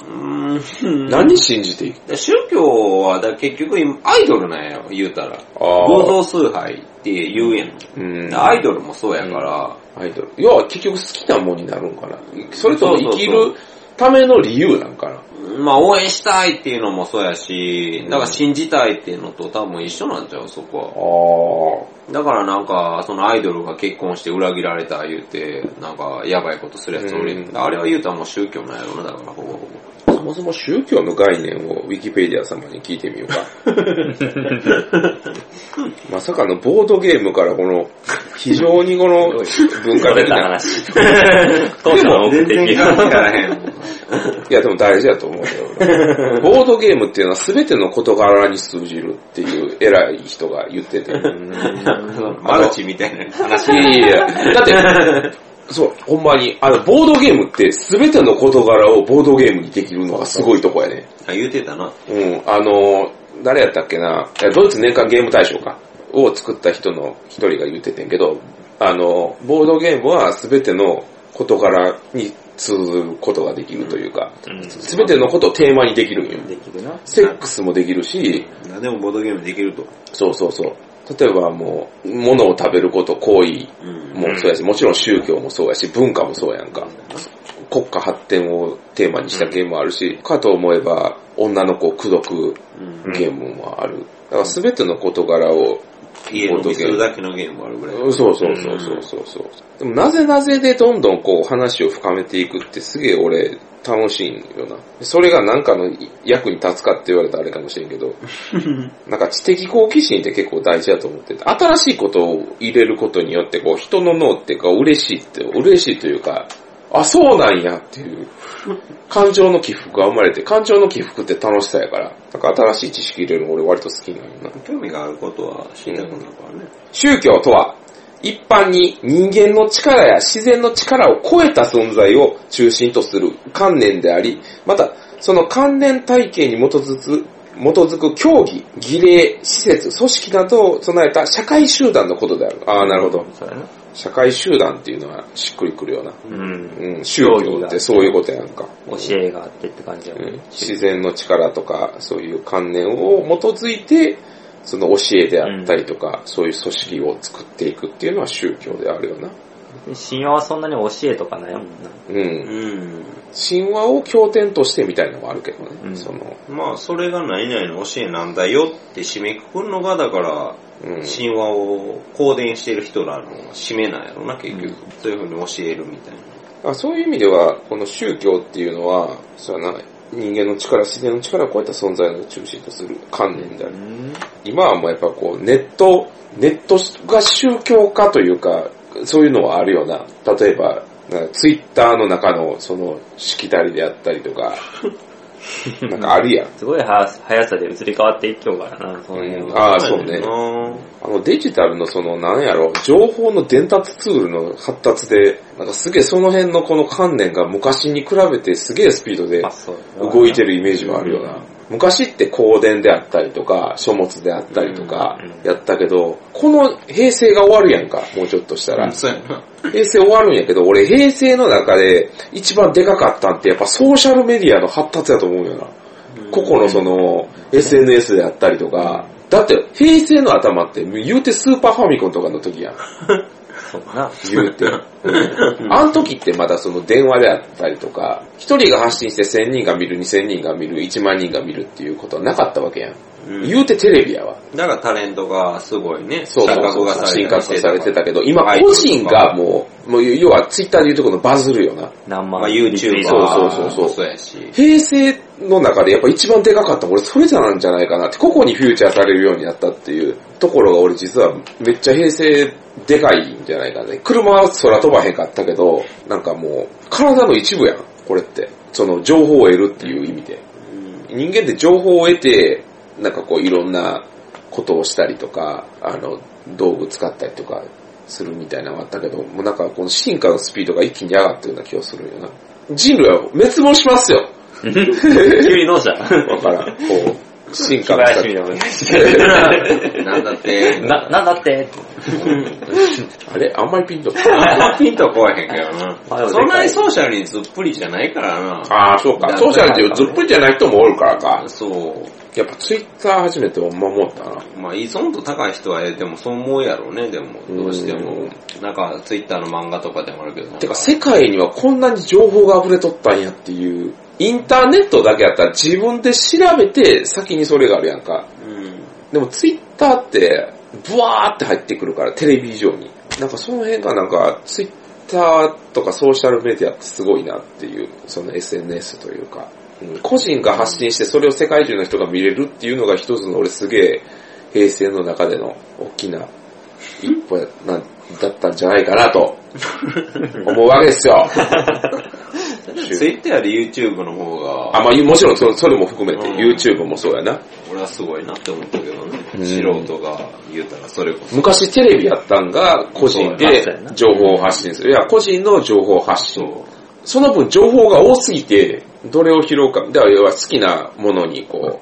Speaker 3: うーん
Speaker 1: な。何信じて生き
Speaker 3: 宗教はだ結局今アイドルなんや言うたら。
Speaker 1: あー
Speaker 3: 合同崇拝って言うやん。
Speaker 1: うん
Speaker 3: アイドルもそうやから。
Speaker 1: アイドル。要は結局好きなもんになるんかな。それとも生き
Speaker 3: そうそ
Speaker 1: るための理由なんかな。
Speaker 3: まあ応援したいっていうのもそうやし、だから信じたいっていうのと多分一緒なんちゃうそこ
Speaker 1: あ
Speaker 3: は。だからなんか、そのアイドルが結婚して裏切られた言うて、なんか、やばいことするやつおるやん
Speaker 1: うん
Speaker 3: あれは言うたらもう宗教なんやろな、だからほぼほ
Speaker 1: あ。
Speaker 3: ぼ。
Speaker 1: そもそも宗教の概念をウィキペディア様に聞いてみようか。 まさかのボードゲームからこの、非常にこの文化
Speaker 2: それ
Speaker 1: 的
Speaker 2: た
Speaker 1: な。
Speaker 2: 話。当社の目的
Speaker 3: 関係
Speaker 2: が。
Speaker 3: あらへん。
Speaker 1: いやでも大事だと思うよ。俺ボードゲームっていうのは全ての事柄に通じるっていう偉い人が言ってて。
Speaker 3: マルチみたいな 話。
Speaker 1: いやいやいや、だって、そう、ほんまに、あの、ボードゲームって全ての事柄をボードゲームにできるのがすごいとこやね。
Speaker 3: あ、言うてたな。
Speaker 1: うん、あの、誰やったっけな、いやドイツ年間ゲーム大賞か、を作った人の一人が言っててんけど、あの、ボードゲームは全ての事柄に通ずることができるというか、全てのことをテーマにできるんよ。
Speaker 2: できるな。
Speaker 1: セックスもできるし、
Speaker 3: 何でもボードゲームできると。
Speaker 1: そうそうそう。例えばもう、物を食べること、行為
Speaker 3: うん。
Speaker 1: もうそうやし、もちろん宗教もそうやし、文化もそうやんか。国家発展をテーマにしたゲームもあるし、かと思えば、女の子を口説く
Speaker 3: うん
Speaker 1: ゲームもある。だから全ての事柄を、
Speaker 3: 家飲みするだけのゲームもあるぐらい。
Speaker 1: そうそうそうそうそうそう。でもなぜなぜでどんどんこう話を深めていくってすげえ俺楽しいんよな。それがなんかの役に立つかって言われたらあれかもしれんけど、なんか知的好奇心って結構大事だと思ってて、新しいことを入れることによってこう人の脳ってこう嬉しいって、嬉しいというか、あ、そうなんやっていう。感情の起伏が生まれて、感情の起伏って楽しさやから、なんか新しい知識入れるの俺割と好きなんよな。
Speaker 3: 興味があることは知りたくなるからね。
Speaker 1: 宗教とは、一般に人間の力や自然の力を超えた存在を中心とする観念であり、また、その関連体系に基づく、基づく教義、儀礼、施設、組織などを備えた社会集団のことである。ああ、なるほど。
Speaker 2: そうやな。
Speaker 1: 社会集団っていうのはしっくりくるような。
Speaker 2: うん。
Speaker 1: うん、宗教ってそういうことやんか。
Speaker 2: 教えがあってって感じやもん。
Speaker 1: 自然の力とか、そういう観念を基づいて、その教えであったりとか、そういう組織を作っていくっていうのは宗教であるよな。
Speaker 2: 神話はそんなに教えとかないもんな。
Speaker 1: うん。
Speaker 3: うん。
Speaker 1: 神話を経典としてみたいのもあるけどね。
Speaker 2: うん
Speaker 1: その、
Speaker 3: まあ、それが何々の教えなんだよって締めくくるのが、だから、
Speaker 1: うん。
Speaker 3: 神話を公伝してる人らの締めなんやろな、結局。そういう風に教えるみたいな。
Speaker 1: あそういう意味では、この宗教っていうのは、そうやな、人間の力、自然の力を超えた存在の中心とする観念である。今はもうやっぱこう、ネット、ネットが宗教化というか、そういうのはあるよな。例えば、ツイッターの中のその、しきたりであったりとか、なんかあるやん。
Speaker 2: すごいは速さで移り変わっていっきょうからな、そういう
Speaker 1: うん
Speaker 2: の。
Speaker 1: ああ、そうね。あのデジタルのその、なんやろ、情報の伝達ツールの発達で、なんかすげえその辺のこの観念が昔に比べてすげえスピードで
Speaker 2: まあそう
Speaker 1: 動いてるイメージはあるよな。昔って公電であったりとか、書物であったりとか
Speaker 2: うんうん、
Speaker 1: やったけど、この平成が終わるやんか、もうちょっとしたら。
Speaker 3: そうやな。
Speaker 1: 平成終わるんやけど、俺平成の中で一番でかかったんってやっぱソーシャルメディアの発達やと思うよな。個々のその SNS であったりとか、だって平成の頭って言うてスーパーファミコンとかの時やん。
Speaker 2: そうかな。
Speaker 1: 言 うて。あの時ってまだその電話であったりとか、一人が発信して1000人が見る、2000人が見る、1万人が見るっていうことはなかったわけやん。
Speaker 3: うん
Speaker 1: 言うてテレビやわ。
Speaker 3: だからタレントがすごいね、
Speaker 1: そうそう
Speaker 3: 格
Speaker 1: そう。進化されてたけど、今
Speaker 3: アイド
Speaker 1: 個
Speaker 3: ルとか
Speaker 1: 人がもう、もう要はツイッターで言うとこのバズるよな。
Speaker 2: 何
Speaker 3: まあ
Speaker 2: 万
Speaker 3: YouTuber
Speaker 1: そうそうそうそう
Speaker 3: もそうやし。
Speaker 1: 平成の中でやっぱ一番でかかったの俺それじゃなんじゃないかなって、ここにフューチャーされるようになったっていうところが俺実はめっちゃ平成でかいんじゃないかね。車は空飛ばへんかったけど、なんかもう体の一部やん、これって。その情報を得るっていう意味で。人間って情報を得て、なんかこういろんなことをしたりとか、あの、道具使ったりとかするみたいなのがあったけど、もうなんかこの進化のスピードが一気に上がったような気がするよな。人類は滅亡しますよ
Speaker 2: 急にどうした
Speaker 1: わからん。こう、進
Speaker 2: 小
Speaker 1: 化
Speaker 2: 林み
Speaker 1: した。
Speaker 2: たいな。
Speaker 3: なんだ って、
Speaker 2: な、なんだって
Speaker 1: あれあんまりピンと。
Speaker 3: ピンとこわへんけどな
Speaker 2: まあでもでかい。
Speaker 3: そんなにソーシャルにずっぷりじゃないからな。
Speaker 1: ああ、そうか。ソーシャルっていうずっぷりじゃない人もおるからか。
Speaker 3: そ
Speaker 1: やっぱツイッター始めてほんま思ったな。
Speaker 3: う。まあ依存度高い人はええ、でもそう思うやろうね、でも。どうして
Speaker 1: う
Speaker 3: も
Speaker 1: ん。
Speaker 3: なんか、ツイッターの漫画とかでもあるけど。
Speaker 1: てか世界にはこんなに情報が溢れとったんやっていう。インターネットだけやったら自分で調べて先にそれがあるやんか。
Speaker 3: うん。
Speaker 1: でもツイッターって、ブワーって入ってくるから、テレビ以上に。なんかその辺がなんか、ツイッターとかソーシャルメディアってすごいなっていう、その SNS というか、うん個人が発信してそれを世界中の人が見れるっていうのが一つの俺すげえ、平成の中での大きな一歩やなんだったんじゃないかなと、思うわけです よ。
Speaker 3: ツイッターより YouTube の方
Speaker 1: あ、
Speaker 3: が、
Speaker 1: まあもちろんそれそれも含めて、
Speaker 3: うん
Speaker 1: YouTube もそうやな。
Speaker 3: 俺はすごいなって思ったけどね。
Speaker 1: うん
Speaker 3: 素人が言うたらそれこそ。
Speaker 1: 昔テレビやったんが、個人で情報を発信する。いや、個人の情報発信。その分情報が多すぎて、どれを拾うか。だから要は好きなものにこ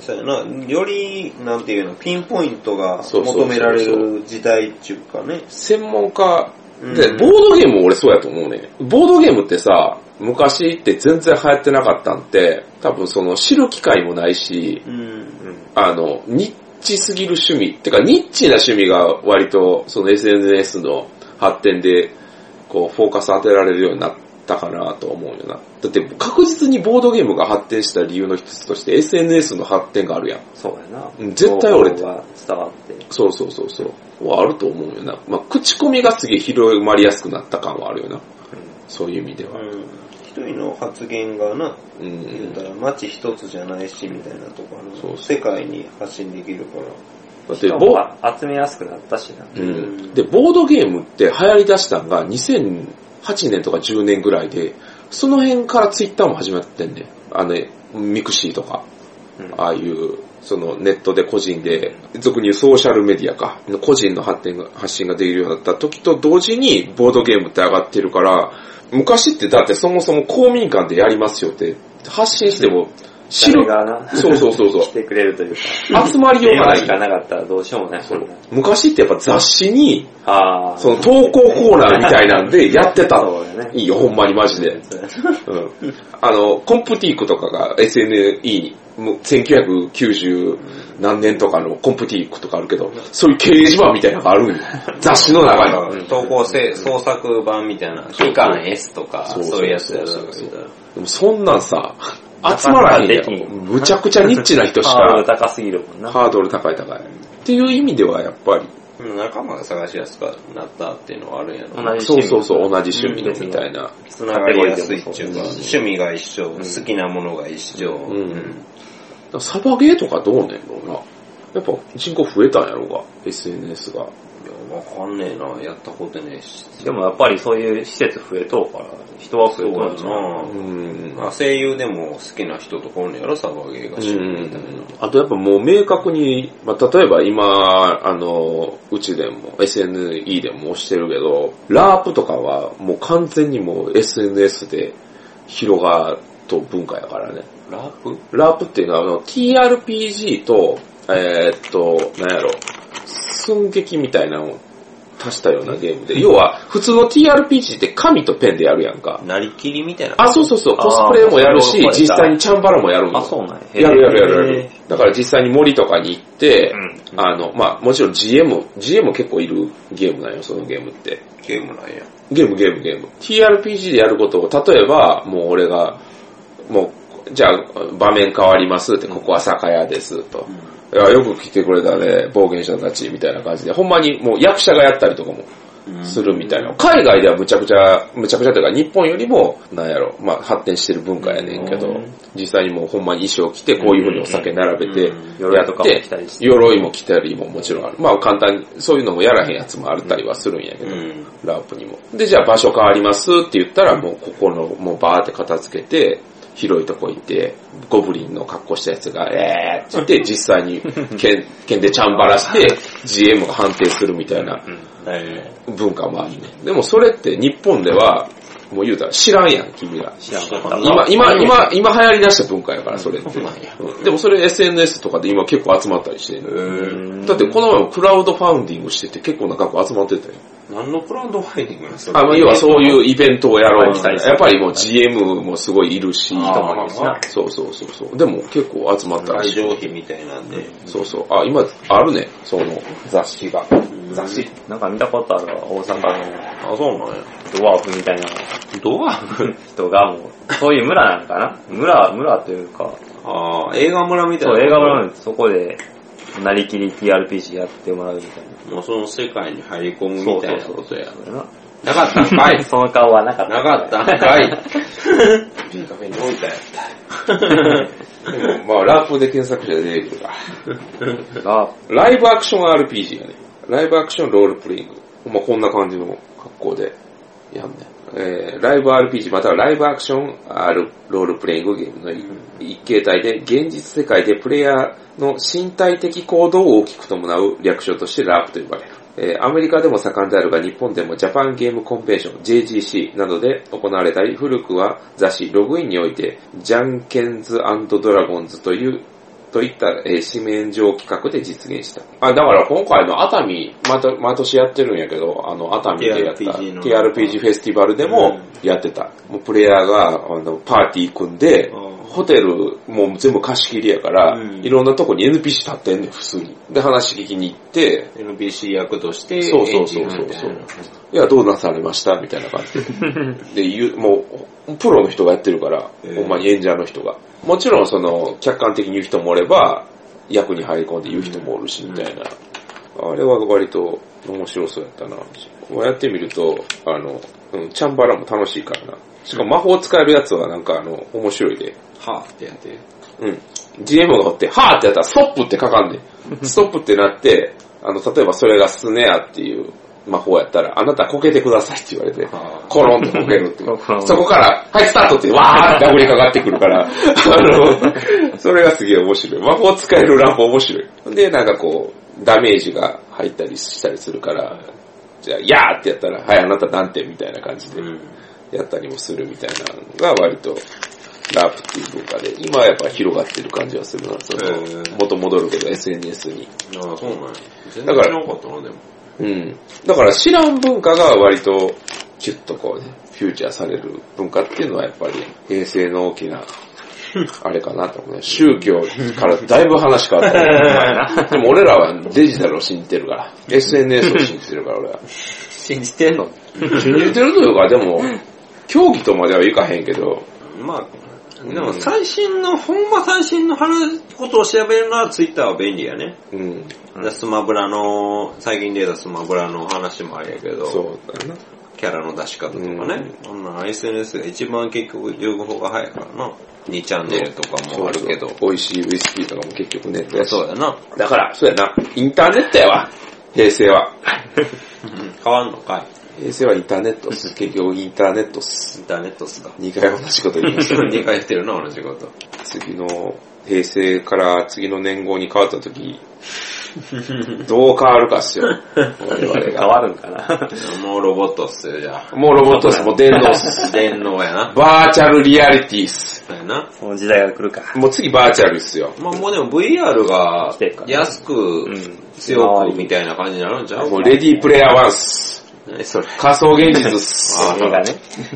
Speaker 3: そうやな、より、なんていうの、ピンポイントが
Speaker 1: そうそうそうそう
Speaker 3: 求められる時代っていうかね
Speaker 1: う、。専門家、
Speaker 3: う
Speaker 1: で、
Speaker 3: ん
Speaker 1: ボードゲームも俺そうやと思うね。ボードゲームってさ、昔って全然流行ってなかったんって、多分その知る機会もないし、
Speaker 3: うん。
Speaker 1: あの、ニッチすぎる趣味。てか、ニッチな趣味が割と、その SNS の発展で、こう、フォーカス当てられるようになったかなと思うよな。だって、確実にボードゲームが発展した理由の一つとして、SNS の発展があるやん。
Speaker 2: そうやな
Speaker 1: うん絶対俺
Speaker 2: 情報が伝わって。
Speaker 1: そうそうそうそう。はあると思うよな。まあ、口コミがすげえ広まりやすくなった感はあるよな。そういう意味では。
Speaker 3: うん一人の発言がな、
Speaker 1: う。
Speaker 3: 言うんた
Speaker 1: だ
Speaker 3: ら街一つじゃないしみたいなところ
Speaker 1: そうそう
Speaker 3: 世界に発信できるから。
Speaker 1: って、
Speaker 2: 人
Speaker 1: ボ
Speaker 2: も集めやすくなったしな。
Speaker 1: うんで、ボードゲームって流行り出したのが2008年とか10年ぐらいで、その辺からツイッターも始まってんねん。あの、ミクシーとか、
Speaker 2: うん
Speaker 1: ああいう、そのネットで個人で、俗に言うソーシャルメディアか、個人の発展が、発信ができるようになった時と同時にボードゲームって上がってるから、昔ってだってそもそも公民館でやりますよって、発信しても、知
Speaker 2: 誰
Speaker 1: る、
Speaker 2: がな、
Speaker 1: そうそうそうそう
Speaker 2: 来、てくれるというか、
Speaker 1: 集まりよう
Speaker 2: 電
Speaker 1: がな
Speaker 2: 話しか
Speaker 1: い。
Speaker 2: なかったらどうしようもないもんな。
Speaker 1: 昔ってやっぱ雑誌に、
Speaker 2: ああ。
Speaker 1: その投稿コーナーみたいなんでやってた の。
Speaker 2: そうだね。
Speaker 1: いいよ、ほんまにマジで。うん。あの、コンプティークとかが SNE、もう1990何年とかのコンプティークとかあるけど、そういう掲示板みたいなのがあるんよ。雑誌の中には。
Speaker 3: 投稿せ、創作版みたいな、期間 S とか、
Speaker 1: そうそう
Speaker 3: そういうやつやる
Speaker 1: そうそうでもそんなんさ、集まらへん
Speaker 2: なかなかで
Speaker 1: よ。
Speaker 2: きん
Speaker 1: むちゃくちゃニッチな人し
Speaker 2: ハードル
Speaker 1: か、
Speaker 2: 高すぎるもんな。
Speaker 1: ハードル高い高い。っていう意味ではやっぱり、
Speaker 3: 仲間が探しやすくなったっていうのはあるんやろ。
Speaker 2: 同じ趣味
Speaker 1: そうそうそう、同じ趣味のみたいな。
Speaker 2: つ
Speaker 3: 繋
Speaker 2: な
Speaker 3: が
Speaker 2: が
Speaker 3: り
Speaker 2: り
Speaker 3: や
Speaker 2: や
Speaker 3: す
Speaker 2: す
Speaker 3: い
Speaker 2: い
Speaker 3: っ
Speaker 2: ってて
Speaker 3: い
Speaker 2: いうう
Speaker 3: か、
Speaker 2: か
Speaker 3: 趣味が一緒、好きなものが一緒。
Speaker 1: うんサバゲーとかどうねんろうな。やっぱ人口増えたんやろうが、SNS が。
Speaker 3: いや、わかんねえな、やったことねえし。
Speaker 2: でもやっぱりそういう施設増えとうから、人は増
Speaker 3: そう
Speaker 2: えと
Speaker 3: や
Speaker 2: うじゃん。
Speaker 3: な、
Speaker 1: うん。
Speaker 3: まあ声優でも好きな人とこんねやろ、サバゲーが趣味みたいな。
Speaker 1: あとやっぱもう明確に、まあ、例えば今、あの、うちでも SNE でもしてるけど、ラープとかはもう完全にもう SNS で広がっと文化やからね。
Speaker 3: ラップ
Speaker 1: ラープっていうのはあの TRPG と、えーっと、なんやろ、寸劇みたいなのを足したようなゲームで、要は普通の TRPG って紙とペンでやるやんか。
Speaker 3: なりきりみたいな。
Speaker 1: あ、そうそうそう、
Speaker 2: あー
Speaker 1: コスプレもやるし
Speaker 2: そうやっ、た
Speaker 1: 実際にチャンバラもやるん
Speaker 2: あ、
Speaker 1: だ。
Speaker 2: そうなんや。
Speaker 1: やるやるやるや
Speaker 2: へ
Speaker 1: る。だから実際に森とかに行って
Speaker 2: ー。う、ん。
Speaker 1: あの、まあもちろん GM、GM 結構いるゲームなんよ、そのゲームって。
Speaker 3: ゲームなんや。
Speaker 1: ゲームゲームゲーム。TRPG でやることを、例えば、もう俺が、もう、じゃあ場面変わりますって、ここは酒屋ですと。いや、よく来てくれたね、冒険者たちみたいな感じで、ほんまにもう役者がやったりとかもするみたいな。海外ではむちゃくちゃ、むちゃくちゃというか、日本よりも、なんやろ、まあ発展してる文化やねんけど、実際にもうほんまに衣装着て、こういう風にお酒並べて、や
Speaker 2: 鎧と
Speaker 1: っ
Speaker 2: かも
Speaker 1: て
Speaker 2: 来たりして。
Speaker 1: 鎧も着たりももちろんある。まあ簡単に、そういうのもやらへんやつもあったりはするんやけ
Speaker 3: う
Speaker 1: ど、
Speaker 3: ん。
Speaker 1: ラープにも。で、じゃあ場所変わりますって言ったら、もうここの、もうバーって片付けて、広いとこ行って、ゴブリンの格好したやつが、えーって言って、実際に剣、剣でチャンバラして、GM が判定するみたいな
Speaker 3: え
Speaker 1: 文化もあるね。でもそれって日本では、もう言うたら知らんやん、君ら。
Speaker 2: 知らんかったな。
Speaker 1: 今、今、今、今流行り出した文化やから、それって。
Speaker 3: ー、なんや。
Speaker 1: うんでもそれ SNS とかで今結構集まったりしてる。
Speaker 2: うん
Speaker 1: だってこの前もクラウドファウンディングしてて結構な額集まってたよ。
Speaker 3: 何のクラウドファイディングなんそれ
Speaker 1: あの、要はそういうイベントをやろうみ
Speaker 2: 期待
Speaker 1: たい
Speaker 2: し
Speaker 1: な。
Speaker 2: て
Speaker 1: やっぱりもう GM もすごいいるし、
Speaker 3: あー
Speaker 2: もいるしな
Speaker 1: そうそうそうそう。でも結構集まったら
Speaker 3: 会
Speaker 1: しい。
Speaker 3: 場費みたいなんで。
Speaker 1: そうそう。あ、今、あるね。その雑誌が。雑誌。
Speaker 2: なんか見たことあるわ、大阪
Speaker 3: あ、そうなんや。
Speaker 2: のドワーフみたいな
Speaker 3: ドワーフ
Speaker 2: 人がもう、そういう村なんかな村、村というか、
Speaker 3: ああ、映画村みたい
Speaker 2: そ
Speaker 3: な。
Speaker 2: う、映画村なんでそこで、なりきり TRPG やってもらうみたいな。
Speaker 3: もうその世界に入り込むみたいなことや。
Speaker 2: そうや
Speaker 3: なかったんか。
Speaker 2: な いその顔はなかった。
Speaker 3: なかったんかい。ビーカフェに置いたや
Speaker 1: で もまあ、ラップで検索者で出てくるか。
Speaker 2: が、
Speaker 1: ライブアクション RPG やね。ライブアクションロールプレイング。まあ、こんな感じの格好でやんね。えー、ライブ RPG またはライブアクション R ロールプレイングゲームの一形態で、現実世界でプレイヤーの身体的行動を大きく伴う略称としてラープと呼ばれる。えーアメリカでも盛んであるが、日本でもジャパンゲームコンベンション JGC などで行われたり、古くは雑誌ログインにおいて、ジャンケンズドラゴンズというといった、えー、紙面上企画で実現した。あ、だから今回の熱海、また、毎年やってるんやけど、あの、熱海でやった
Speaker 3: TRPG の
Speaker 1: TRPG フェスティバルでもやってた。もうプレイヤーが、あの、パーティー組んで、
Speaker 3: うん
Speaker 1: ホテルもう全部貸し切りやから、
Speaker 3: うん
Speaker 1: いろんなとこに NPC 立ってんねん、普通に。で、話聞きに行って、
Speaker 3: で。NPC 役として、
Speaker 1: そうそうそうそう
Speaker 3: エンジンみたいない
Speaker 1: や、どうなされましたみたいな感じで。で、言う、もう、プロの人がやってるから、
Speaker 3: ええ
Speaker 1: ほんまに演者の人が。もちろん、その、客観的に言う人もおれば、役に入り込んで言う人もおるし、みたいな。あれは割と面白そうやったな。まあやってみると、あの、うん、チャンバラも楽しいからな。しかも魔法使えるやつはなんかあの、面白いで。
Speaker 3: ハーフってやって。
Speaker 1: うん。GM がおって、はーってやったら、ストップってかかんねん。ストップってなって、あの、例えばそれがスネアっていう魔法やったら、あなたこけてくださいって言われて、
Speaker 3: あ
Speaker 1: コロンとこけるっていう。
Speaker 2: こ
Speaker 1: そこから、はい、スタートって、わーって殴りかかってくるから、あの、それがすげえ面白い。魔法使えるランプ面白い。で、なんかこう、ダメージが入ったりしたりするから、じゃあ、やーってやったら、はい、あなた何点みたいな感じで
Speaker 3: う、ん。
Speaker 1: やったりもするみたいなのが割とラープっていう文化で、今はやっぱ広がってる感じはするな、そ
Speaker 3: へ
Speaker 1: の
Speaker 3: ー、
Speaker 1: 元戻るけど SNS に。
Speaker 3: ああ、そうなんや。全
Speaker 1: だ
Speaker 3: 然
Speaker 1: から
Speaker 3: 知らんかったな、でも。
Speaker 1: うん。だから知らん文化が割とキュッとこうね、フューチャーされる文化っていうのはやっぱり平成の大きな、あれかなと思うね。宗教からだいぶ話変わった ね。でも俺らはデジタルを信じてるから、SNS を信じてるから俺は。
Speaker 2: 信じてんの
Speaker 1: 信じてるというか、でも、競技とまではいかへんけど、
Speaker 3: まあ、でも最新の、ほんま最新の話、ことを調べるのはツイッターは便利やね。
Speaker 1: うん。
Speaker 2: うん
Speaker 3: でスマブラの、最近出たスマブラの話もあれやけど、
Speaker 1: そうだな。
Speaker 3: キャラの出し方とかね。こんなん SNS が一番結局情報が早いからな。2チャンネルとかもあるけど。
Speaker 1: 美味しいウイスキーとかも結局ネットやし。
Speaker 3: そうやな。
Speaker 1: だから、そうやな。インターネットやわ。平成は。
Speaker 3: 変わんのかい。
Speaker 1: 平成はインターネットっす。結局インターネットっす。
Speaker 3: インターネットっすか。
Speaker 1: 2回同じこと言いまし
Speaker 3: 2回してるな、同じこと。
Speaker 1: た。次の、平成から次の年号に変わった 時、どう変わるかっすよ。我々
Speaker 2: 変
Speaker 1: が。
Speaker 2: わるんかな。
Speaker 3: もうロボットっすよ、じゃ
Speaker 1: もうロボットっす。もう電脳っす。
Speaker 3: あ。電脳やな。
Speaker 1: バーチャルリアリティっす。
Speaker 3: そうやな。
Speaker 2: その時代が来るか。
Speaker 1: もう次バーチャルっすよ。
Speaker 3: まあもうでも VR が
Speaker 2: 来てるからね
Speaker 3: 安く
Speaker 2: うん、
Speaker 3: 強くみたいな感じになるんちゃう
Speaker 1: もうレディープレイヤー1っす。
Speaker 3: 何それ。
Speaker 1: 仮想現実っす。
Speaker 3: あ
Speaker 2: 映画ね。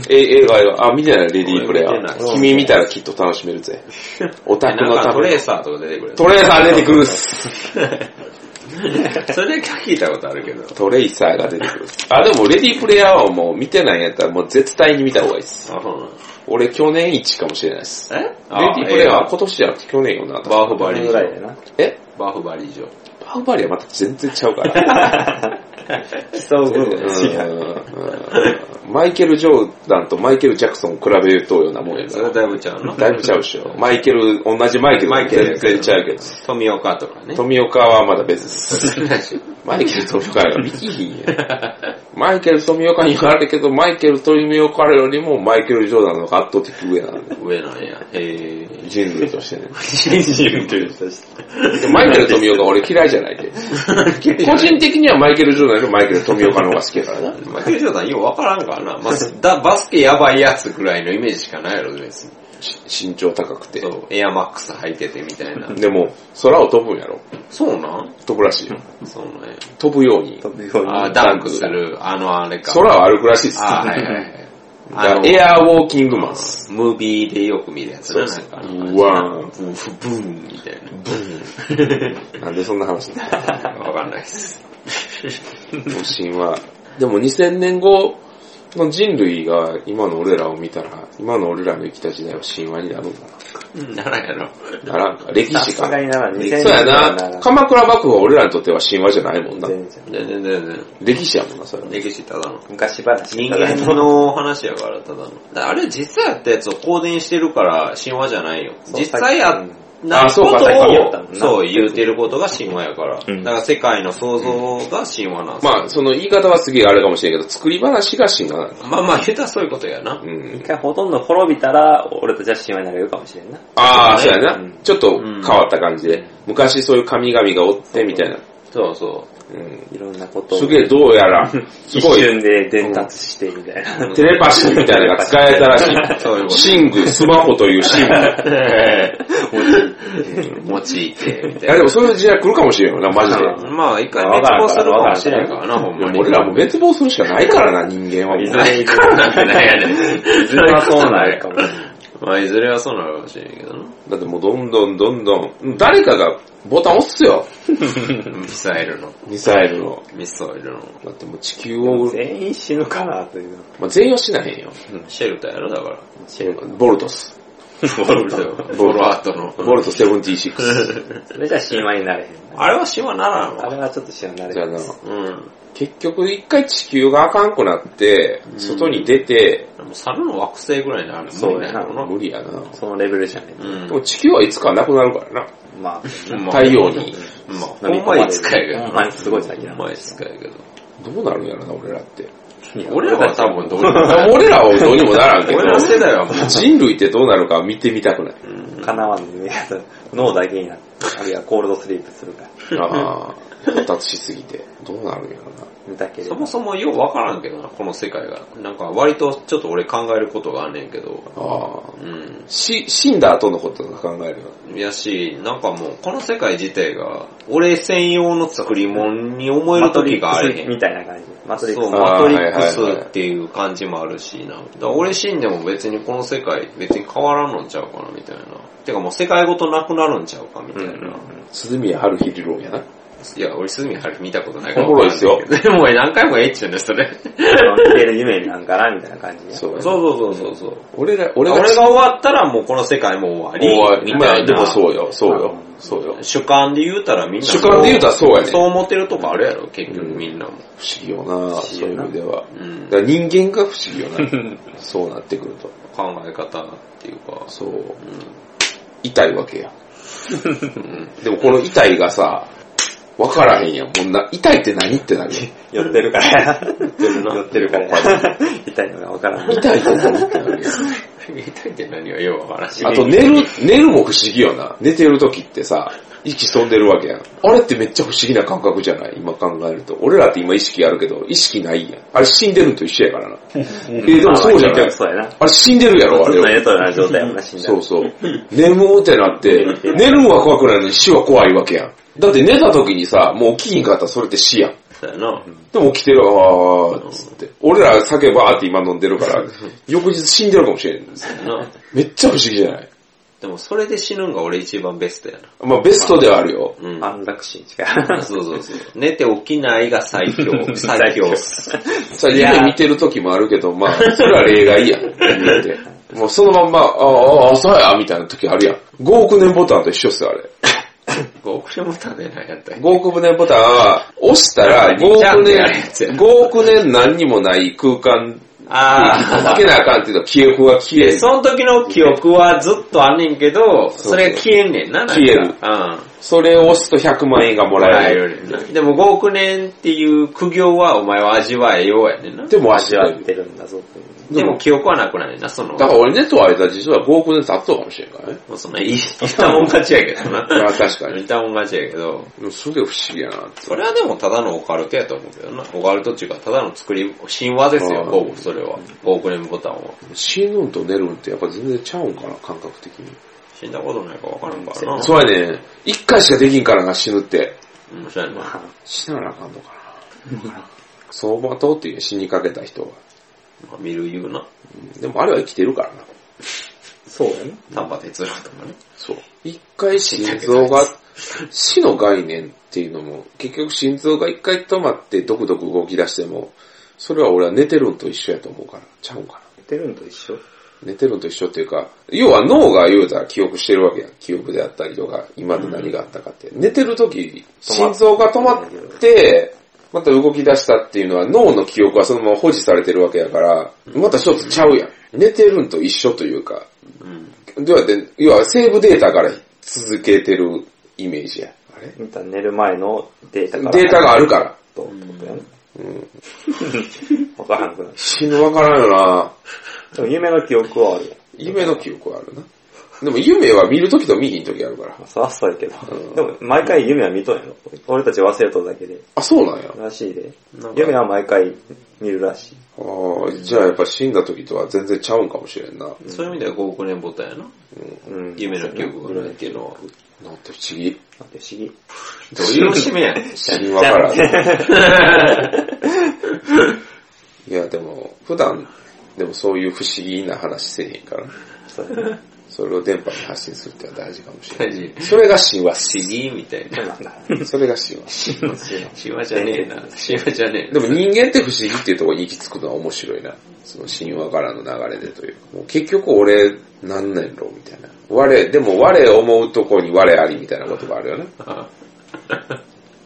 Speaker 1: え、映画よ。あ、見てないレディープレイヤ
Speaker 3: 俺見て
Speaker 1: ー。
Speaker 3: ない
Speaker 1: 君見たらきっと楽しめるぜ。オタク
Speaker 3: な
Speaker 1: の
Speaker 3: ん
Speaker 1: た
Speaker 3: かト
Speaker 1: め
Speaker 3: レー
Speaker 1: に。
Speaker 3: サーとか出てくる。
Speaker 1: トレーサー出てくるっす。
Speaker 3: それだけ聞いたことあるけど。
Speaker 1: トレイサーが出てくるっす。あ、でもレディープレイヤーはもう見てないんやったらもう絶対に見た方がいいっす。
Speaker 3: あ、そうなの。
Speaker 1: 俺去年1かもしれないっす。
Speaker 3: えレ
Speaker 1: レディープレイヤーは今年じゃなくて去年よな。
Speaker 3: バーフ
Speaker 2: こ
Speaker 3: バ
Speaker 2: れ
Speaker 3: リー
Speaker 2: ぐらい
Speaker 3: 城。
Speaker 2: でな。
Speaker 1: え
Speaker 3: バーフバリー城。
Speaker 1: バーフバリはまた全然ちゃう から。
Speaker 2: 競う部分
Speaker 1: うん
Speaker 2: が違う。
Speaker 1: うんマイケル・ジョーダンとマイケル・ジャクソンを比べとうようなもんや
Speaker 3: それは
Speaker 1: な。
Speaker 3: だいぶちゃうの
Speaker 1: だいぶちゃうっしょ。マイケル、同じマイケル
Speaker 3: マイケル
Speaker 1: 全然ちゃうけど。
Speaker 3: 富岡とかね。
Speaker 1: 富岡はまだ別です。 マイケル富岡よりひんや。マイケル富岡にはあるけど、マイケル富岡よりもマイケル・ジョーダンの方が圧倒的上なんで、
Speaker 3: 上なんや。へえ。
Speaker 1: 人類としてね。
Speaker 3: 人類とし
Speaker 1: でマイケル富岡俺嫌いじゃ ないで。個人的にはマイケル・ジョーダンよりマイケル富岡の方が好きやから な。
Speaker 3: マイケル・ジョーダンようわからんから な。まあ、だバスケやばいやつぐらいのイメージしかないやろ、別に。
Speaker 1: し身長高くて
Speaker 3: そ。う、エアマックス履いててみたいな。
Speaker 1: でも、空を飛ぶんやろ。
Speaker 3: そうなん
Speaker 1: 飛ぶらしいよ。
Speaker 3: そうなんや。
Speaker 1: 飛ぶように。
Speaker 2: 飛ぶように。
Speaker 3: あー、ダンクする、あのあれか。
Speaker 1: 空を歩くらしいです。
Speaker 3: あー、はいはい はい。
Speaker 1: だから
Speaker 3: あの、
Speaker 1: エアーウォーキングマンっす。
Speaker 3: ムービーでよく見るやつな、なんかあの感じな。
Speaker 1: うわー
Speaker 3: ブーブーンみたいな。
Speaker 1: なんでそんな話になった
Speaker 3: わかんないっす。
Speaker 1: 都心は。でも2000年後の人類が今の俺らを見たら、今の俺らの生きた時代は神話になるんだ
Speaker 3: ならやろ。
Speaker 1: な。ならんか、歴
Speaker 2: さ
Speaker 1: 史
Speaker 2: す
Speaker 1: か。
Speaker 2: がになら
Speaker 1: そ
Speaker 2: 2000
Speaker 1: う
Speaker 2: 年
Speaker 1: や
Speaker 2: 代
Speaker 1: な。
Speaker 2: は
Speaker 1: 鎌倉幕府は俺らにとっては神話じゃないもんな。
Speaker 2: 全然
Speaker 3: 全然全然。
Speaker 1: 歴史やもんな、それは。
Speaker 3: 歴史ただの。
Speaker 2: 昔話。
Speaker 3: 人間の話やから、ただの。だからあれ実際やったやつを公伝してるから神話じゃないよ。
Speaker 2: そう
Speaker 3: 実際やっ
Speaker 1: あ
Speaker 3: た
Speaker 1: そうか
Speaker 3: こと
Speaker 1: さっき
Speaker 2: 言ったもん
Speaker 3: を、
Speaker 2: な
Speaker 3: そう言うてることが神話やから。だ
Speaker 2: うん
Speaker 3: から世界の創造が神話なんですよ
Speaker 1: まあ、その言い方はすげえあれかもしれんけど、作り話が神話なの。
Speaker 3: まあまあ、下手はそういうことやな。
Speaker 1: うん
Speaker 2: 一。回ほとんど滅びたら、俺たちは神話になれるかもしれんな。
Speaker 1: ああ、そ
Speaker 3: そうう
Speaker 1: や
Speaker 3: ね
Speaker 1: な。ちょっと変わった感じ
Speaker 3: う
Speaker 1: で
Speaker 3: ん。
Speaker 1: 昔そういう神々がおってみたいな。
Speaker 3: そうそ
Speaker 1: うん。
Speaker 2: いろんなことを。
Speaker 1: すげえどうやら、す
Speaker 2: 一
Speaker 1: ごい
Speaker 2: 瞬で伝達してみたいな。
Speaker 1: テレパシーみたいなのが使えたらし
Speaker 3: う。そういう こ
Speaker 1: い。寝具、スマホという寝具。
Speaker 3: と。用いて、み
Speaker 1: い
Speaker 3: た
Speaker 1: や
Speaker 3: い
Speaker 1: でもそういう時代来るかもしれんよな、マジで。
Speaker 3: な。まあ、一回滅亡するかもしれんからな、ほんまに。
Speaker 1: 俺らも滅亡するしかないからな、人間はもう。
Speaker 2: いず
Speaker 1: だ
Speaker 3: な
Speaker 2: れ
Speaker 3: いからなんてないやねん。いずれはそうなるか
Speaker 2: か
Speaker 3: も。
Speaker 2: もしれない。
Speaker 3: まあ、いずれはそうなるかもしれんけどな。
Speaker 1: ってもうどんどんどんどん、誰かがボタン押すよ。
Speaker 3: ミサイルの。
Speaker 1: ミサイルの。
Speaker 3: ミサイルの。
Speaker 1: だってもう地球を、
Speaker 2: 全員死ぬかなという。
Speaker 1: まあ、全員はしなへんよ。
Speaker 3: シェルターやろ、だから。
Speaker 1: ボルトス。
Speaker 3: ボルト。ボルアートの。
Speaker 1: ボルト76。
Speaker 2: それじゃ神話になれへんな。
Speaker 3: あれは島ならん
Speaker 2: あれ
Speaker 3: わ。
Speaker 2: はちょっと神話になれ
Speaker 1: じゃ
Speaker 2: へ
Speaker 1: あ
Speaker 2: ん。
Speaker 1: な、
Speaker 3: うん。
Speaker 1: 結局一回地球があかんくなって、外に出て、
Speaker 3: でも猿の惑星ぐらいになる
Speaker 2: そうや
Speaker 3: 無理な
Speaker 2: な
Speaker 3: んやろ
Speaker 1: 無理やな。で
Speaker 2: そのレベルじゃね
Speaker 1: も
Speaker 3: な。
Speaker 1: 地球はいつかなくなるからな。
Speaker 2: え。まあ、
Speaker 3: うん。
Speaker 1: 太陽に。
Speaker 3: まあ、ほ
Speaker 2: 飲み
Speaker 3: ん
Speaker 2: 込ま
Speaker 3: ま
Speaker 2: れる
Speaker 3: に使える。
Speaker 2: ほんまにすごい先だ
Speaker 3: ほんまに使えるけど。
Speaker 1: どうなるんやろな、俺らって。
Speaker 3: 俺らは多分どうにもならん。
Speaker 1: 俺らはどうにもならんけ
Speaker 3: 俺ら
Speaker 1: ど、
Speaker 3: 世代はもう。
Speaker 1: 人類ってどうなるか見てみたくない。
Speaker 2: かなわんね脳だけになって、あるいはコールドスリープするから。
Speaker 1: ああ、到達しすぎて。どうなるんやろな。
Speaker 2: 寝たけれ
Speaker 3: そ
Speaker 2: ど
Speaker 3: も。そもようわからんけどな、この世界が。なんか割とちょっと俺考えることがあんねんけど。
Speaker 1: ああ、
Speaker 3: う
Speaker 1: し、死んだ後のことが考えるよ。
Speaker 3: ん。やし、なんかもう、この世界自体が、俺専用の作り物に思える時があれへん。
Speaker 2: みたいな感じ。マトリック
Speaker 3: そう、
Speaker 2: ス。
Speaker 3: マ
Speaker 1: あー
Speaker 3: トリックス
Speaker 1: はいはいはい
Speaker 3: っていう感じもあるしな。だから俺死んでも別にこの世界、別に変わらんのんちゃうかな、みたいな。てかもう世界ごとなくなるんちゃうか、みたいな。
Speaker 2: うんうんうん
Speaker 1: 鈴宮春日理論やな。
Speaker 3: いや、俺、鈴見春見たことない
Speaker 1: おもろいっす よ
Speaker 3: わかんないけどでも、俺何回もエッチなんですよね。
Speaker 2: 似てる夢なんかなみたいな感じで。
Speaker 1: そう
Speaker 3: そうそうそうそう。
Speaker 1: 俺ら、俺
Speaker 3: 俺
Speaker 1: が、
Speaker 3: が終わったらもうこの世界も終わり。
Speaker 1: 終わり
Speaker 3: み
Speaker 1: ま
Speaker 3: た
Speaker 1: あ
Speaker 3: い
Speaker 1: で
Speaker 3: な。
Speaker 1: もそうよ、そうよ、そうよ。
Speaker 3: 主観で言うたらみんなそ
Speaker 1: 主観で言うたらそうやね
Speaker 3: そう思ってるとこあるやろ、結局みんなも。
Speaker 1: 不思議よな、そういう意味では。
Speaker 3: うん
Speaker 1: だから人間が不思議よ な、そうなってくると。
Speaker 3: 考え方っていうか。
Speaker 1: そう。痛いわけや。うんでもこの痛いがさ、わからへんやん。こんな、痛いって何ってなるよ。
Speaker 2: 寄ってるからや。寄ってるからや。痛いのがわからん。
Speaker 1: 痛いって何ってなるやん。
Speaker 3: 痛いって何はようわからんし。
Speaker 1: あと寝る、寝るも不思議よな。寝てる時ってさ、息飛んでるわけやん。あれってめっちゃ不思議な感覚じゃない今考えると。俺らって今意識あるけど、意識ないやん。あれ死んでるんと一緒やからな。えー、でもそうじゃ
Speaker 2: まあ
Speaker 1: ない
Speaker 2: 結局。そうやな。
Speaker 1: あれ死んでるやろ、あ
Speaker 2: ずっと
Speaker 1: れ
Speaker 2: 寝とるような状態やもんな、死んだ
Speaker 1: そ
Speaker 2: ら
Speaker 1: う。そう。眠うってなって、寝るんは怖くないのに死は怖いわけやん。だって寝た時にさ、もう起きひんかったらそれって死やん。
Speaker 3: そうやな。
Speaker 1: でも起きてる、あーっつって。俺ら酒バーって今飲んでる から、翌日死んでるかもしれん。
Speaker 3: な
Speaker 1: めっちゃ不思議じゃない
Speaker 3: でもそれで死ぬんが俺一番ベストやな。
Speaker 1: まあベストではあるよ。
Speaker 3: うん。
Speaker 2: 安楽死に近い。
Speaker 3: そうそうそう。寝て起きないが最 強。最強。
Speaker 1: さあ、夢見てる時もあるけど、まあ、それは例外やん。夢でもうそのまんま、ああ、朝や、みたいな時あるやん。5億年ボタンと一緒っすよ、あれ。
Speaker 3: 5億年ボタンで何やったっけ
Speaker 1: 5億年ボタンは、押したら5億
Speaker 3: ジャンプやるやつや
Speaker 1: 年、5億年何にもない空間、
Speaker 3: あ
Speaker 1: 負けなあかんっていうのは記憶が消え
Speaker 3: で、
Speaker 1: る。
Speaker 3: その時の記憶はずっとあんねんけど、
Speaker 1: そう
Speaker 3: それが消えんねんな。なんか
Speaker 1: 消える
Speaker 3: うん。
Speaker 1: それを押すと100万円がも
Speaker 3: もら
Speaker 1: ら
Speaker 3: え
Speaker 1: え
Speaker 3: る
Speaker 1: る。
Speaker 3: よりな。でも5億年っていう苦行はお前は味わえようやねんな。
Speaker 1: でも足
Speaker 2: 味わってるんだぞっていう。
Speaker 3: でも記憶はなくなるねんな、その。
Speaker 1: だから俺寝とは間実は5億年経ったかもしれんからね。
Speaker 3: もうその、い ったもん勝ちやけどな。
Speaker 1: まあ確かに。
Speaker 3: いったもん勝ちやけど。
Speaker 1: でもすげえ不思議やなって。
Speaker 3: それはでもただのオカルトやと思うけどな。オカルトっていうか、ただの作り、神話ですよ、
Speaker 1: うん
Speaker 3: 5億それは。5億年ボタンは。
Speaker 1: 死ぬんと寝るんってやっぱ全然ちゃうんかな、感覚的に。
Speaker 3: 死んだことないか分からんからな。
Speaker 1: そうやね。一回しかできんからな、死ぬって。
Speaker 3: うん、そうやな。
Speaker 2: ま
Speaker 1: 死ななあかんのかな。相馬灯っていう死にかけた人は。
Speaker 3: まあ、見る言うな。
Speaker 1: うんでもあれは生きてるからな。
Speaker 2: あそうやな。
Speaker 3: 丹波哲郎とかね。
Speaker 1: そう。一回心臓が、死の概念っていうのも、結局心臓が一回止まってドクドク動き出しても、それは俺は寝てるんと一緒やと思うから。ちゃうんかな。
Speaker 2: 寝てるんと一緒。
Speaker 1: 寝てるんと一緒っていうか、要は脳が言うたら記憶してるわけやん。記憶であったりとか、今で何があったかって。寝てる時、心臓が止まって、また動き出したっていうのは脳の記憶はそのまま保持されてるわけやから、また一つちゃうやん。寝てるんと一緒というか、
Speaker 3: うん。
Speaker 1: 要はで、要はセーブデータから続けてるイメージや。あれ
Speaker 2: 見た寝る前のデータから。
Speaker 1: データがあるから。
Speaker 2: とってことやな。 わからんくなる。
Speaker 1: 死ぬわからんよな
Speaker 2: でも夢の記憶はあるやん。
Speaker 1: 夢の記憶はあるな。でも夢は見るときと見ひんときあるから
Speaker 2: ま。あそらそうやけど
Speaker 1: うん。
Speaker 2: でも、毎回夢は見とんやろ。俺たち忘れとるだけで。
Speaker 1: あ、そうなんや。
Speaker 2: らしいで
Speaker 3: なん。か
Speaker 2: 夢は毎回見るらしい。
Speaker 1: ああ、じゃあやっぱ死んだ時とは全然ちゃうんかもしれんな。
Speaker 3: そういう意味では5億年ボタンやな。
Speaker 2: うん。
Speaker 3: 夢の記憶がないっていうのは。
Speaker 1: なんて不思議。
Speaker 2: なんて不思議。
Speaker 3: どういう締めやねん。
Speaker 1: 神話からね。 いやでも、普段、でもそういう不思議な話せえへんから、
Speaker 2: そうやな。
Speaker 1: それを電波に発信するってのは大事かもしれ
Speaker 3: 大
Speaker 1: ん。
Speaker 3: 事。
Speaker 1: それが神話っす。
Speaker 3: 死にみたいな。
Speaker 1: それが神話。
Speaker 3: 神話じゃねえな。神話じゃねえ
Speaker 1: でも人間って不思議っていうところに行き着くのは面白いな。その神話からの流れでというか。もう結局俺、なんなんやろみたいな。我、でも我思うとこに我ありみたいなことがあるよね。
Speaker 3: な。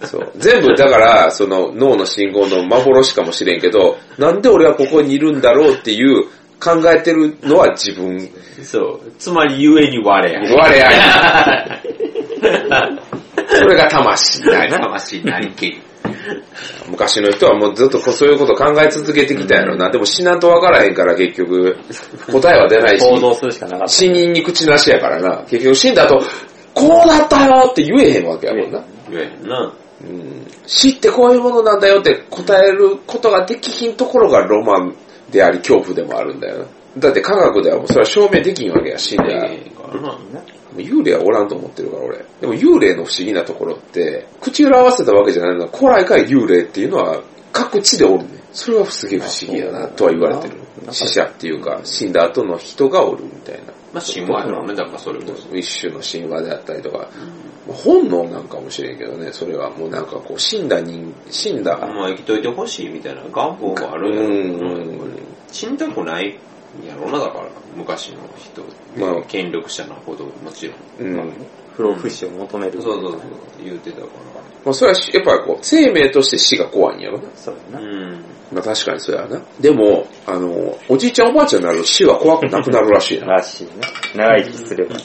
Speaker 1: そう。全部だから、その脳の信号の幻かもしれんけど、なんで俺はここにいるんだろうっていう考えてるのは自分。
Speaker 3: そう。つまり、ゆえに我や。
Speaker 1: 我あり。それが魂みたいな。
Speaker 3: 魂なりきり。
Speaker 1: 昔の人はもうずっとこうそういうこと考え続けてきたやろな。でも死なんとわからへんから結 局、答えは出ないし、
Speaker 2: 行動するしかなかった。
Speaker 1: 死人に口なしやからな。結局死んだ後、こうだったよって言えへんわけやもんな。
Speaker 3: ゆえにな。
Speaker 1: うん死ってこういうものなんだよって答えることができひんところがロマンであり恐怖でもあるんだよな。だって科学ではもうそれは証明できんわけや、死んだら。も
Speaker 3: ええからな。
Speaker 1: う幽霊はおらんと思ってるから俺。でも幽霊の不思議なところって、口裏合わせたわけじゃないのは古来から幽霊っていうのは各地でおるねん。それはすげえ不思議やなとは言われてる
Speaker 2: あそうなん。だ
Speaker 1: 死者っていうか、死んだ後の人がおるみたいな。
Speaker 3: まあ神話やろうね、だからそれこそ。
Speaker 1: 一種の神話であったりとか、本能なんかもしれんけどね、それはもうなんかこう、死んだ人、死んだ、
Speaker 3: まあ生きといてほしいみたいな願望があ
Speaker 1: う
Speaker 3: るんやろ
Speaker 1: ん、
Speaker 3: 死んだくないんやろな、だから、昔の人。
Speaker 1: まあ
Speaker 3: 権力者のこともちろん。
Speaker 1: うん。
Speaker 2: 不老不死を求める。
Speaker 3: そうそうそう、言うてたか
Speaker 1: まあそれはし、やっぱりこう、生命として死が怖いんやろな。
Speaker 2: そうや
Speaker 3: ら。
Speaker 2: な。
Speaker 3: ん。
Speaker 1: まあ確かにそれはな。でも、あの、おじいちゃんおばあちゃんになると死は怖くなくなるらしいな。
Speaker 2: らしいね。長生きすれば、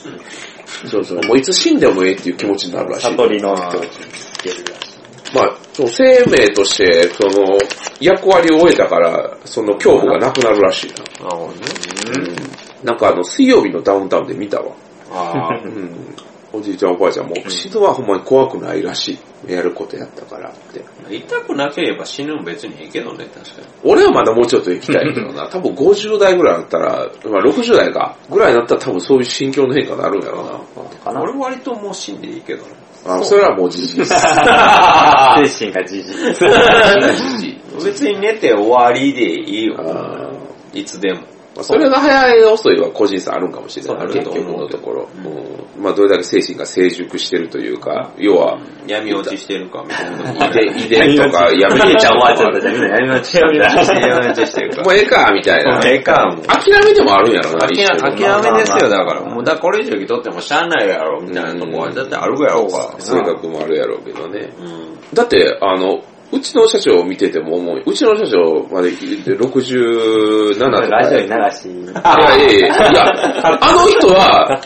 Speaker 1: そうそう。もういつ死んでもええっていう気持ちになるらしい。
Speaker 2: 悟りの人をつけるらしい。
Speaker 1: まあ、その生命として、その、役割を終えたから、その恐怖がなくなるらしいな。
Speaker 3: なるほどね。
Speaker 1: なんかあの、水曜日のダウンタウンで見たわ。
Speaker 3: ああ
Speaker 1: う、ん。おじいちゃんおばあちゃんも、死ぬはほんまに怖くないらしい。やることやったからって。
Speaker 3: 痛くなければ死ぬも別にいいけどね、確かに。
Speaker 1: 俺はまだもうちょっと生きたいけど な。多分50代ぐらいだったら、まあ60代か、ぐらいだったら多分そういう心境の変化になるんやろ
Speaker 2: かな
Speaker 3: 俺割ともう死んでいいけどね。
Speaker 1: な。あそれはもうじじいです。
Speaker 2: 精神がじじい。
Speaker 3: 別に寝て終わりでいい
Speaker 1: あ
Speaker 3: よ。
Speaker 1: ー
Speaker 3: いつでも。
Speaker 1: まあそれが早い遅いは個人差あるんかもしれない。あ
Speaker 3: そう
Speaker 1: る
Speaker 3: だね
Speaker 1: けど、思うところ。うんまあ、どれだけ精神が成熟してるというか、要は、
Speaker 3: 闇落ちしてるかみたいな。
Speaker 1: 遺伝遺伝とか、やめ
Speaker 2: おじいちゃんおばあちゃん
Speaker 1: と
Speaker 2: たち
Speaker 1: か
Speaker 2: はみんなやめましょう。
Speaker 3: 闇落ちしてるか
Speaker 1: もうええか、みたいな。
Speaker 3: ええか、もう。
Speaker 1: 諦めでもあるんやろな、一
Speaker 3: 諦
Speaker 1: 種
Speaker 3: め
Speaker 1: の
Speaker 3: 諦めですよ、だから。もうだからこれ以上生きとってもしゃあないやろ、みたいなとこは。だってあるやろうか。
Speaker 1: 性格もあるやろうけどね。
Speaker 3: うん。
Speaker 1: だって、あの、うちの社長を見てても思う、うちの社長まで67とか。
Speaker 2: ラジオに
Speaker 1: い
Speaker 2: 流
Speaker 1: やい
Speaker 2: し、
Speaker 1: やいやい や、あの人は、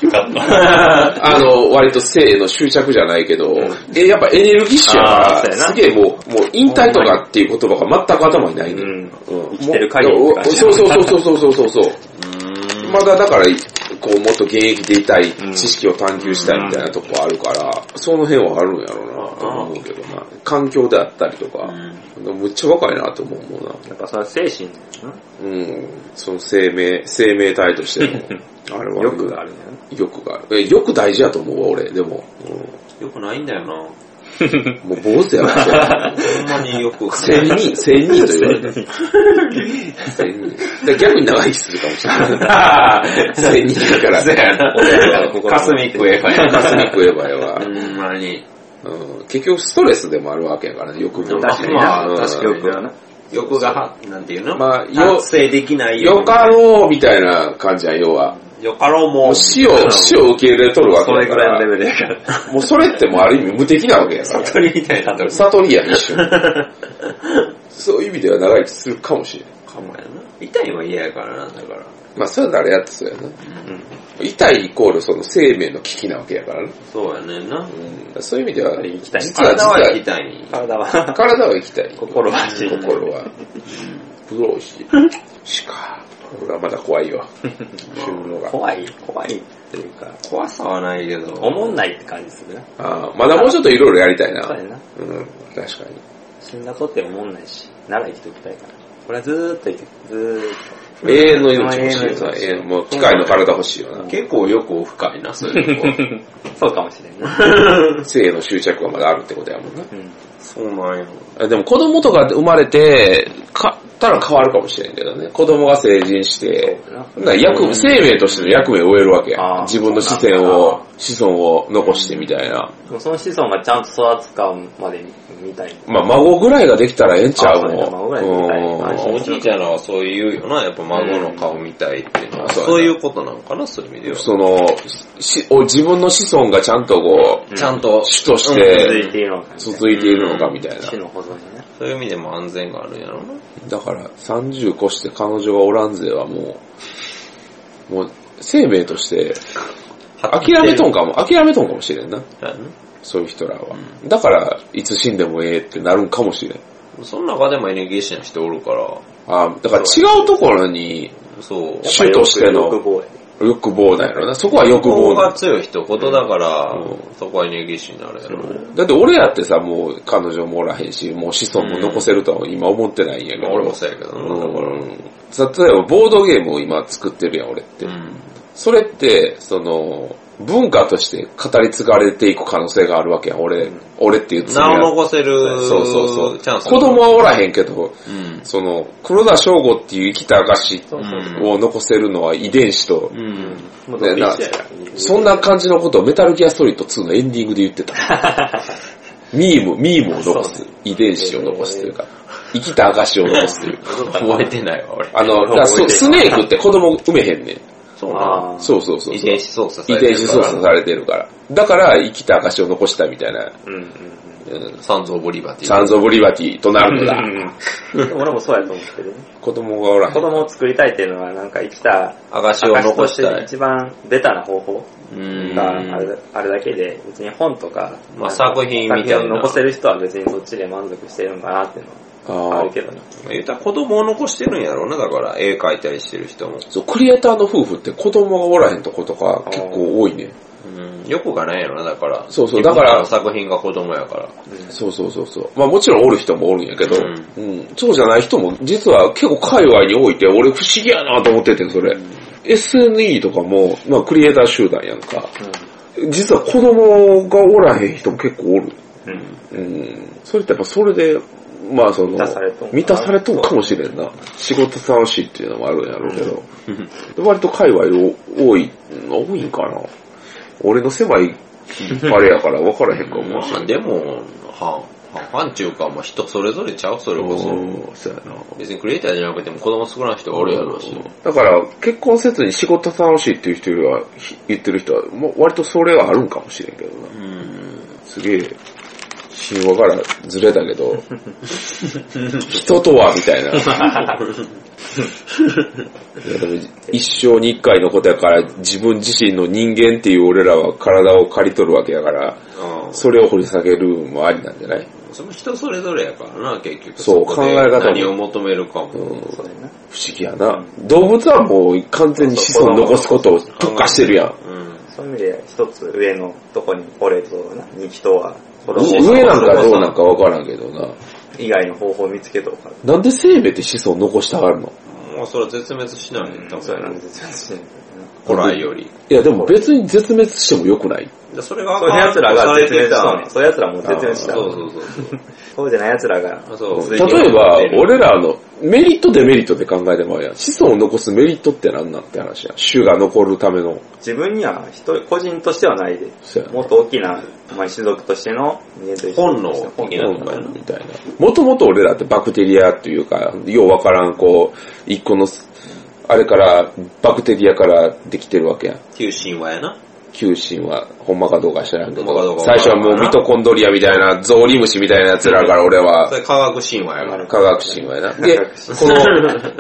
Speaker 1: あの、割と性の執着じゃないけど、え、やっぱエネルギッシュや
Speaker 2: あー
Speaker 1: か
Speaker 2: そう
Speaker 1: ら、
Speaker 2: やな
Speaker 1: すげえもう、もう引退とかっていう言葉が全く頭にないね。
Speaker 2: うん
Speaker 1: うん
Speaker 2: 生きてる限り
Speaker 1: もう
Speaker 2: って感じ
Speaker 1: そうそうそうそうそうそうそう。まだだから、こう、もっと現役でいたい、知識を探求したいみたいなとこあるから、その辺はあるんやろうな、と思うけどな。環境であったりとか、むっちゃ若いなとも思うな。
Speaker 2: やっぱそれは精神だよ
Speaker 1: うん、その生命、生命体としての、あれ
Speaker 2: な。
Speaker 1: は、
Speaker 2: 欲があるんだよ
Speaker 1: 欲がある。え、欲大事やと思うわ、俺、でも。
Speaker 3: よくないんだよな。
Speaker 1: うんもう坊主や な、
Speaker 3: ほんまによく。
Speaker 1: 千人、千人と言われた。千人。だから逆に長生きするかもしれない。千人だから。
Speaker 3: カスミックエファ
Speaker 1: カスミ食えばええわ
Speaker 3: ほ。んまに。
Speaker 1: うん結局ストレスでもあるわけやからね、欲望
Speaker 3: 確かにな
Speaker 1: うん
Speaker 3: 確かに
Speaker 2: 欲がな。
Speaker 3: 欲が、なんていうの
Speaker 1: まあよ
Speaker 3: 達成できない
Speaker 1: よかろうみたいな感じや、要は。
Speaker 3: よかろうも
Speaker 1: もう
Speaker 3: う。
Speaker 1: 死を、死を受け入れとるわけ
Speaker 2: それ
Speaker 1: や
Speaker 2: ぐ
Speaker 1: から
Speaker 2: いの
Speaker 1: ら。
Speaker 2: レベルやから。
Speaker 1: もうそれってもうある意味無敵なわけやから。
Speaker 3: 鳥みたいなとこ
Speaker 1: 悟りやね、 一瞬。そういう意味では長生きするかもしれない。
Speaker 3: かもやな。痛いは嫌やからな、だから。
Speaker 1: まあ、それは誰やってそうやな。痛いイコールその生命の危機なわけやからね。
Speaker 3: そうやねんな
Speaker 1: う。んそういう意味では、
Speaker 2: 生きたい
Speaker 1: 実は
Speaker 3: 体
Speaker 1: 実
Speaker 3: は
Speaker 1: は、
Speaker 3: 痛い。
Speaker 2: 体は、
Speaker 1: 体は生きたい。
Speaker 2: 心は死ぬ。
Speaker 1: 心は。不老不死。しか。俺はまだ怖 いよ。死ぬのが。
Speaker 2: 怖い、怖いっていうか、
Speaker 3: 怖さはないけど。
Speaker 2: 思んないって感じするな。
Speaker 1: あーまだもうちょっといろいろやりたいな。
Speaker 2: そうやな。
Speaker 1: うん、確かに。
Speaker 2: 死んだとって思んないし、長生きておきたいから。これはずーっと生きて、ずーっ
Speaker 1: 永遠の命欲しいよな。
Speaker 2: 永
Speaker 1: 永
Speaker 2: 遠
Speaker 1: 遠、もう機械の体欲しいよな。
Speaker 3: 結構よく深いな、そういうと こ。
Speaker 2: と。そうかもしれんな。
Speaker 1: 生への執着はまだあるってことやもんな。
Speaker 2: うん。
Speaker 3: そうなんや。
Speaker 1: あでも子供とか生まれて、買ったら変わるかもしれんけどね。子供が成人して、
Speaker 2: そうやな。
Speaker 1: だから役生命としての役目を終えるわけ
Speaker 2: あ
Speaker 1: や
Speaker 2: ー。
Speaker 1: 自分の子孫を、子孫を残してみたいな。
Speaker 2: でもその子孫がちゃんと育つかまで見たい。
Speaker 1: まあ孫ぐらいができたらええんちゃう
Speaker 2: あそうや
Speaker 1: も
Speaker 2: な孫ぐらいできたらええな
Speaker 1: うん
Speaker 3: おじいちゃんらはそう言うよな、やっぱ孫の顔見たいっていうのは。そういうことなのかな、そういう意味では。
Speaker 1: その、しお自分の子孫がちゃんとこう、
Speaker 3: ちゃんと、
Speaker 1: 主とし
Speaker 2: 続
Speaker 1: て
Speaker 2: いているのかみたいな。
Speaker 1: 続いているのかみたいな
Speaker 2: 死。の保存にね。
Speaker 3: そういう意味でも安全があるんやろな。
Speaker 1: だから30越して彼女がおらんぜはもう、もう生命として諦めとんかも、諦めとんかもしれんな。そういう人らは。だから、いつ死んでもええってなるんかもしれん。
Speaker 3: その中でもエネルギッシュな人おるから、
Speaker 1: あーだから違うところに
Speaker 3: そう。
Speaker 1: 主としての
Speaker 2: 欲望や
Speaker 1: 欲望なんやろな。そこは欲
Speaker 3: 欲
Speaker 1: 望
Speaker 3: 望
Speaker 1: な
Speaker 3: が強い人ほどだから、
Speaker 1: う
Speaker 3: そこはエネルギッシュになるやろね。
Speaker 1: だって俺やってさ、もう彼女もおらへんし、もう子孫も残せるとは今思ってないんやけ
Speaker 3: ま
Speaker 1: ど。
Speaker 3: あ俺もそうやけど
Speaker 1: う
Speaker 3: な、だから。
Speaker 1: ん。例えばボードゲームを今作ってるやん、俺って。
Speaker 3: うん。
Speaker 1: それって、その、文化として語り継がれていく可能性があるわけや。俺、俺っていう罪
Speaker 3: 名を
Speaker 1: は。
Speaker 3: 残せる、
Speaker 1: そうそうそう。
Speaker 3: チャンス。
Speaker 1: 子供はおらへんけど、
Speaker 3: うん。
Speaker 1: その、黒田翔吾っていう生きた証を残せるのは遺伝子と、
Speaker 3: うん。
Speaker 2: もうどっちだよ
Speaker 1: そんな感じのことをメタルギアストリート2のエンディングで言ってた。 ミーム、ミームを残す。遺伝子を残すというか、生きた証を残すというか。
Speaker 3: 覚えてないわ、俺。
Speaker 1: あ の、だからそスネークって子供産めへんねん。
Speaker 3: そう
Speaker 2: あー
Speaker 1: そうそうそうそう。
Speaker 3: 遺伝子操作さ
Speaker 1: 遺
Speaker 3: れて
Speaker 1: 伝
Speaker 3: る
Speaker 1: 子
Speaker 3: から
Speaker 1: 操作されてるから。だから生きた証を残したみたいな。
Speaker 4: うんうん
Speaker 1: うん
Speaker 3: サンズ・オブ・リバティ。
Speaker 1: サンズ・オブ・リバティとなるのだ。
Speaker 2: で も俺もそうやと思うけどね。
Speaker 1: 子供がおらん
Speaker 2: 子。供を作りたいっていうのはなんか生きた
Speaker 3: アガシを
Speaker 2: 証
Speaker 3: 残
Speaker 2: と
Speaker 3: し
Speaker 2: したて
Speaker 3: い。
Speaker 2: 一番ベタな方法
Speaker 3: う
Speaker 2: があ
Speaker 3: ん。
Speaker 2: れあれだけで、別に本とか、
Speaker 3: まあ作品みたいな
Speaker 2: 作を残せる人は別にそっちで満足してるのかなっていうのはあ
Speaker 1: あ
Speaker 2: る
Speaker 1: ー
Speaker 2: けどね。
Speaker 3: 言ったら子供を残してるんやろうな、だから絵描いたりしてる人も。
Speaker 1: そう、クリエイターの夫婦って子供がおらへんとことか結構多いね。
Speaker 3: うん。よくがないやろな、だから。
Speaker 1: そうそう
Speaker 3: 自分らの
Speaker 1: だか
Speaker 3: 作品が子供やから。
Speaker 1: そうそうそうそう。まあもちろんおる人もおるんやけど、う
Speaker 3: うん
Speaker 1: ん、そうじゃない人も実は結構界隈において俺不思議やなと思っててん、それ。SNE とかも、まあクリエイター集団やんか。実は子供がおらへん人も結構おる。
Speaker 2: うん。
Speaker 1: うん。それってやっぱそれで、まあその、
Speaker 2: 満たされとんかな
Speaker 1: 満たされとんかもしれんな。仕事楽しいっていうのもあるんやろうけど。割と界隈多い、多いんかな。俺の狭い、あれやから分からへんかもし
Speaker 3: まあでも、半、半中か、まあ人それぞれちゃう、それ
Speaker 1: れん。
Speaker 3: こそ。
Speaker 1: うんそうやな。
Speaker 3: 別にクリエイターじゃなくても子供作らん人がおるやろうし。
Speaker 1: だから、結婚せずに仕事楽しいっていう人よりは、ひ言ってる人は、もう割とそれはあるんかもしれんけどな。
Speaker 3: うん。
Speaker 1: すげえ、神話からずれたけ ど、人とは、みたいな。いやでも一生に一回のことやから、自分自身の人間っていう俺らは体を借り取るわけやから、
Speaker 3: ああ
Speaker 1: それを掘り下げるのもありなんじゃない
Speaker 3: その人それぞれやからな、結局。
Speaker 1: そう
Speaker 3: こで
Speaker 1: 考え方も
Speaker 3: 何を求めるか
Speaker 1: うん、
Speaker 3: も。
Speaker 1: 不
Speaker 2: そうだよな。
Speaker 1: 思議やな。動物はもう完全に子孫を残すことを特化してるやん。
Speaker 3: うん。
Speaker 2: そういう意味で一つ上のとこに俺とな、に人は子供
Speaker 3: う
Speaker 1: 上なんかどうなんかわからんけどな。
Speaker 2: 以外の方法を見つけとか。
Speaker 1: なんで生命って子孫残したがるの
Speaker 3: もうそれは絶滅しないね、多
Speaker 2: そうやな
Speaker 3: 分。
Speaker 2: ですね。
Speaker 3: 古来より。
Speaker 1: いやでも別に絶滅しても良くない
Speaker 3: でそれが
Speaker 2: そういう奴らが絶滅し
Speaker 3: さ
Speaker 2: た
Speaker 3: れて
Speaker 2: ね。
Speaker 3: き
Speaker 2: そういう奴らも絶滅した
Speaker 3: た。。そうそうそう
Speaker 2: そうじゃない奴らが。
Speaker 3: そう。そう
Speaker 1: 例えば、、俺らのメリットデメリットで考えてもらうやん。子孫を残すメリットって何なんって話やん。種が残るための。
Speaker 2: 自分には人、個人としてはないで。
Speaker 1: そうやな
Speaker 2: もっと大きな、まあ、種族としての人間として
Speaker 3: 本能的な
Speaker 1: 本来みたいな。もともと俺らってバクテリアっていうか、ようわからん、こう、一個の、あれから、バクテリアからできてるわけやん。
Speaker 3: 旧神話やな。
Speaker 1: 球心は、ほんまかどうか知らんけ
Speaker 3: ほんまかどう
Speaker 1: ど、
Speaker 3: か
Speaker 1: 最初はもうミトコンドリアみたいな、ゾウリムシみたいなやつらから俺は
Speaker 3: そ、れ科学神話やから。
Speaker 1: 科学神話やな。で、こ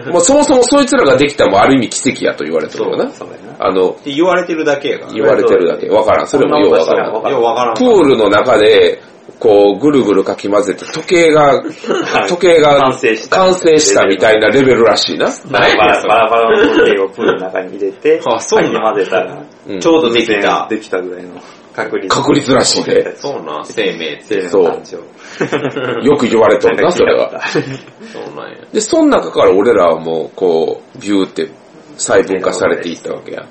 Speaker 1: の、もうそもそもそいつらができたのもある意味奇跡やと言われてるよな。
Speaker 2: そうやな。
Speaker 1: あの、
Speaker 3: って言われてるだけやから。
Speaker 1: 言われてるだけ。わからん。それもようわからん。
Speaker 2: れ
Speaker 3: ようわからん
Speaker 1: プ。ールの中で、こう、ぐるぐるかき混ぜて、時計が、時計が、
Speaker 2: 完成した
Speaker 1: 完成したみたいなレベルらしいな。
Speaker 2: バラバラバラバラの時計をプールの中に入れて、
Speaker 3: あそうなん
Speaker 2: に混ぜたら、
Speaker 1: うん
Speaker 3: ちょうどできた。
Speaker 2: できたぐらいの確率。
Speaker 1: 確率らしいで。
Speaker 3: そうなん、生命って。
Speaker 2: で
Speaker 1: そう
Speaker 2: 誕生
Speaker 1: よく言われとるな、それは。
Speaker 3: そうなんや。
Speaker 1: で、その中から俺らはもう、こう、ビューって細分化されていったわけや。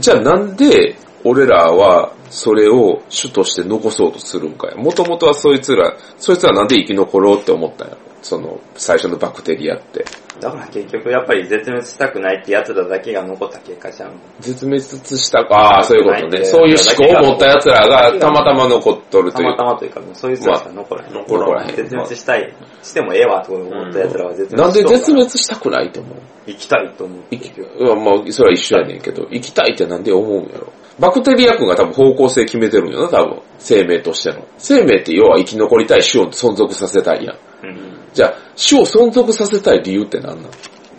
Speaker 1: じゃあなんで、俺らは、それを主として残そうとするんかや。もともとはそいつら、そいつらなんで生き残ろうって思ったんやろ。その、最初のバクテリアって。
Speaker 2: だから結局やっぱり絶滅したくないってやつらだけが残った結果じゃん。
Speaker 1: 絶滅したか、ああ、そういうこと
Speaker 2: な
Speaker 1: ね。
Speaker 2: い
Speaker 1: そういう思考を持った奴らが、たまたま残っとる
Speaker 2: た
Speaker 1: という
Speaker 2: また。まというか、もうそういう人しか残らへん。
Speaker 1: 残らへん
Speaker 2: 絶滅したい。してもええわと思った奴らは絶滅
Speaker 1: なんで絶
Speaker 2: 滅
Speaker 1: 滅したくないと思う
Speaker 2: 生きたいと思う。
Speaker 1: 生き、うんまあ、それは一緒やねんけど、生きたいってなんで思うんやろ。バクテリア君が多分方向性決めてるんよな、多分。生命としての。生命って要は生き残りたい種を存続させたいやん。
Speaker 2: うん。
Speaker 1: じゃあ、種を存続させたい理由って何な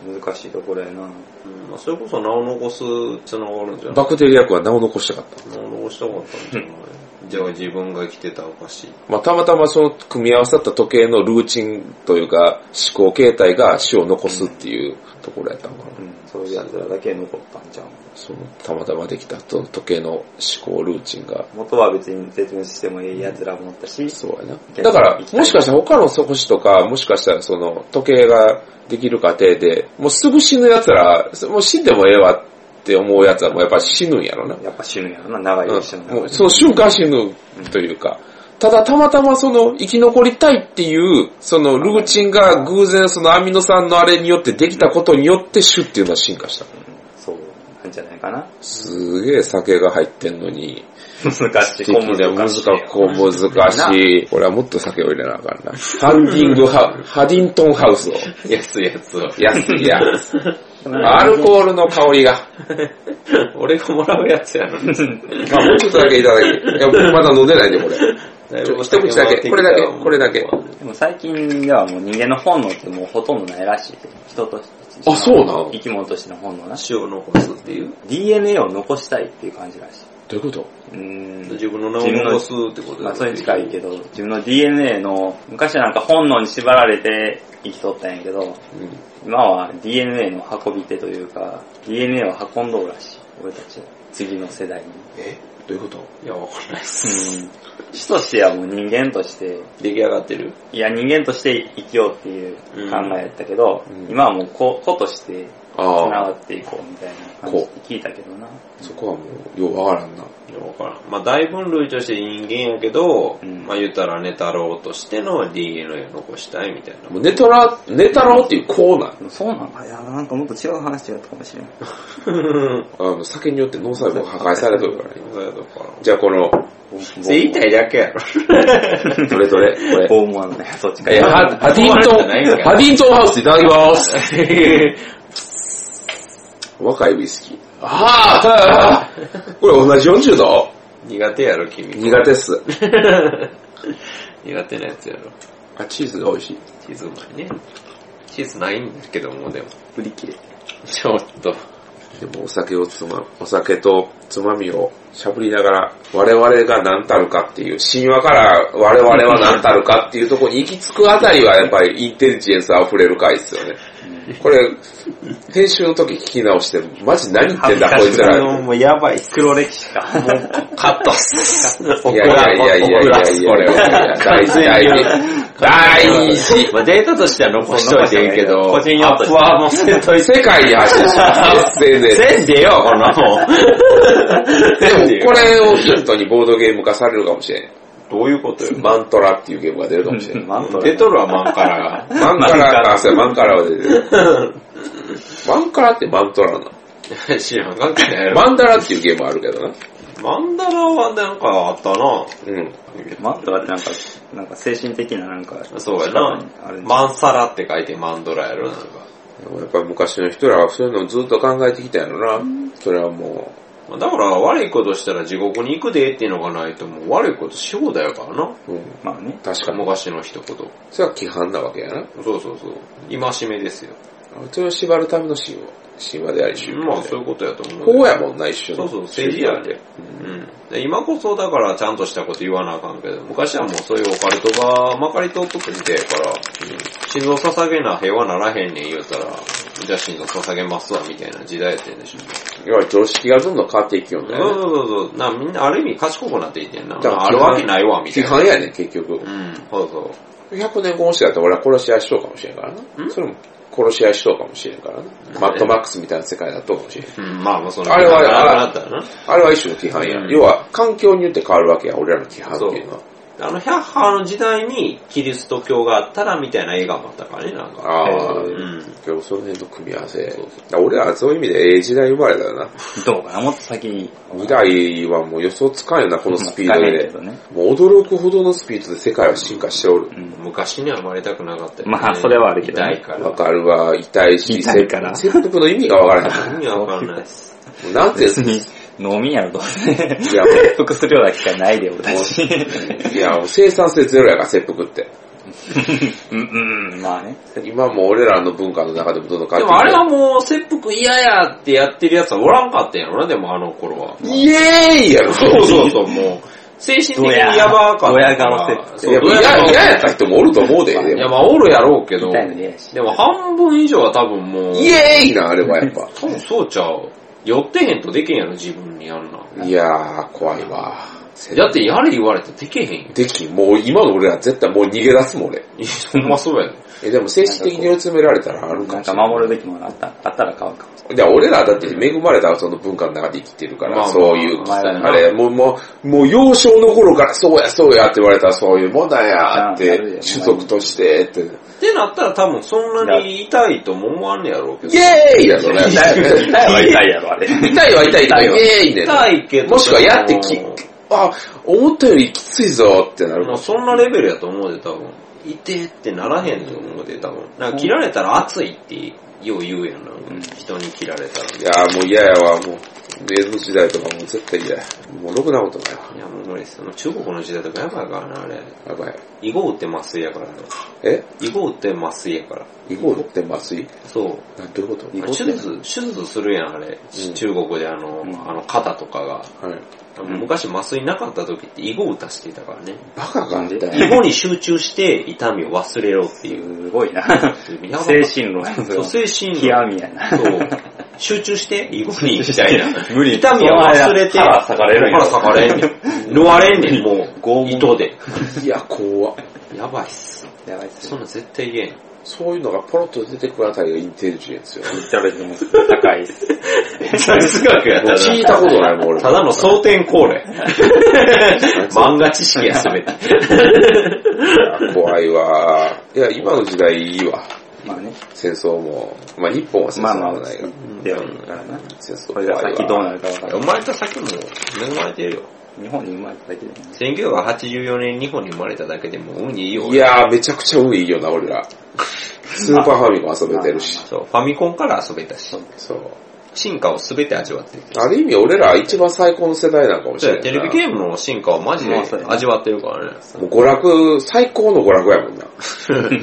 Speaker 2: 難しいところやな。
Speaker 3: うんまあそれこそ名を残すつながるんじゃ
Speaker 1: の
Speaker 3: ない
Speaker 1: バクテリア君は名を残したかった。
Speaker 3: 名を残したかったんじゃないじゃあ自分が生きてたらおかしい。
Speaker 1: まあ、たまたまその組み合わさった時計のルーチンというか、思考形態が種を残すっていうところやったのかな。
Speaker 2: うん。そういう奴らだけ残ったんじゃん。
Speaker 1: その、たまたまできたその時計の思考ルーチンが、
Speaker 2: 元は別に絶滅してもいい奴らもおったし、
Speaker 1: そうやな。だから、もしかしたら他の星とか、もしかしたらその、時計ができる過程で、もうすぐ死ぬ奴ら、もう死んでもええわっって思うやつはもうやっぱ死ぬんやろな。
Speaker 2: やっぱ死ぬんやろな、長い
Speaker 1: うん
Speaker 2: 歴史の
Speaker 1: も
Speaker 2: 中
Speaker 1: う
Speaker 2: で。
Speaker 1: その瞬間死ぬというか、ただたまたまその生き残りたいっていう、そのルーチンが偶然そのアミノ酸のあれによってできたことによって種っていうのは進化した。
Speaker 2: そう、なんじゃないかな。
Speaker 1: すげえ酒が入ってんのに、
Speaker 2: 難しい、
Speaker 1: 的な難しい。こう難しい。これはもっと酒を入れなあかんな。ハンディングハ、ハディントンハウスを。
Speaker 3: 安いやつを。
Speaker 1: 安 いや。アルコールの香りが。
Speaker 3: 俺がもらうやつやのに。
Speaker 1: まあ、もうちょっとだけいただき。いや、まだ飲んでないで、これ。ちょ一口だけ。これだけ、これだけ。
Speaker 2: でも最近ではもう人間の本能ってもうほとんどないらしい。人として。
Speaker 1: あそうなの
Speaker 2: 生き物としての本能なし。
Speaker 3: 足を残すっていう。
Speaker 2: DNA を残したいっていう感じらしい。
Speaker 1: どういうこと
Speaker 2: うーん。
Speaker 3: 自分の名を残すってこと
Speaker 2: まあそれに近いけど、自分の DNA の、昔なんか本能に縛られて生きとったんやけど、今は DNA の運び手というか、DNA を運んどるらしい。俺たちは。次の世代に。
Speaker 3: え
Speaker 1: どういうこと
Speaker 3: いや、わかんないっす。
Speaker 2: うん。死としてはもう人間として、
Speaker 3: 出来上がってる
Speaker 2: いや人間として生きようっていう考えやったけど、
Speaker 1: うん
Speaker 2: 今はもう子子として繋
Speaker 1: ああ、
Speaker 2: がっていこうみたいな感じで聞いたけどな。
Speaker 1: そこはもう、ようわからんな。
Speaker 3: いや、わからん。まあ大分類として人間やけど、
Speaker 2: うん
Speaker 3: まあ言ったらネタロウとしての DNA を残したいみたいな。
Speaker 1: もうネトラ、ネタロウっていうこう なん。
Speaker 2: でもそうなんかいや、なんかもっと違う話だったかもしれん。
Speaker 1: あの、酒によって脳細胞が破壊されとるからね。
Speaker 3: そうやとか
Speaker 1: じゃあこの、
Speaker 3: 言いたいだけや ろ。
Speaker 1: どれどれ、これ。
Speaker 2: ボーモアのね、そっちか
Speaker 1: え、
Speaker 2: ら。
Speaker 1: ハハディントン、ハディントンハウスいただきます。 若いウイスキー。ああ これ同じ40度
Speaker 3: 苦手やろ、君。
Speaker 1: 苦手っす。
Speaker 3: 苦手なやつやろ。
Speaker 1: あ、チーズが美味しい。
Speaker 3: チーズうまいね。チーズないんだけども、でも。
Speaker 2: 売り切れ。
Speaker 3: ちょっと。
Speaker 1: でもお酒をつま、お酒とつまみをしゃぶりながら、我々が何たるかっていう、神話から我々は何たるかっていうところに行き着くあたりはやっぱりインテリジェンス溢れる回ですよね。これ、編集の時聞き直して、マジ何言ってんだこいつら。
Speaker 3: もうやばいっす。
Speaker 2: 黒歴 史か。
Speaker 3: カットっす。
Speaker 1: いやいやいやいやいやいや、これは大事大事。大事。
Speaker 3: まあデータとしては残しといていいけど、
Speaker 2: 個人用
Speaker 3: アッ
Speaker 2: とし
Speaker 3: プ
Speaker 2: て
Speaker 3: はもうせんといて。
Speaker 1: 世界に発信します。SNS
Speaker 3: せんでよ、こんなもん。
Speaker 1: でもこれをヒントにボードゲーム化されるかもしれん。
Speaker 3: どういうことよ。
Speaker 1: マントラっていうゲームが出るかもしれん。
Speaker 2: マント
Speaker 3: 出とるわ、マンカラが。
Speaker 1: マンカラ、あ、そうやマンカラは出て る。マンカラってマントラなの。
Speaker 3: 知らんかったね。
Speaker 1: マンダラっていうゲームあるけどな。
Speaker 3: マンダラはなんかあったな。
Speaker 1: うん。
Speaker 2: マントラってなんか、なんか精神的ななんか、
Speaker 3: そうやな
Speaker 2: あれ。
Speaker 3: マンサラって書いてマンドラやろ、なんか。
Speaker 1: やっぱり昔の人らはそういうのをずっと考えてきたんやろな。それはも
Speaker 3: まあだから悪いことしたら地獄に行くでっていうのがないともう悪いことし放題やからな。
Speaker 1: う、うん、
Speaker 2: まあね。
Speaker 1: 確かに。
Speaker 3: 昔の一言。
Speaker 1: それは規範なわけやな。
Speaker 3: そうそうそう。今しめですよ。
Speaker 1: それを縛るための神話。神話であり、宗
Speaker 3: ま
Speaker 1: 教
Speaker 3: あ
Speaker 1: で
Speaker 3: そういうことやと思う。
Speaker 1: こうやもんな、一緒
Speaker 3: そう
Speaker 1: の。
Speaker 3: そう、政治やで。うん。で今こそだからちゃんとしたこと言わなあかんけど、昔はもうそういうオカルトがまかり通っとってみてやから、心臓捧げな平和ならへんねん言うたら、じゃあ心臓捧げますわみたいな時代やってんでしょ。
Speaker 1: いわゆる常識がどんどん変わっていくよ
Speaker 3: そう
Speaker 1: ね。
Speaker 3: そうそうそう。なみんなある意味賢くなっていってんな。
Speaker 1: だから
Speaker 3: あるわけないわみた
Speaker 1: 規
Speaker 3: いな。
Speaker 1: 範やね、結局。
Speaker 3: うん、そうそう。
Speaker 1: 100年後もしかしたら俺は殺し合いしとうかもしれんからな。
Speaker 3: ん
Speaker 1: それも殺し合いしとうかもしれんからな。マッドマックスみたいな世界だとうかもしれん。
Speaker 3: うん、まあまあその、
Speaker 1: あれは
Speaker 3: なくなったらな。
Speaker 1: あれは一種の規範や。
Speaker 3: うん
Speaker 1: 要は、環境によって変わるわけや、俺らの規範っていうのは。
Speaker 3: あの、百ハの時代にキリスト教があったらみたいな映画もあったからね、なんか。
Speaker 1: ああ、
Speaker 2: う
Speaker 3: うん。
Speaker 1: 今日その辺の組み合わせ。だから俺らはそういう意味でええ時代生まれだよな。
Speaker 2: どうかな、もっと先に。
Speaker 1: 未来はもう予想つかんよな、このスピード
Speaker 2: まあ使えへん
Speaker 1: で
Speaker 2: け。どね
Speaker 1: もう驚くほどのスピードで世界は進化しておる。
Speaker 3: 昔には生まれたくなかったよね
Speaker 2: まあそれはあるけど
Speaker 3: 痛い
Speaker 2: ね
Speaker 3: か
Speaker 1: わ
Speaker 3: ら。
Speaker 1: かるわ、痛いし、
Speaker 2: 痛いから
Speaker 1: 切腹の意味がわからへ
Speaker 3: 意味わかんないです。
Speaker 1: ん。もうなんて、
Speaker 2: 別に、飲みやろ、どうせ。
Speaker 1: いやもう
Speaker 2: 服するような機会ないで、俺たち。
Speaker 1: いや、もう生産性ゼロやから、切腹って。
Speaker 2: うん、うん、まあね。
Speaker 1: 今も俺らの文化の中でもどんどん変
Speaker 3: で
Speaker 1: わって
Speaker 3: もあれはもう、切腹嫌やってやってるやつはおらんかったんやろな、でもあの頃は。
Speaker 1: イエーイやろ。
Speaker 3: そうそうそう、もう、精神的にやばかったから。
Speaker 2: ドヤ顔切
Speaker 3: そう
Speaker 1: いや、
Speaker 3: ドヤ
Speaker 1: 嫌
Speaker 3: 顔
Speaker 1: やった人もおると思うで、で
Speaker 3: いや、
Speaker 1: も。
Speaker 3: まあおるやろうけど、
Speaker 2: 痛いの嫌やし。
Speaker 3: でも半分以上は多分もう、
Speaker 1: イエーイな、あれはやっぱ。
Speaker 3: 多分そうちゃう。寄ってへんとできんやろ、自分にやるな。
Speaker 1: いやー、怖いわ。
Speaker 5: だってやれ言われたらできへ んよ。
Speaker 1: でき、もう今の俺ら絶対もう逃げ出すもん俺。
Speaker 5: いやほんまそうやね
Speaker 1: え、でも精神的に追い詰められたらあるかも
Speaker 2: なん
Speaker 1: しれ
Speaker 2: か
Speaker 1: ない。
Speaker 2: 守るべきものがあったあったら買うかもし
Speaker 1: で俺らだって恵まれたその文化の中で生きてるか
Speaker 5: ま
Speaker 1: ら、
Speaker 5: あまあ
Speaker 1: そういう、
Speaker 2: まあまあま
Speaker 1: あ
Speaker 2: あ
Speaker 1: れ、もう、もう、もう幼少の頃からそうやそうやって言われたらそういうもんなんやっ
Speaker 2: なるよ
Speaker 1: て、
Speaker 2: ね
Speaker 1: 種族としてって、イ
Speaker 3: ってなったら多分そんなに痛いとも思わんねやろうけど。
Speaker 1: ェーイやろね。
Speaker 2: れない。痛いは痛いやろ、あれ。
Speaker 1: 痛いは痛い
Speaker 3: 痛いよ
Speaker 1: イェーイね。
Speaker 3: 痛いけど。
Speaker 1: もしくはやってき
Speaker 3: でも、
Speaker 1: あ、思ったよりきついぞってなる
Speaker 3: もうそんなレベルやと思うで多分。いてーってならへんと思うで多分。なんか切られたら熱いってよう言うやんな。人に切られたら。
Speaker 1: いやーもう嫌やわ、もう。明治時代とかもう絶対嫌や。もうろくなことないわ。
Speaker 3: いやもう無理です。もう中国の時代とかやばいからな、あれ。
Speaker 1: やばい。
Speaker 3: 囲碁打って麻酔やからね。
Speaker 1: え
Speaker 3: 囲碁打って麻酔やから。
Speaker 1: 囲碁って麻酔
Speaker 3: そう。
Speaker 1: なんどういうこと
Speaker 3: 手術、手術するやん、あれ。
Speaker 1: うん
Speaker 3: 中国であの、
Speaker 2: うん
Speaker 3: あの、肩とかが。
Speaker 1: はい。
Speaker 2: ん
Speaker 3: 昔麻酔なかった時って囲碁打たしていたからね。
Speaker 1: バカかみたい
Speaker 3: 囲
Speaker 1: な。
Speaker 3: 碁に集中して痛みを忘れろっていう。
Speaker 2: すごいな。
Speaker 3: やば
Speaker 2: 精神論や
Speaker 3: そう
Speaker 2: ぞ。
Speaker 3: 精神
Speaker 2: 極みやな。
Speaker 3: そう。集中して、囲碁に、みたいな。
Speaker 2: 無理
Speaker 3: 痛みを忘れて、
Speaker 2: 腹下がれるんや
Speaker 3: 腹下がれんねん。縫われんねん、もう、糸で。
Speaker 1: いや、怖っ
Speaker 3: やばいっす。
Speaker 2: やばいっす
Speaker 3: そん
Speaker 2: ね。
Speaker 3: なん絶対言えん。
Speaker 1: そういうのがポロッと出てくるあたりがインテリジェンスよ。
Speaker 2: それでも高いっす。
Speaker 3: 哲学や
Speaker 1: もう聞いたことないもん、俺。
Speaker 3: ただの蒼天高麗。 漫画知識やすべて。
Speaker 1: いや怖いわ。いや、今の時代いいわ。
Speaker 2: まあね。
Speaker 1: 戦争も。まあ、日本は戦
Speaker 2: まあ
Speaker 1: 争
Speaker 2: ま
Speaker 1: も
Speaker 2: あ
Speaker 1: ないが。、
Speaker 2: ではいいからな。
Speaker 1: 戦争
Speaker 2: これが先どうなるかわからな
Speaker 3: 生まれた先も恵まれてるよ。
Speaker 2: い。日本に生まれただけでもね。
Speaker 3: 1984年日本に生まれただけでもう運にいいよ。
Speaker 1: いやー、めちゃくちゃ運いいよな、俺ら。スーパーファミコン遊べてるし。
Speaker 3: そう、ファミコンから遊べたし、
Speaker 1: そう。
Speaker 3: 進化を全て味わってる。
Speaker 1: ある意味俺ら一番最高の世代なんかもし
Speaker 3: そう
Speaker 1: れな
Speaker 3: や、
Speaker 1: い。
Speaker 3: テレビゲームの進化をマジで味わってるからね。
Speaker 1: もう娯楽、最高の娯楽やもんな。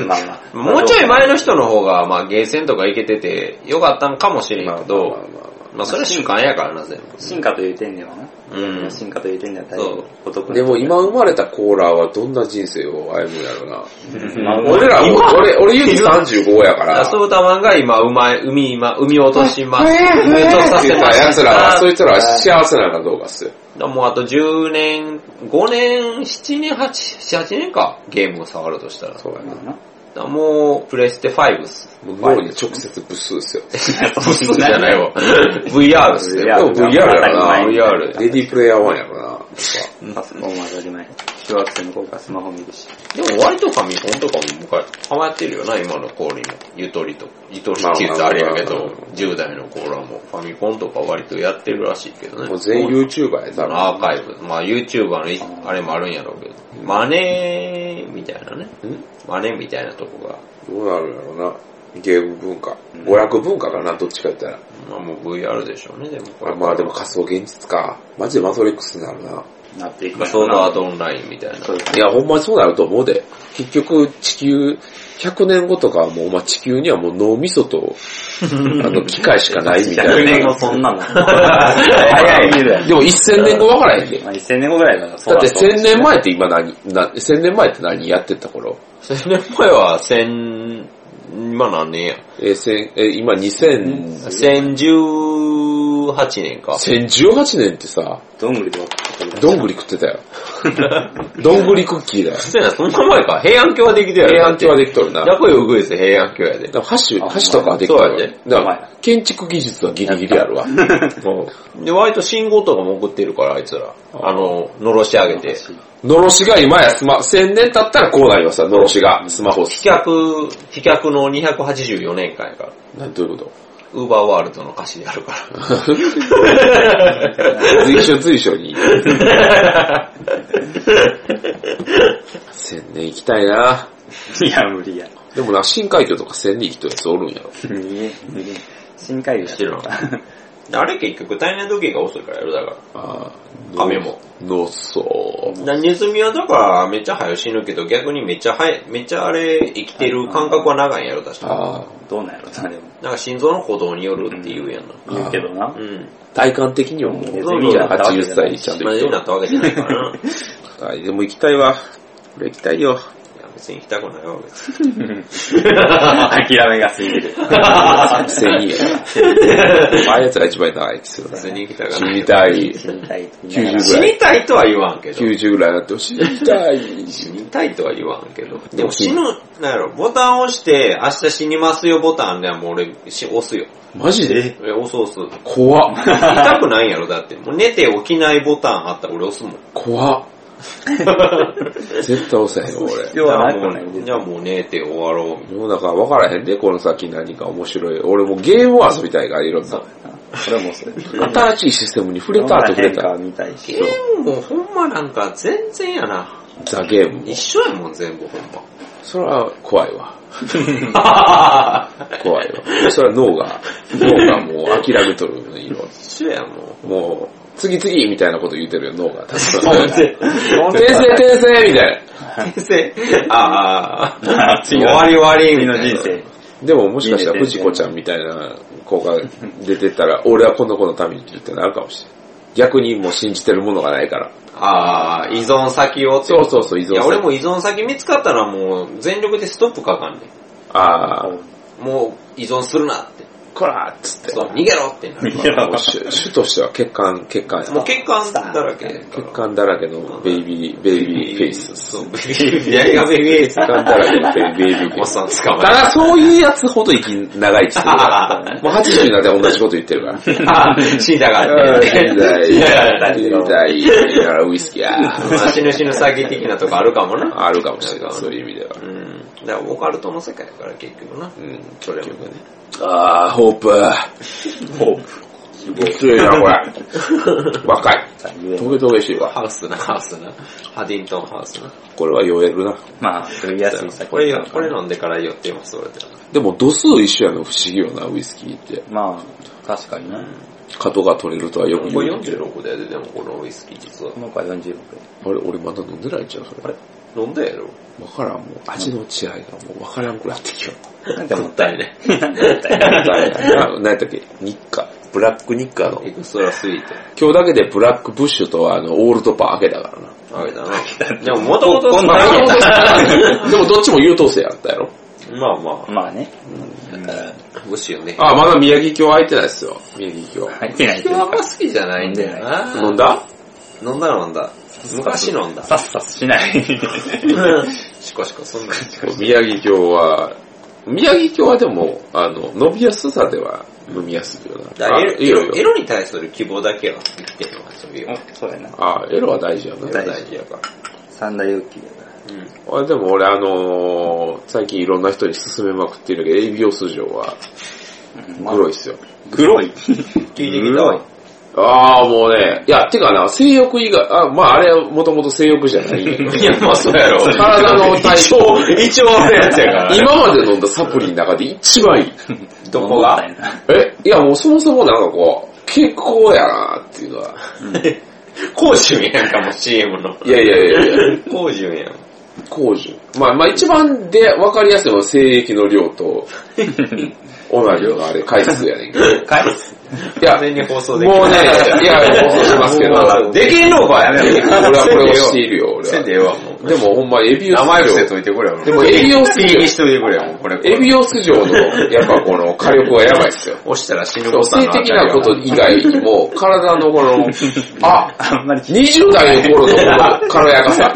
Speaker 2: まあまあ。
Speaker 3: もうちょい前の人の方が、まあ、ゲーセンとか行けてて、よかったんかもしれんけ
Speaker 1: まあまあ、
Speaker 3: ど
Speaker 1: まあま
Speaker 3: まあ、それは習慣やからな、全部。
Speaker 2: 進化という点ではな。
Speaker 3: うん。
Speaker 2: 進化という点では大変男
Speaker 1: あ
Speaker 2: の
Speaker 1: でも今生まれたコーラーはどんな人生を歩むんやろうな。
Speaker 2: まあ
Speaker 1: 俺らも、俺、俺ゆうき35やか
Speaker 3: あ
Speaker 1: ら。
Speaker 3: そうたまんが今、うまい、海、今、海を落とします。
Speaker 1: え
Speaker 3: 海
Speaker 1: ー
Speaker 3: を落とさ
Speaker 1: って
Speaker 3: せ
Speaker 1: 言った
Speaker 3: ま
Speaker 1: ら
Speaker 3: し
Speaker 1: 奴らは、
Speaker 3: た
Speaker 1: そいつらは幸せなのかどうかっすよ。
Speaker 3: もうあと10年、5年、7年、8、7、8年か。ゲームを触ろうとしたら。
Speaker 1: そうやな。
Speaker 2: な。
Speaker 3: だもう、プレステ5っす。
Speaker 1: もう脳に直接ブスですよ。
Speaker 3: ブスじゃないわ。VR っすよ。
Speaker 1: でも VR やろな。
Speaker 3: VR
Speaker 1: レディープレイヤー1やろな。
Speaker 2: パソコンは当たり前。小学生の頃からスマホ見るし。
Speaker 3: でも割とファミコンとかも昔、ハマってるよな、今のコーリも。ゆとりとか。ゆとりって言うとあれやけ
Speaker 1: まあまあまあ
Speaker 3: ど
Speaker 1: ま、
Speaker 3: 10代の頃はもうファミコンとか割とやってるらしいけどね。
Speaker 1: もう全員 YouTuber や
Speaker 3: そ
Speaker 1: だ
Speaker 3: の
Speaker 1: な。
Speaker 3: アーカイブ。まあ YouTuber のいあれもあるんやろうけど。マネーみたいなね。マネーみたいなとこが。
Speaker 1: どうなるんやろうな。ゲーム文化。娯楽文化かな、どっちか言ったら。
Speaker 3: まあもう VR でしょうね、でもこれ。
Speaker 1: まあでも仮想現実か。マジでマトリックスになるな。
Speaker 2: なっていく
Speaker 3: ソードアー
Speaker 2: と。
Speaker 3: トオンラインみたいな。
Speaker 2: そう
Speaker 1: いや、ほんまにそうなると思うで。結局、地球、100年後とかはもう、まあ、地球にはもう脳みそ と、あの、機械しかないみた
Speaker 2: 100
Speaker 1: い
Speaker 2: 年後
Speaker 1: な。
Speaker 2: そんなの。 早い見るやん。
Speaker 1: でも1000年後分からへんで。
Speaker 2: まあ1000年後ぐらいだから、
Speaker 1: だって1000年前って今何、な1000年前って何やってた頃
Speaker 3: 1000年前は1000、今何年や。
Speaker 1: えー、千えー今2000、
Speaker 3: 1018年か。
Speaker 1: 1018年ってさ、
Speaker 2: どんぐりで
Speaker 1: どんぐり食って たよ。どんぐりクッキーだよ。
Speaker 3: そやな、そんな前か。平安京はできてる
Speaker 1: 平安京はできとるな。
Speaker 3: やこようぐいす、平安京やで。
Speaker 1: だから橋、橋とかはできとる
Speaker 3: そう
Speaker 1: よ
Speaker 3: やで。
Speaker 1: だから、建築技術はギリギリあ るわ。
Speaker 3: で、割と信号とかも送ってるから、あいつら。あの、のろし上げて。
Speaker 1: のろしが今やスマ、1000年経ったらこうなりますわ、のろしが。スマホ。
Speaker 3: 飛脚、飛脚の284年間やから。
Speaker 1: なんどういうこと
Speaker 3: ウーバーワールドの歌詞であるから。
Speaker 1: 随所随所 に。千年行きたいな。
Speaker 2: いや、無理や。
Speaker 1: でもな、深海魚とか千年行くやつおるんやろ。
Speaker 2: 逃げ、逃げ。深海 魚
Speaker 3: 知ってるのあれ結局体内時計が遅いからやる、だから。
Speaker 1: ああ
Speaker 3: 亀も。
Speaker 1: のそう。
Speaker 3: だネズミはだからめっちゃ早死ぬけど、逆にめっちゃ早い、めっちゃあれ生きてる感覚は長いんやろ、確か。
Speaker 1: ああ。
Speaker 2: どうなんやろな、でも。
Speaker 3: なんか心臓の鼓動によるって言うやんな。
Speaker 2: 言うけどな
Speaker 3: う。ん。
Speaker 1: 体感的にはもう、
Speaker 2: ネズミになったわけ
Speaker 1: 80
Speaker 2: じゃない
Speaker 1: 歳ちゃんと
Speaker 3: まあ、
Speaker 1: 行
Speaker 3: に
Speaker 1: く
Speaker 3: なったわけじゃないからな。
Speaker 1: と。あでも行きたいわ。俺行きたいよ。
Speaker 3: いや別に行きたくないわ、別に。
Speaker 2: 諦めが過ぎる。
Speaker 1: 1000円。ああいうやつが一番痛いですよね。
Speaker 3: 別に行きたく
Speaker 1: 死
Speaker 3: ない。
Speaker 1: にたい。
Speaker 2: 死にたいと言いながら。
Speaker 1: 90
Speaker 3: 死
Speaker 1: ぐらい。90ぐら
Speaker 3: にたいとは言わんけど。
Speaker 1: いになっても死にたい。
Speaker 3: 死にたいとは言わんけど。でも死ぬ、なんやろ、ボタン押して、明日死にますよボタンではもう俺、し押すよ。
Speaker 1: マジで
Speaker 3: え、押す押す。
Speaker 1: 怖っ。
Speaker 3: 痛くないんやろ、だって。もう寝て起きないボタンあったら俺押すもん。
Speaker 1: 怖っ。絶対押さへんわ、俺。
Speaker 2: 要はな
Speaker 3: じゃあ
Speaker 2: くない
Speaker 3: もう、じゃあもう寝て終わろう。
Speaker 1: 世の中分からへんで、この先何か面白い。俺もゲーム遊びたいから、いろんな。
Speaker 2: それもそうです。
Speaker 1: 新しいシステムに触れた後触れ
Speaker 2: 変化
Speaker 1: た
Speaker 2: は。見たいし。
Speaker 3: ゲームもほんまなんか全然やな。
Speaker 1: ザ・ゲームも
Speaker 3: 一。緒やもん、全部ほんま。
Speaker 1: それは怖いわ。怖いわ。それは脳が、脳がもう諦めとるのいいの。
Speaker 3: 一緒やも
Speaker 1: もう、次々みたいなこと言ってるよ、脳が。確かに。転生転生みたいな。
Speaker 3: う。先生、あーあー、終
Speaker 2: は
Speaker 3: わり終わり、
Speaker 2: 君
Speaker 3: み
Speaker 2: の
Speaker 3: たい
Speaker 2: 人
Speaker 3: な。
Speaker 2: 生。
Speaker 1: でももしかしたら藤子ちゃんみたいな子が出てたら、俺はこの子のためにってなるかもしれん。逆にもう信じてるものがないから。
Speaker 3: ああ、依存先をって
Speaker 1: そうそうそう、依存
Speaker 3: い
Speaker 1: す
Speaker 3: や、
Speaker 1: る
Speaker 3: 俺も依存先見つかったらもう全力でストップかかんね
Speaker 1: ああ、
Speaker 3: ん。もう依存するなって。
Speaker 1: こらーっつって。
Speaker 3: そう、逃げろってなる。
Speaker 1: もう主主としては血管、血管や
Speaker 3: もう血管だらけ。
Speaker 1: 血管だらけのベイビー、ベイビーフェイス。
Speaker 3: そう、ベビー、左がベビーフェイス。
Speaker 1: 血管だらけのベイビーフェ
Speaker 3: お
Speaker 1: イ
Speaker 3: っ
Speaker 1: ス。
Speaker 3: さん捕
Speaker 1: た
Speaker 3: ま
Speaker 1: だそういうやつほど生き、長生きするから。 もう80になって同じこと言ってるから。
Speaker 3: えた。死んだから
Speaker 1: う ん
Speaker 3: ね。
Speaker 1: 死にた い。死に
Speaker 3: たい
Speaker 1: たい。だからウイスキーや。
Speaker 3: まあ死ぬ死ぬ詐欺的なとこあるかもな。
Speaker 1: あるかもしれない。そういう意味では
Speaker 3: う。ん。だからオカルトの世界だから結局な。
Speaker 1: うん、それもね。あー、ホープ。ホープ。すごい。強いな、これ。 若い。トゲトゲしいわ。
Speaker 3: ハウスな、ハウスな。ハディントンハウスな。
Speaker 1: これは酔えるな。
Speaker 2: まあ、そういうやつに先
Speaker 3: これよ、これ飲んでから酔ってます、俺って。
Speaker 1: でも度数一緒やの不思議よな、ウイスキーって。
Speaker 2: まあ、確かにな。
Speaker 1: 角が取れるとはよく
Speaker 3: こ
Speaker 1: 言
Speaker 3: れ
Speaker 1: う。
Speaker 3: 46だよ、でもこのウイスキー実は
Speaker 2: こ。の子は46で。
Speaker 1: あれ、俺まだ飲んでないんちゃうそれ。
Speaker 3: 飲んだやろ
Speaker 1: わからん、もう味の違いがもうわからんくなってきよう。
Speaker 2: でも
Speaker 3: もったいね。
Speaker 1: 何やったっけ日課。ブラック日課の。
Speaker 3: エクストラスイート。
Speaker 1: 今日だけでブラックブッシュとあの、オールドパー開けたからな。
Speaker 3: あれだ な。でも元々そんな
Speaker 1: でもどっちも優等生やったやろ。
Speaker 3: まあま
Speaker 2: まあね。
Speaker 3: あ、むしろね。
Speaker 1: あ、まだ宮城京開いてないっすよ。宮城
Speaker 2: 入 ってないとい
Speaker 3: 今日あ
Speaker 2: うんか
Speaker 3: ま。好きじゃないんだよ
Speaker 1: 京。
Speaker 3: な。
Speaker 1: 飲んだ
Speaker 3: 飲んだ飲んだ。昔飲んだ。
Speaker 2: さっさとしない。
Speaker 3: シコシコそんな。
Speaker 1: 宮城京は、宮城京はでも、あの、飲みやすさでは飲みやすいよな。
Speaker 3: だから
Speaker 1: あ
Speaker 3: エロ
Speaker 1: いいよいいよ
Speaker 3: エロに対する希望だけは生きてるわ、そういう。
Speaker 2: そうやな。
Speaker 1: あ、エロは大事やな。
Speaker 3: 大事やから。
Speaker 2: 三大勇気やから。
Speaker 1: あでも俺あのー最近いろんな人に勧めまくってるけど、栄養素上は、グロいっすよ。
Speaker 2: 黒い。
Speaker 3: 聞いてきたわ。
Speaker 1: ああ、もうね、いや、てかな、性欲以外、あまああれはもともと性欲じゃないんやけど。
Speaker 3: いや、まあそうやろ。
Speaker 1: 体の体調、
Speaker 3: 一応あるやつやから。
Speaker 1: 今まで飲んだサプリの中で一番いい。
Speaker 3: どこが
Speaker 1: え、いやもうそもそもなんかこう、結構やなっていうのは。
Speaker 3: コージュンやんかも、CM の。
Speaker 1: いやいやいやいや。
Speaker 3: コージュンやん。
Speaker 1: 工事。まあまあ一番で分かりやすいのは精液の量 と、同じようなあれ回数やねんけど。
Speaker 2: 返す。
Speaker 1: いや
Speaker 3: 完、全に放送でき
Speaker 1: もうね、いや、放送しますけど、俺は
Speaker 3: できんのかやめろ。
Speaker 1: これをしているよ、俺
Speaker 3: せんでえ
Speaker 1: は。
Speaker 3: えわ、もう。
Speaker 1: でもほんま、エビオ
Speaker 3: 名前伏せ
Speaker 1: ス
Speaker 3: といてくれよ。
Speaker 1: でもエビオス
Speaker 3: P にしといてくれよ、もうこれ。
Speaker 1: エビオス城の、やっぱこの火力はやばいっすよ。
Speaker 3: 押したら死ぬ
Speaker 1: そう性的なこと以外にも、体のこの、あ、
Speaker 2: あんまり君
Speaker 1: 20代の頃のこの軽やか さ。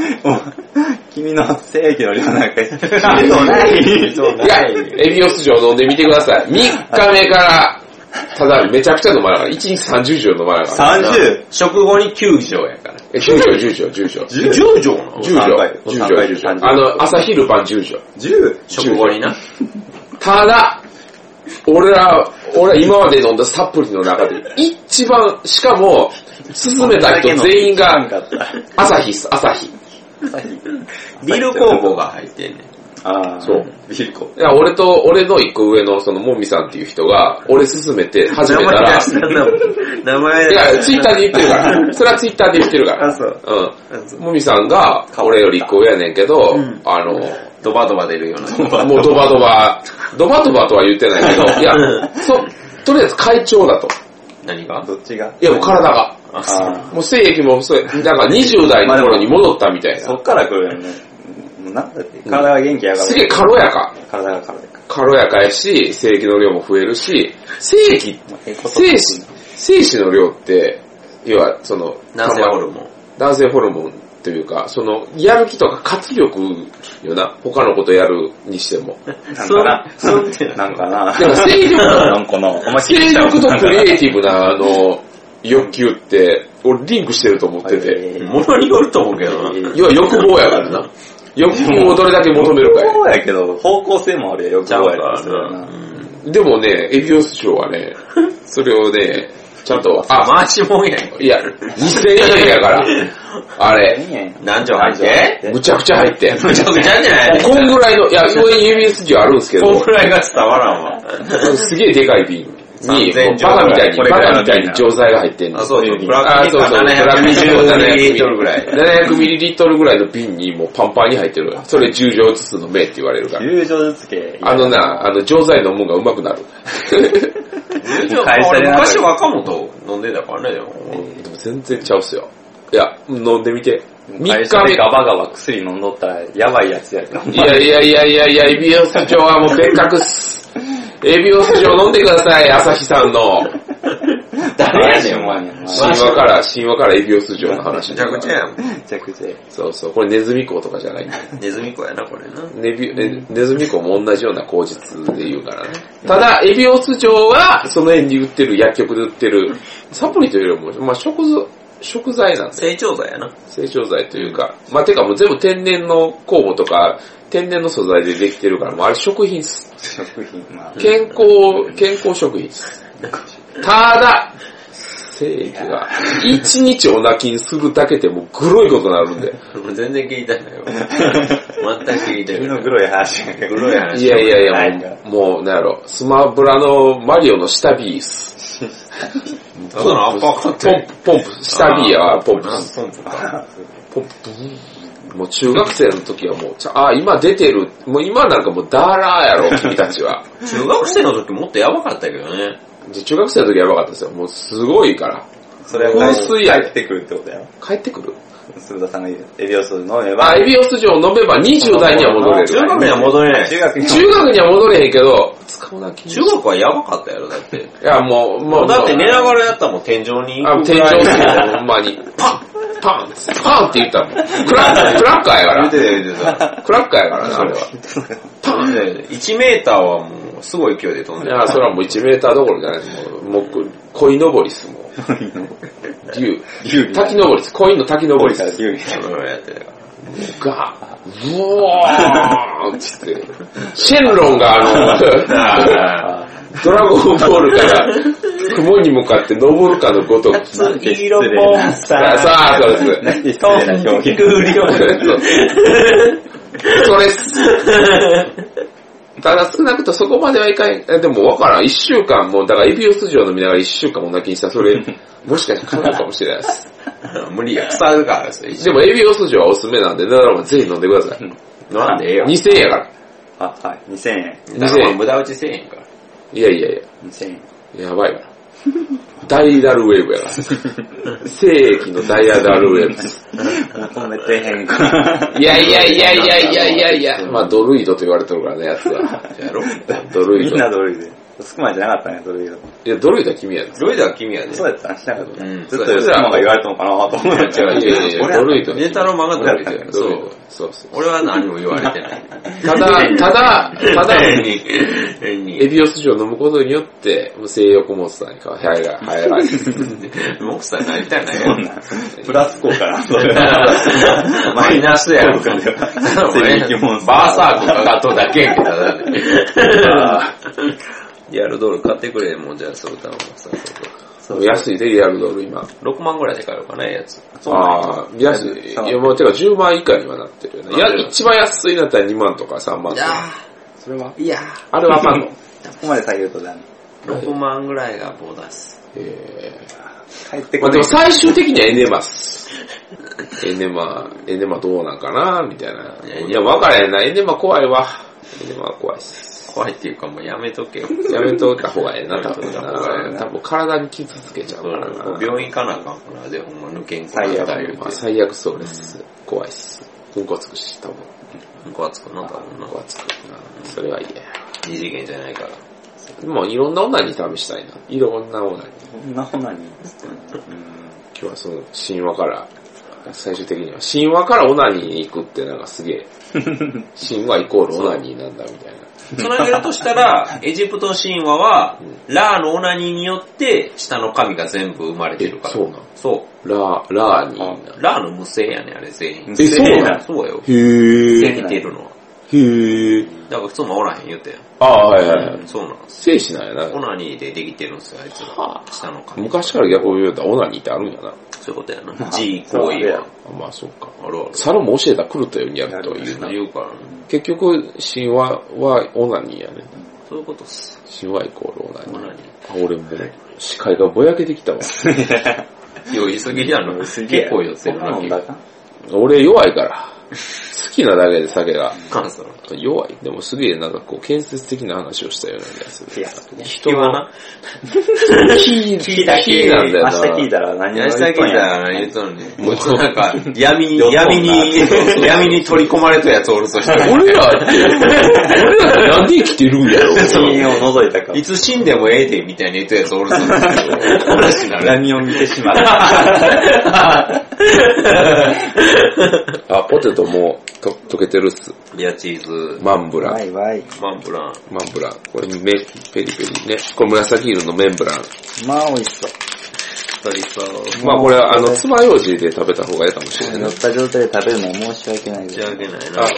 Speaker 2: 君の正義の量なんか、君のない。そう
Speaker 1: いや、エビオス城飲んでみてください。3日目から、ただめちゃくちゃ飲まなから、1日30錠飲まなから。
Speaker 2: 30。
Speaker 3: 食後に9錠やから。
Speaker 1: え、10錠、10錠、10錠。
Speaker 3: 10錠なの
Speaker 1: 10錠、10錠、10錠。あの、朝昼晩10錠。
Speaker 2: 10。
Speaker 3: 食後にな。
Speaker 1: ただ、俺ら、俺ら今まで飲んだサプリの中で一番、しかも、勧めた人全員
Speaker 2: なん
Speaker 1: が、
Speaker 2: かあった。
Speaker 1: 朝日っす、朝日。い
Speaker 3: ビール工房が入ってんねん。
Speaker 2: ああ。
Speaker 1: そう。
Speaker 2: ビルコ。
Speaker 1: や、俺と、俺の一個上のその、もみさんっていう人が、俺勧めて始めたら、い
Speaker 3: 名前
Speaker 1: や、ツイッターで言ってる から、それはツイッターで言ってるから。
Speaker 2: あそう
Speaker 1: うん。もみさんが、俺より一個上やねんけど、あの、
Speaker 3: ドバドバ出るような。
Speaker 1: もうドバドバ、ドバドバとは言ってないけど、いや、そ、とりあえず会長だと。
Speaker 3: 何が
Speaker 2: どっちが
Speaker 1: いや、もう体が。
Speaker 3: あ、
Speaker 2: ああ。
Speaker 1: もう精液も細い。だから20代の頃に戻ったみたいな。
Speaker 2: そっから来るよね。もうなんだって、体が元気やから。
Speaker 1: すげえ軽やか。
Speaker 2: 体が体か。
Speaker 1: 軽やかやし、精液の量も増えるし、精液、
Speaker 2: もうええこと
Speaker 1: 精子、精子の量って、要は、その、
Speaker 3: 男性ホルモン。
Speaker 1: 男性ホルモンというか、その、やる気とか活力よな。他のことやるにしても。
Speaker 2: なんかな。そうってなんかな。
Speaker 1: でも精力
Speaker 2: なんかな。お前聞
Speaker 1: 精
Speaker 2: いた
Speaker 1: 力とクリエイ
Speaker 2: イ
Speaker 1: ティブな、あの、欲求って、俺リンクしてると思ってて。
Speaker 3: ものによると思うけどな。
Speaker 1: 要は欲望やからな。欲望をどれだけ求めるか
Speaker 2: そうやけど、方向性もあるよ。欲
Speaker 3: ちゃう
Speaker 2: 望
Speaker 3: か
Speaker 2: やから
Speaker 3: ら
Speaker 2: それは
Speaker 3: な
Speaker 2: な。。
Speaker 1: や。でもね、エビオス賞はね、それをね、ちゃんと、あ、
Speaker 5: マーチもんやん。
Speaker 1: いや、2000円やから、あれ、
Speaker 3: 男女入って
Speaker 1: むちゃくちゃ入って。
Speaker 5: むちゃくちゃじゃない
Speaker 1: こんぐらいの、いや、上に指筋はあるんですけ
Speaker 3: こん
Speaker 1: ど
Speaker 3: く、らいが伝わらんわ。
Speaker 1: すげえでかい瓶に、
Speaker 3: 3000
Speaker 1: もうバカみたいに、
Speaker 3: 錠ぐら
Speaker 1: バ
Speaker 3: い
Speaker 1: カみたいに錠剤が入ってんの
Speaker 3: あ、。そうそう。ブラ
Speaker 1: あ
Speaker 3: ック
Speaker 1: そうそう、
Speaker 3: 720ml ぐらい。
Speaker 1: 700ミリリットルぐらいの瓶にもうパンパンに入ってる。それ10錠ずつのめって言われるから。
Speaker 2: 友情ずつけ。
Speaker 1: あのな、あの、錠剤飲むんがうまくなる。
Speaker 2: 会社で
Speaker 3: 昔若本飲んでたからね、でも。
Speaker 1: でも全然ちゃうっすよ。いや、飲んでみて。3
Speaker 2: 会
Speaker 1: 日
Speaker 2: 社
Speaker 1: 目
Speaker 2: でガバガバ薬飲んどったら、やばいやつやから。
Speaker 1: いやいやいやいやいや、エビオス嬢はもう別格っす。エビオス嬢飲んでください、朝日さんの。
Speaker 2: 誰やねん、お前め
Speaker 1: 神話から、神話からエビオス嬢の話。
Speaker 3: めちゃくちゃやん。
Speaker 2: ちゃくちゃ。
Speaker 1: そうそう、これネズミ講とかじゃない。
Speaker 3: ネズミ子やな、これな。
Speaker 1: ネビネネズミ講も同じような口実で言うからね。ただ、エビオス嬢は、その辺に売ってる、薬局で売ってる、サプリというよりも、まあ食材、食材なんです
Speaker 3: 成長剤やな。
Speaker 1: 成長剤というか、まあ、てかもう全部天然の酵母とか、天然の素材でできてるから、もうあれ食品っす。
Speaker 2: 食品、まあ。
Speaker 1: 健康、健康食品っす。ただ、精液が、一日お泣きにするだけでもうグロいことになるんで。
Speaker 3: もう全然聞いてないよ。全く聞いて
Speaker 2: 自分
Speaker 3: ない。
Speaker 2: の黒い話やけど。黒い
Speaker 1: いやいやい
Speaker 2: な
Speaker 1: や、
Speaker 2: んか
Speaker 1: もう、もうなんやろ、スマブラのマリオの下 B っす。
Speaker 3: ただのアッパーカット
Speaker 1: ポンプ、ポンプ、下 B やわ、ポンプっす。
Speaker 3: ポンプか。
Speaker 1: ポップもう中学生の時はもう、ちゃあ、今出てる。もう今なんかもうダーラーやろ、君たちは。
Speaker 3: 中学生の時もっとやばかったけどね。
Speaker 1: で中学生の時やばかったですよ。もうすごいから。
Speaker 2: それ
Speaker 1: 香
Speaker 2: は
Speaker 1: 水
Speaker 2: 帰
Speaker 1: や
Speaker 2: ってくるってことやろ。
Speaker 1: 帰ってくる。
Speaker 2: 鶴田さんが言う。エビオス飲めば
Speaker 1: まあ、、エビオス錠飲めば20代には戻れ
Speaker 3: 中
Speaker 1: る。
Speaker 3: 学には戻れない。
Speaker 2: 中学に
Speaker 1: 中学には戻れへんけど、使うな、君。
Speaker 3: 中学はやばかったやろ、だって。
Speaker 1: いや、もう、もう、
Speaker 3: だって寝な
Speaker 1: が
Speaker 3: がらやったもん、天井に
Speaker 1: あ、天井すぎて、ほんまに。パンパンパンって言ったもん。クラクラッカーやから。
Speaker 3: てたよ、見てた。
Speaker 1: クラッカーやからな、あれは。
Speaker 3: 1メーターはもう、すごい勢いで飛ん
Speaker 1: い
Speaker 3: でる。
Speaker 1: や、それはもう1メーターどころじゃないです。もう、もう、鯉のぼりっす、もう。竜。
Speaker 2: 竜
Speaker 1: 滝のぼりっす。鯉の滝のぼりっす
Speaker 2: から。竜に。
Speaker 3: うんやってたから
Speaker 1: が、うおーんつって、シェンロンがあ の、ドラゴンボールから雲に向かって登るかのごとく。さ
Speaker 2: なんて失礼な。さ
Speaker 1: あ、そうです。
Speaker 2: なんて失礼な表現。
Speaker 1: それっす。ただ少なくとそこまではいかん。えでもわからん。一週間もう、だからエビオス錠飲みながら一週間も泣きにしたらそ れ、もしかしたら叶うかもしれないです。
Speaker 3: 無理や、腐るからですよ一
Speaker 1: でもエビオス錠はおすすめなんで、だからぜひ飲んでください。
Speaker 3: 応なんでええよ。
Speaker 1: 2000円やから。
Speaker 2: あ、はい。2000円。
Speaker 3: だから無駄打ちせえへんから。
Speaker 1: いやいやいや。
Speaker 2: 2000円。
Speaker 1: やばいな。ダイダルウェーブや な。正液のダイダルウェーブです。
Speaker 2: 求めてへんから。
Speaker 1: いやいやいやいやいやいやいや。まあドルイドと言われてるからね、やつは。やろドルイ
Speaker 2: み
Speaker 1: ド。
Speaker 2: ん
Speaker 1: い
Speaker 2: なドルイで。スクマじゃなかったね、ドルイド。
Speaker 1: や、ドルイドは君やな。
Speaker 3: ロイドは君やね。
Speaker 2: そうやったしなかった。
Speaker 3: うん
Speaker 2: ずっとスクマが言われたのかなと思っちゃ
Speaker 1: いやいやいや、ドルイドは君
Speaker 3: ネタの漫画ドルイドや
Speaker 1: ド
Speaker 3: そ
Speaker 1: ルイド
Speaker 3: う。
Speaker 1: そうそう。
Speaker 3: 俺は何も言われて ない。
Speaker 1: た だ、ただ、ただ、
Speaker 3: に、変に
Speaker 1: エビオス錠を飲むことによって、もう性欲持つさんにか、はいが、はいが。
Speaker 3: モクさんなりたいな
Speaker 2: そん
Speaker 3: よ。
Speaker 2: な。プラス効果な、それ
Speaker 3: マイナスやろ。
Speaker 2: そうか
Speaker 3: 俺バーサークかかっとだけやけどだね。リアルドール買ってくれ、もうじゃあ、そう歌をさ、
Speaker 1: 安いで、リアルドル今。
Speaker 3: 6万ぐらいで買おうかな、ええやつ。
Speaker 2: そうなんや
Speaker 1: ああ、安い。い
Speaker 2: そう
Speaker 1: や、もうてか10万以下にはなってるよね。い
Speaker 3: なって
Speaker 1: や、
Speaker 3: る
Speaker 1: 一番安いなったら2万とか3万とか。
Speaker 2: それは、
Speaker 3: いや
Speaker 1: あれはあかん の。
Speaker 2: ここまで下げるとだね。
Speaker 3: 6万ぐらいがボーナス。
Speaker 1: えー
Speaker 2: 帰って
Speaker 1: ま
Speaker 2: こ
Speaker 1: あで
Speaker 2: ない
Speaker 1: も。最終的にはエネマっ す。エネマ、エネマどうなんかなみたいな。
Speaker 3: いや
Speaker 1: いや、わからへんな。エネマ怖いわ。エネマは怖いっす。
Speaker 3: 怖いっていうか、もうやめとけよ。
Speaker 1: やめといた方がええな、多分
Speaker 3: やめといた方がええ
Speaker 1: な。
Speaker 3: な
Speaker 1: 多分体に傷つけちゃうからな。
Speaker 3: 病院行かなあかんから、で、ほんま抜けんか
Speaker 2: 最
Speaker 3: ら言
Speaker 2: 悪
Speaker 3: う
Speaker 1: まあ
Speaker 3: て。
Speaker 1: 最悪そうです。怖いっす。うんこつくし、多分。
Speaker 3: ごわつくな、多分
Speaker 1: うん
Speaker 3: な。
Speaker 1: こはつく。それは嫌や。
Speaker 3: 二次元じゃないから。
Speaker 1: でも、いろんな女に試したいな。いろんな女に。
Speaker 2: そんなほなにっつってんのうん
Speaker 1: 今日はその神話から、最終的には神話からオナニーに行くってなんかすげ え、神話イコールオナニーなんだみたいな。
Speaker 3: つなげるとしたら、エジプト神話は、ラーのオナニーによって、下の神が全部生まれてるから。
Speaker 1: そうな
Speaker 3: そ
Speaker 1: のラー、ラーニーな
Speaker 3: う。ラーの無性やねん、あれ全員。
Speaker 1: えそうな
Speaker 2: だ
Speaker 1: の
Speaker 3: そうよ。
Speaker 1: へ
Speaker 3: 生
Speaker 1: ー。
Speaker 3: きてるのは。
Speaker 1: へー。
Speaker 3: だから普通もおらへん言うてん。
Speaker 1: ああ、はいはいはい。
Speaker 3: そうなんです。
Speaker 1: 精子なんや
Speaker 3: オ
Speaker 1: な。
Speaker 3: ナニーでできてるんですよ、あいつ
Speaker 1: は
Speaker 3: ら。下の神。
Speaker 1: 昔から逆を言うたらオナニーってあるんやな。
Speaker 3: そういうことや
Speaker 2: ま
Speaker 3: な。
Speaker 2: あ
Speaker 3: G 行為は。
Speaker 1: あまあそうか。
Speaker 3: あるある。
Speaker 1: サロも教えたら狂ったようにやるとは言うな。
Speaker 3: 言うからね。
Speaker 1: 結局、神話はオナニーやね。
Speaker 3: そういうことっす。
Speaker 1: 神話イコールオナニ
Speaker 3: オ
Speaker 1: ー。
Speaker 3: ナニ
Speaker 1: あ俺もう、視界がぼやけてきたわ。
Speaker 3: ー。酔いすぎやろ。
Speaker 2: す
Speaker 3: 結
Speaker 2: げえ
Speaker 3: 構酔ってるな、
Speaker 2: そん
Speaker 3: 君
Speaker 2: な。もんだか
Speaker 1: 俺弱いから。好きなだけで酒が。
Speaker 3: 関西の。
Speaker 1: 弱い。でもすげえなんかこう建設的な話をしたような気がする。
Speaker 2: いやそうね
Speaker 1: 人
Speaker 3: 聞 は
Speaker 1: は
Speaker 3: な。
Speaker 1: キー、キ
Speaker 2: 聞いた
Speaker 1: ーなんだよな。
Speaker 2: 明日聞いたら何
Speaker 3: 明日聞いたら何言うとんねん。もうなんか、闇に、
Speaker 2: 酔っとんな
Speaker 3: 闇に、闇に取り込まれたやつおるとして。
Speaker 1: 俺らって、俺らってなんで生きてるんやろ
Speaker 2: 何を覗いたか
Speaker 3: い。つ死んでもええで、みたいに言ったやつおる として。話になる。
Speaker 2: 何を見てしまった。
Speaker 1: あ、ポテトもうと溶けてるっす。
Speaker 3: リアチーズ、
Speaker 1: マンブラン。
Speaker 2: い わい。
Speaker 3: マンブラン。
Speaker 1: マンブラン。これめ、ペリペリね。これ紫色のメンブラン。
Speaker 2: まあ美味しそう。
Speaker 3: 鶏そう。
Speaker 1: まあこれあの、爪楊枝で食べた方がいいかもしれな
Speaker 2: 乗
Speaker 1: い
Speaker 2: っ。た状態で食べるの申し訳ない
Speaker 3: 申し訳ないな、
Speaker 1: あ
Speaker 3: こ、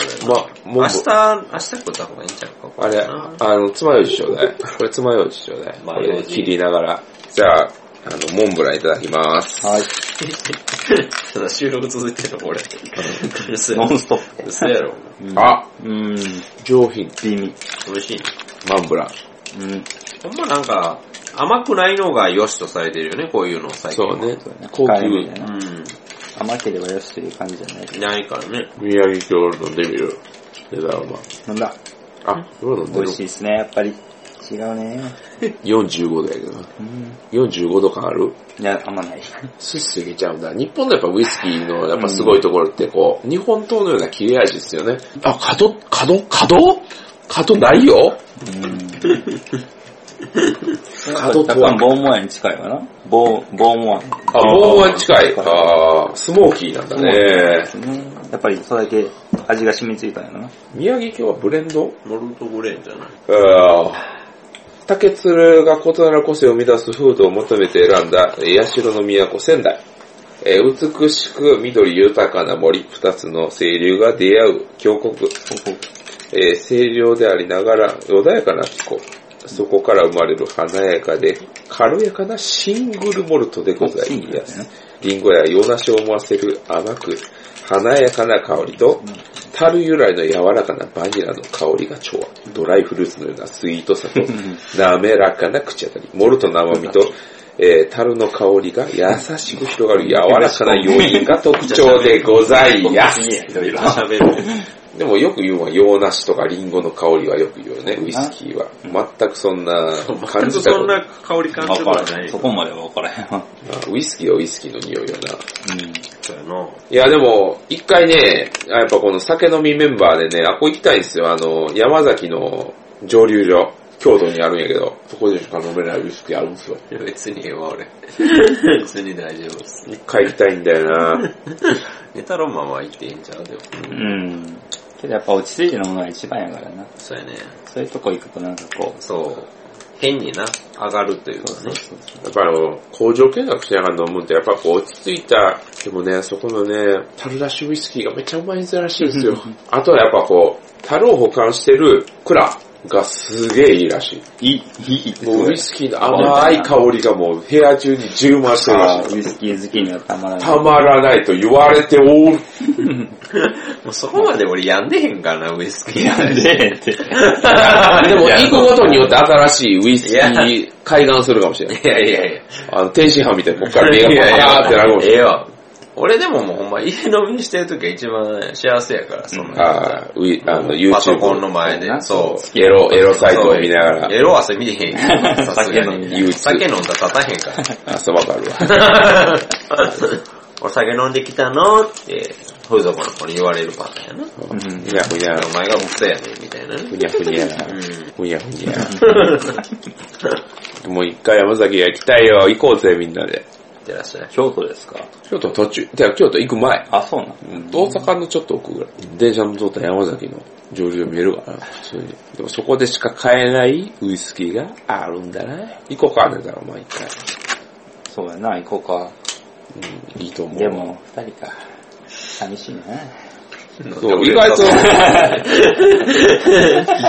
Speaker 3: れ。
Speaker 1: まあ、も
Speaker 3: 明
Speaker 1: う、
Speaker 3: 日、明日食った方がいいんちゃうか。
Speaker 1: あれ、あの、爪楊枝ちょうだい。これ爪楊枝ちょうだい。こ
Speaker 3: まあ
Speaker 1: れ
Speaker 3: 楊枝
Speaker 1: 切りながら。じゃあ、あの、モンブランいただきます。
Speaker 2: はい。
Speaker 3: ただ収録続いてるの、こ れ。嘘や
Speaker 2: ノ
Speaker 3: ろ
Speaker 2: ンストップ。
Speaker 3: 嘘やろ。
Speaker 1: あ、
Speaker 2: うん。
Speaker 1: 上品。
Speaker 2: 微妙。
Speaker 3: 美味しいね。
Speaker 1: マンブラン。
Speaker 2: うん。
Speaker 3: ほんまなんか、甘くないのが良しとされてるよね、こういうの最近
Speaker 1: そ
Speaker 3: は。
Speaker 1: うね
Speaker 2: そうだね。
Speaker 1: 高級。
Speaker 2: 深いみたいな
Speaker 3: う
Speaker 2: 甘ければよしという感じじゃない
Speaker 3: ん。ないからね。
Speaker 1: 宮城京俺飲んでみる。でだろ、ま
Speaker 2: なんだ。
Speaker 1: あ。あ、俺飲んで
Speaker 2: 美
Speaker 1: る
Speaker 2: 味。しいですね、やっぱり。違うね。
Speaker 1: 45度やけどな。
Speaker 2: うん。
Speaker 1: 45度感ある
Speaker 2: いや、あんまない。
Speaker 1: すっすぎちゃうんだ。日本のやっぱウイスキーのやっぱすごいところってこう、日本刀のような切れ味ですよね。あ、角、角、角角ないよ
Speaker 2: うん。
Speaker 1: 角と
Speaker 2: 多分
Speaker 1: は。
Speaker 2: ボーモアに近いわな。ボー、ボーモア。
Speaker 1: あ、棒は近い。あースモーキーなんだね。
Speaker 2: ね。やっぱりそれだけ味が染みついたんやろな。
Speaker 1: 宮城京はブレンド
Speaker 3: モルトグレーンじゃない。
Speaker 1: あー竹鶴が異なる個性を生み出す風土を求めて選んだ、えー社の都仙台。えー美しく緑豊かな森、二つの清流が出会う峡谷。えー清涼でありながら穏やかな気候。そこから生まれる華やかで軽やかなシングルモルトでございます。リンゴや洋梨を思わせる甘く華やかな香りと、樽由来の柔らかなバニラの香りが調和。ドライフルーツのようなスイートさと、滑らかな口当たり。モルトの甘みと、えー樽の香りが優しく広がる柔ら かな要因が特徴でございます。
Speaker 2: いろいろ。
Speaker 3: 喋る。
Speaker 1: でもよく言うのは洋梨とかリンゴの香りはよく言うよね、ウイスキーは。全くそんな感
Speaker 3: 全く
Speaker 1: じた
Speaker 3: そ
Speaker 1: こと
Speaker 3: ん
Speaker 1: ない。
Speaker 3: な香り感じ
Speaker 2: わ
Speaker 3: る
Speaker 2: か
Speaker 3: こと
Speaker 2: ら
Speaker 3: な
Speaker 2: へん。
Speaker 3: い
Speaker 2: そ
Speaker 3: よ。
Speaker 2: こまではわからへんわ。
Speaker 1: あウイスキーはウイスキーの匂いよな。
Speaker 2: うん。
Speaker 3: そうやない
Speaker 1: やでも、一回ね、あやっぱこの酒飲みメンバーでね、あ、ここ行きたいんですよ。あの、山崎の蒸留所。京都にあるんやけど、そこでしか飲めないウイスキーあるんですよ。
Speaker 3: いや別にええわ、俺。 別に大丈夫です。
Speaker 1: 一回行きたいんだよ な。
Speaker 3: ネタロマンは生きていいんちゃうでも。
Speaker 2: うん。けどやっぱ落ち着いて飲むのが一番やからな。
Speaker 3: そうやね。
Speaker 2: そういうとこ行くとなんかこう。
Speaker 3: そう。変にな、上がるというかね。
Speaker 1: やっぱあの、工場見学しながら飲むんって、やっぱこう落ち着いた、でもね、そこのね、樽出しウイスキーがめちゃうまいらしいんですよ。あとはやっぱこう、樽を保管してる蔵がすげえいいらしい。
Speaker 2: いい、いい。
Speaker 1: もうウイスキーの甘い香りがもう部屋中に充満してる
Speaker 2: あ
Speaker 1: ら
Speaker 2: ー
Speaker 1: し
Speaker 2: ウ
Speaker 1: い。
Speaker 2: イスキー好きにはたまらない。
Speaker 1: たまらないと言われておる。
Speaker 3: もうそこまで俺やんでへんからな、ウイスキー。
Speaker 2: なんでって。
Speaker 1: でも行くごとによって新しいウイスキー開眼するかもしれない。
Speaker 3: いやいやいや。
Speaker 1: あの、天津飯みたいにこっから目がパーってなるかもしれ
Speaker 3: え
Speaker 1: ない。
Speaker 3: えわ。俺でももうほんま家飲みしてる時が一番幸せやから、そんな。
Speaker 1: あーウィあの、
Speaker 3: パソコン
Speaker 1: YouTube
Speaker 3: の前で、そう。
Speaker 1: エロ、エロサイトを見なが
Speaker 3: エ
Speaker 1: ら、
Speaker 3: ロ汗見てへん よ。さすが
Speaker 2: 酒飲みな
Speaker 3: に。
Speaker 1: がら
Speaker 3: 酒飲んだら立たへんから。
Speaker 1: あ、そうわかるわ。
Speaker 3: お酒飲んできたのって、風俗の子に言われるパターンやな。
Speaker 2: うん
Speaker 6: ふにゃふにゃ、
Speaker 3: お前が嘘やねん、みたいなね。
Speaker 6: ふにゃふにゃ、
Speaker 3: うん。
Speaker 6: ふにゃふにゃ。 もう一回山崎が行きたいよ、行こうぜ、みんなで。
Speaker 3: いってらっしゃい。
Speaker 2: 京都ですか
Speaker 6: 京都途中、じゃ京都行く前。
Speaker 2: あ、そうなの
Speaker 6: 大阪のちょっと奥ぐらい。電車の通った山崎の上流が見えるからな、普通に。でもそこでしか買えないウイスキーがあるんだな。行こうか、ねだろ、毎回。
Speaker 2: そうやな、行こ
Speaker 6: うん、いいと
Speaker 2: う
Speaker 6: 思
Speaker 2: か。
Speaker 6: う。
Speaker 2: で、も、二人か。寂しいな。
Speaker 6: そう、意 外と、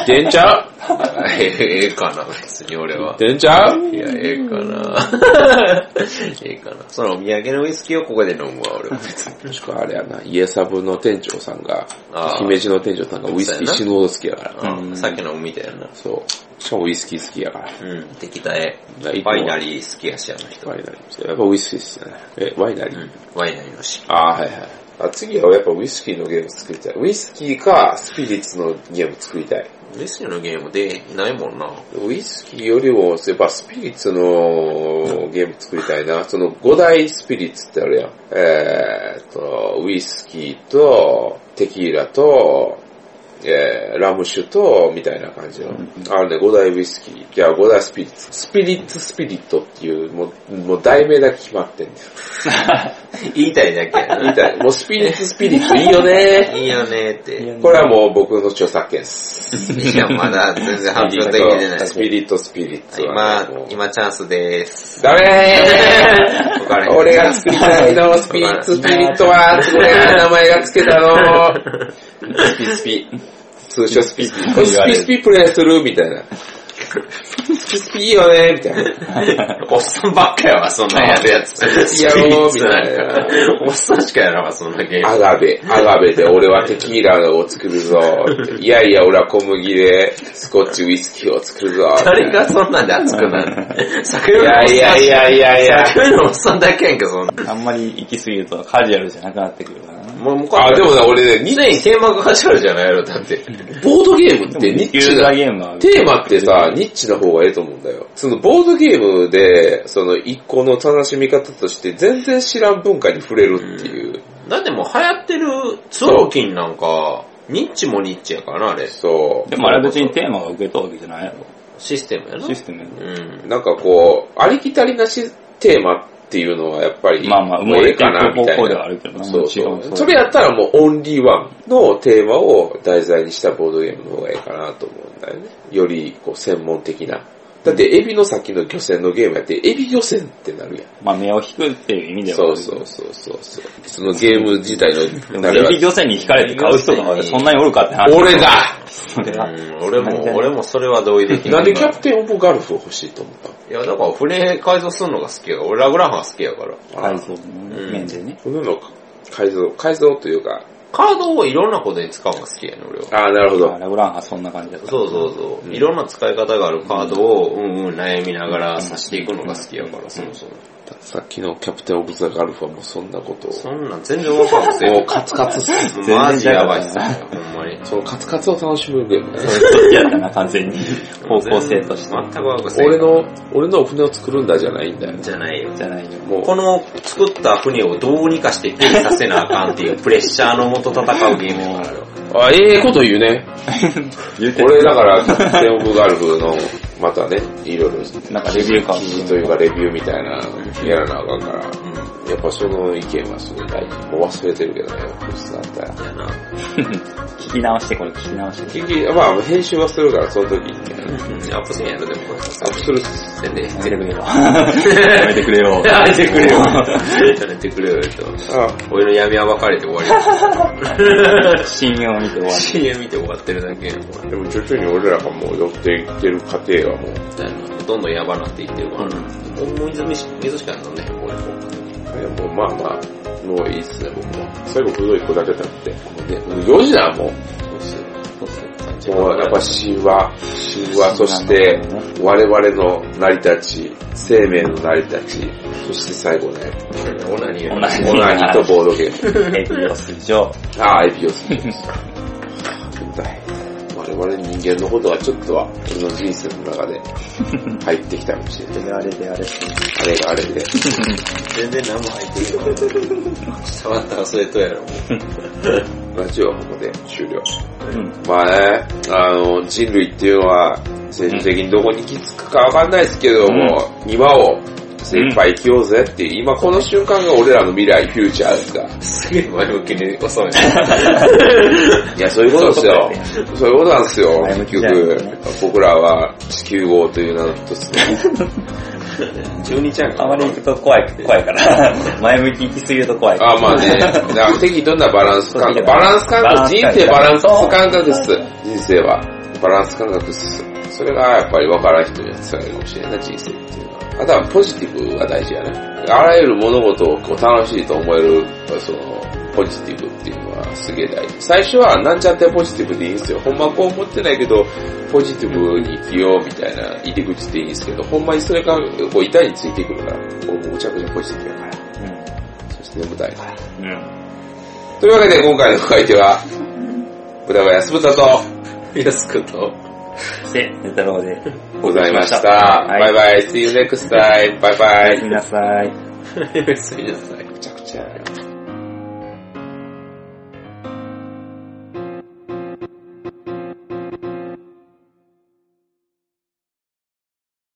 Speaker 6: 電んちゃう
Speaker 3: ええかな、別に俺は。
Speaker 6: 出んちゃう
Speaker 3: いや、ええかな。 ええかな。そのお土産のウイスキーをここで飲むわ、俺は別に。
Speaker 6: もしくはあれやな、家サブの店長さんが
Speaker 3: あ、ー
Speaker 6: 姫路の店長さんがウイスキー死ぬほど好きやから。
Speaker 3: うん、さっきのみたいな。
Speaker 6: そう。しかもウイスキー好きやから。
Speaker 3: うん、できたえ。
Speaker 6: だからいつも
Speaker 3: ワイナリー好きやし、あの人。
Speaker 6: ワイナリー。やっぱウイスキーっすね。え、ワイナリ
Speaker 3: う
Speaker 6: ー、
Speaker 3: ん、ワイナリーの式。
Speaker 6: あーはいはい。
Speaker 1: あ、次はやっぱウイスキーのゲーム作りたい。ウイスキーかスピリッツのゲーム作りたい。
Speaker 3: ウイスキーのゲームでないもんな。
Speaker 1: ウイスキーよりも、やっぱスピリッツのゲーム作りたいな。その5大スピリッツってあるやん。えーっと、ウイスキーと、テキーラと、えー、ラム酒と、みたいな感じの。あるね、5大ウイスキー。じゃあ5大スピリッツ。スピリッツスピリットっていう、もう、もう題名だけ決まってんねん
Speaker 3: 言いたいだけやな。
Speaker 1: みたいな。もうスピリッツスピリッツいいよね。
Speaker 3: いいよねーって。
Speaker 1: これはもう僕の著作権です。
Speaker 3: いや、まだ全然発表できてない。
Speaker 1: スピリットスピリッツはね、も
Speaker 3: 今
Speaker 1: う、
Speaker 3: 今チャンスでーす。
Speaker 1: ダメ
Speaker 3: わか
Speaker 1: ー俺が作りたいの、スピリッツスピリットは、俺が名前が付けたの。ス ピスピ。通称スピスピ。これスピスピプレイするみたいな。スピスピいいよねみたいな。
Speaker 3: おっさんばっかやわ、そんなんやるやつ。
Speaker 1: やろうみたいな
Speaker 3: おっさんしかやらんわ、そんなゲーム。
Speaker 1: アガベ、アガベで俺はテキーラを作るぞ。いやいや、俺は小麦でスコッチウイスキーを作るぞ。
Speaker 3: 誰がそんなんで熱くなる酒飲
Speaker 1: い
Speaker 3: むおっ
Speaker 1: や
Speaker 3: さん
Speaker 1: いやいやいやいや。
Speaker 3: 酒飲むおっさんだけやんけ、そんな。
Speaker 2: あんまり行き過ぎるとカジュアルじゃなくなってくるからな。
Speaker 3: もう、もう
Speaker 1: あ、でもな、俺ね、
Speaker 3: 常にテーマが始まるじゃないやろ、だって。
Speaker 1: ボードゲームってニッ
Speaker 2: ユ
Speaker 1: チ
Speaker 2: ーザ
Speaker 1: な
Speaker 2: ー、ゲームは、
Speaker 1: テーマってさ、ニッチな方がええと思うんだよ。そのボードゲームで、その一個の楽しみ方として全然知らん文化に触れるっていう。
Speaker 3: だってもう流行ってる通勤なんか、ニッチもニッチやからな、あれ。
Speaker 1: そう。
Speaker 2: でもあれは別にテーマが受けたわけじゃないやろ。
Speaker 3: システムやな。
Speaker 2: システムやろ。
Speaker 3: うん。
Speaker 1: なんかこう、ありきたりなしテーマっていうのはやっぱり、
Speaker 2: まあまあ、埋
Speaker 1: もう
Speaker 2: も
Speaker 1: え
Speaker 2: れ
Speaker 1: え
Speaker 2: てい
Speaker 1: かな、
Speaker 2: く
Speaker 1: み
Speaker 2: 方
Speaker 1: たい
Speaker 2: 向では
Speaker 1: な
Speaker 2: あ。るけどな。
Speaker 1: そうそ
Speaker 2: もちろん
Speaker 1: う。それやったらもうオンリーワンのテーマを題材にしたボードゲームの方がいいかなと思うんだよね。よりこう専門的な。だってエビの先の漁船のゲームやって、エビ漁船ってなるやん。
Speaker 2: まあ、目を引くっていう意味では。
Speaker 1: そうそうそうそうそう。そのゲーム自体の、
Speaker 2: テレビ漁船に惹かれて買う人がそんなにおるかって話。
Speaker 1: 俺だ
Speaker 3: うん俺も、俺もそれは同意でき
Speaker 1: なんでキャプテンオブガルフを欲しいと思ったの
Speaker 3: いや、だから船改造するのが好きやから、俺ラグランハン好きやから。
Speaker 2: 改造の面でね。
Speaker 1: このの改造、改造というか、
Speaker 3: カードをいろんなことに使うのが好きやね、俺は。
Speaker 1: ああ、なるほ
Speaker 2: まあ
Speaker 1: ど。
Speaker 2: ラブランハそんな感じだった。
Speaker 3: そうそうそう、いろんな使い方があるカードを、うんうん悩みながら刺していくのが好きやから、そもそも。
Speaker 1: さっきのキャプテンオブザガルフはもうそんなことを。
Speaker 3: そんなん全然わかんない。
Speaker 1: もうカツカツっす。
Speaker 3: もうマジやばいっすね、ほんまに。
Speaker 1: そのカツカツを楽しむゲームね。
Speaker 2: そうやったな、完全に。方向性と
Speaker 3: 全
Speaker 2: して。
Speaker 3: くわかんない。
Speaker 1: 俺の、俺のお船を作るんだじゃないんだよ。
Speaker 3: じゃないよ。
Speaker 2: じゃないよ。
Speaker 1: もう、
Speaker 3: この作った船をどうにかして停止させなあかんっていうプレッシャーのもと戦うゲームやからよ。
Speaker 1: あ、ええこと言うね。
Speaker 2: 言うて
Speaker 1: 俺だから、キャプテンオブガルフの、またね、いろいろ、記
Speaker 2: なんかレビューか。
Speaker 1: 事 というかレビューみたいなのやらなあかんから。やっぱその意見はすごい大事。もう忘れてるけどね、こいつだったら。
Speaker 3: うん。やな。
Speaker 2: 聞き直して、これ聞き直して。
Speaker 1: 結局、まあ編集はするから、その時にね。
Speaker 3: うんアップせんやろ、でもこれ。
Speaker 1: アップする。
Speaker 3: せんで。
Speaker 2: やめてくれよ。やめてくれよ。
Speaker 3: やめてくれよ。やめてくれよ、と。
Speaker 1: あ
Speaker 3: 俺の闇は分かれて終わ
Speaker 2: 信用を見て終
Speaker 3: り。
Speaker 2: わる。
Speaker 3: CM 見て終わってるだけやもん。
Speaker 1: でも徐々に俺らがもう寄っていってる過程はもう、
Speaker 3: みたいな。どんどんやばなっていってるから。
Speaker 2: うん
Speaker 3: もう水し水しか飲んでへん、俺も。
Speaker 1: でもうまあまあ、もういいっすね、僕も。最後、古い子だけだって。もうね、4時だ、も
Speaker 3: そうすそうす
Speaker 1: う。もうやっぱ神話、神話、そして、我々の成り立ち、生命の成り立ち、そして最後ね、
Speaker 3: オナニー
Speaker 2: オナニ
Speaker 1: オナニーとボードゲーム。
Speaker 2: エビオス以上。
Speaker 1: ああ、エビオス。大変。まあ我々人間のことがちょっとは、俺の人生の中で入ってきたかもしれない。
Speaker 2: であれであれ。
Speaker 1: あれがあれで。
Speaker 3: 全然何も入ってない。触ったら忘れとやろ。
Speaker 1: ラジオはここで終了。
Speaker 2: うん。
Speaker 1: まあね、あの、人類っていうのは、政治的にどこに行き着くかわかんないですけども、今を精一杯生きようぜっていう、今この瞬間が俺らの未来、フューチャーですから。
Speaker 7: すげえ前向きに遅いね。
Speaker 1: いや、そういうことですよ。そういうことなんですよ。
Speaker 2: 前向
Speaker 1: 結
Speaker 2: きじゃない
Speaker 1: 局、僕らは地球号という名の一つで。
Speaker 3: 12ちゃん
Speaker 2: あまり行くと怖い、怖いから。 前向き行き過ぎると怖い。
Speaker 1: あまあ ね、だから適度なバランス感覚。バランス感
Speaker 2: バラン
Speaker 1: 覚、
Speaker 2: ス感
Speaker 1: 人
Speaker 2: 覚
Speaker 1: 生バランス感覚です。人生は。バランス感覚です。それがやっぱり分からん人には伝えるかもしれんない人生っていうのは。あとはポジティブが大事やね。あらゆる物事をこう楽しいと思える、その、ポジティブっていうのはすげえ大事。最初はなんちゃってポジティブでいいんですよ。ほんまはこう思ってないけど、ポジティブに生きようみたいな入り口でいいんですけど、ほんまにそれがこう板についてくるから、俺もうむちゃくちゃポジティブやから。そして眠たいから。
Speaker 2: うん。うん。
Speaker 1: というわけで今回のお相手は、豚が安豚と
Speaker 7: 安くと。
Speaker 2: で、寝太郎で。
Speaker 1: ございました。
Speaker 2: はい
Speaker 1: バイバイ、see you next time. バイバ
Speaker 2: おや
Speaker 1: イ
Speaker 2: す。みなさい。
Speaker 7: 安いなさい。
Speaker 1: めちゃくちゃやな。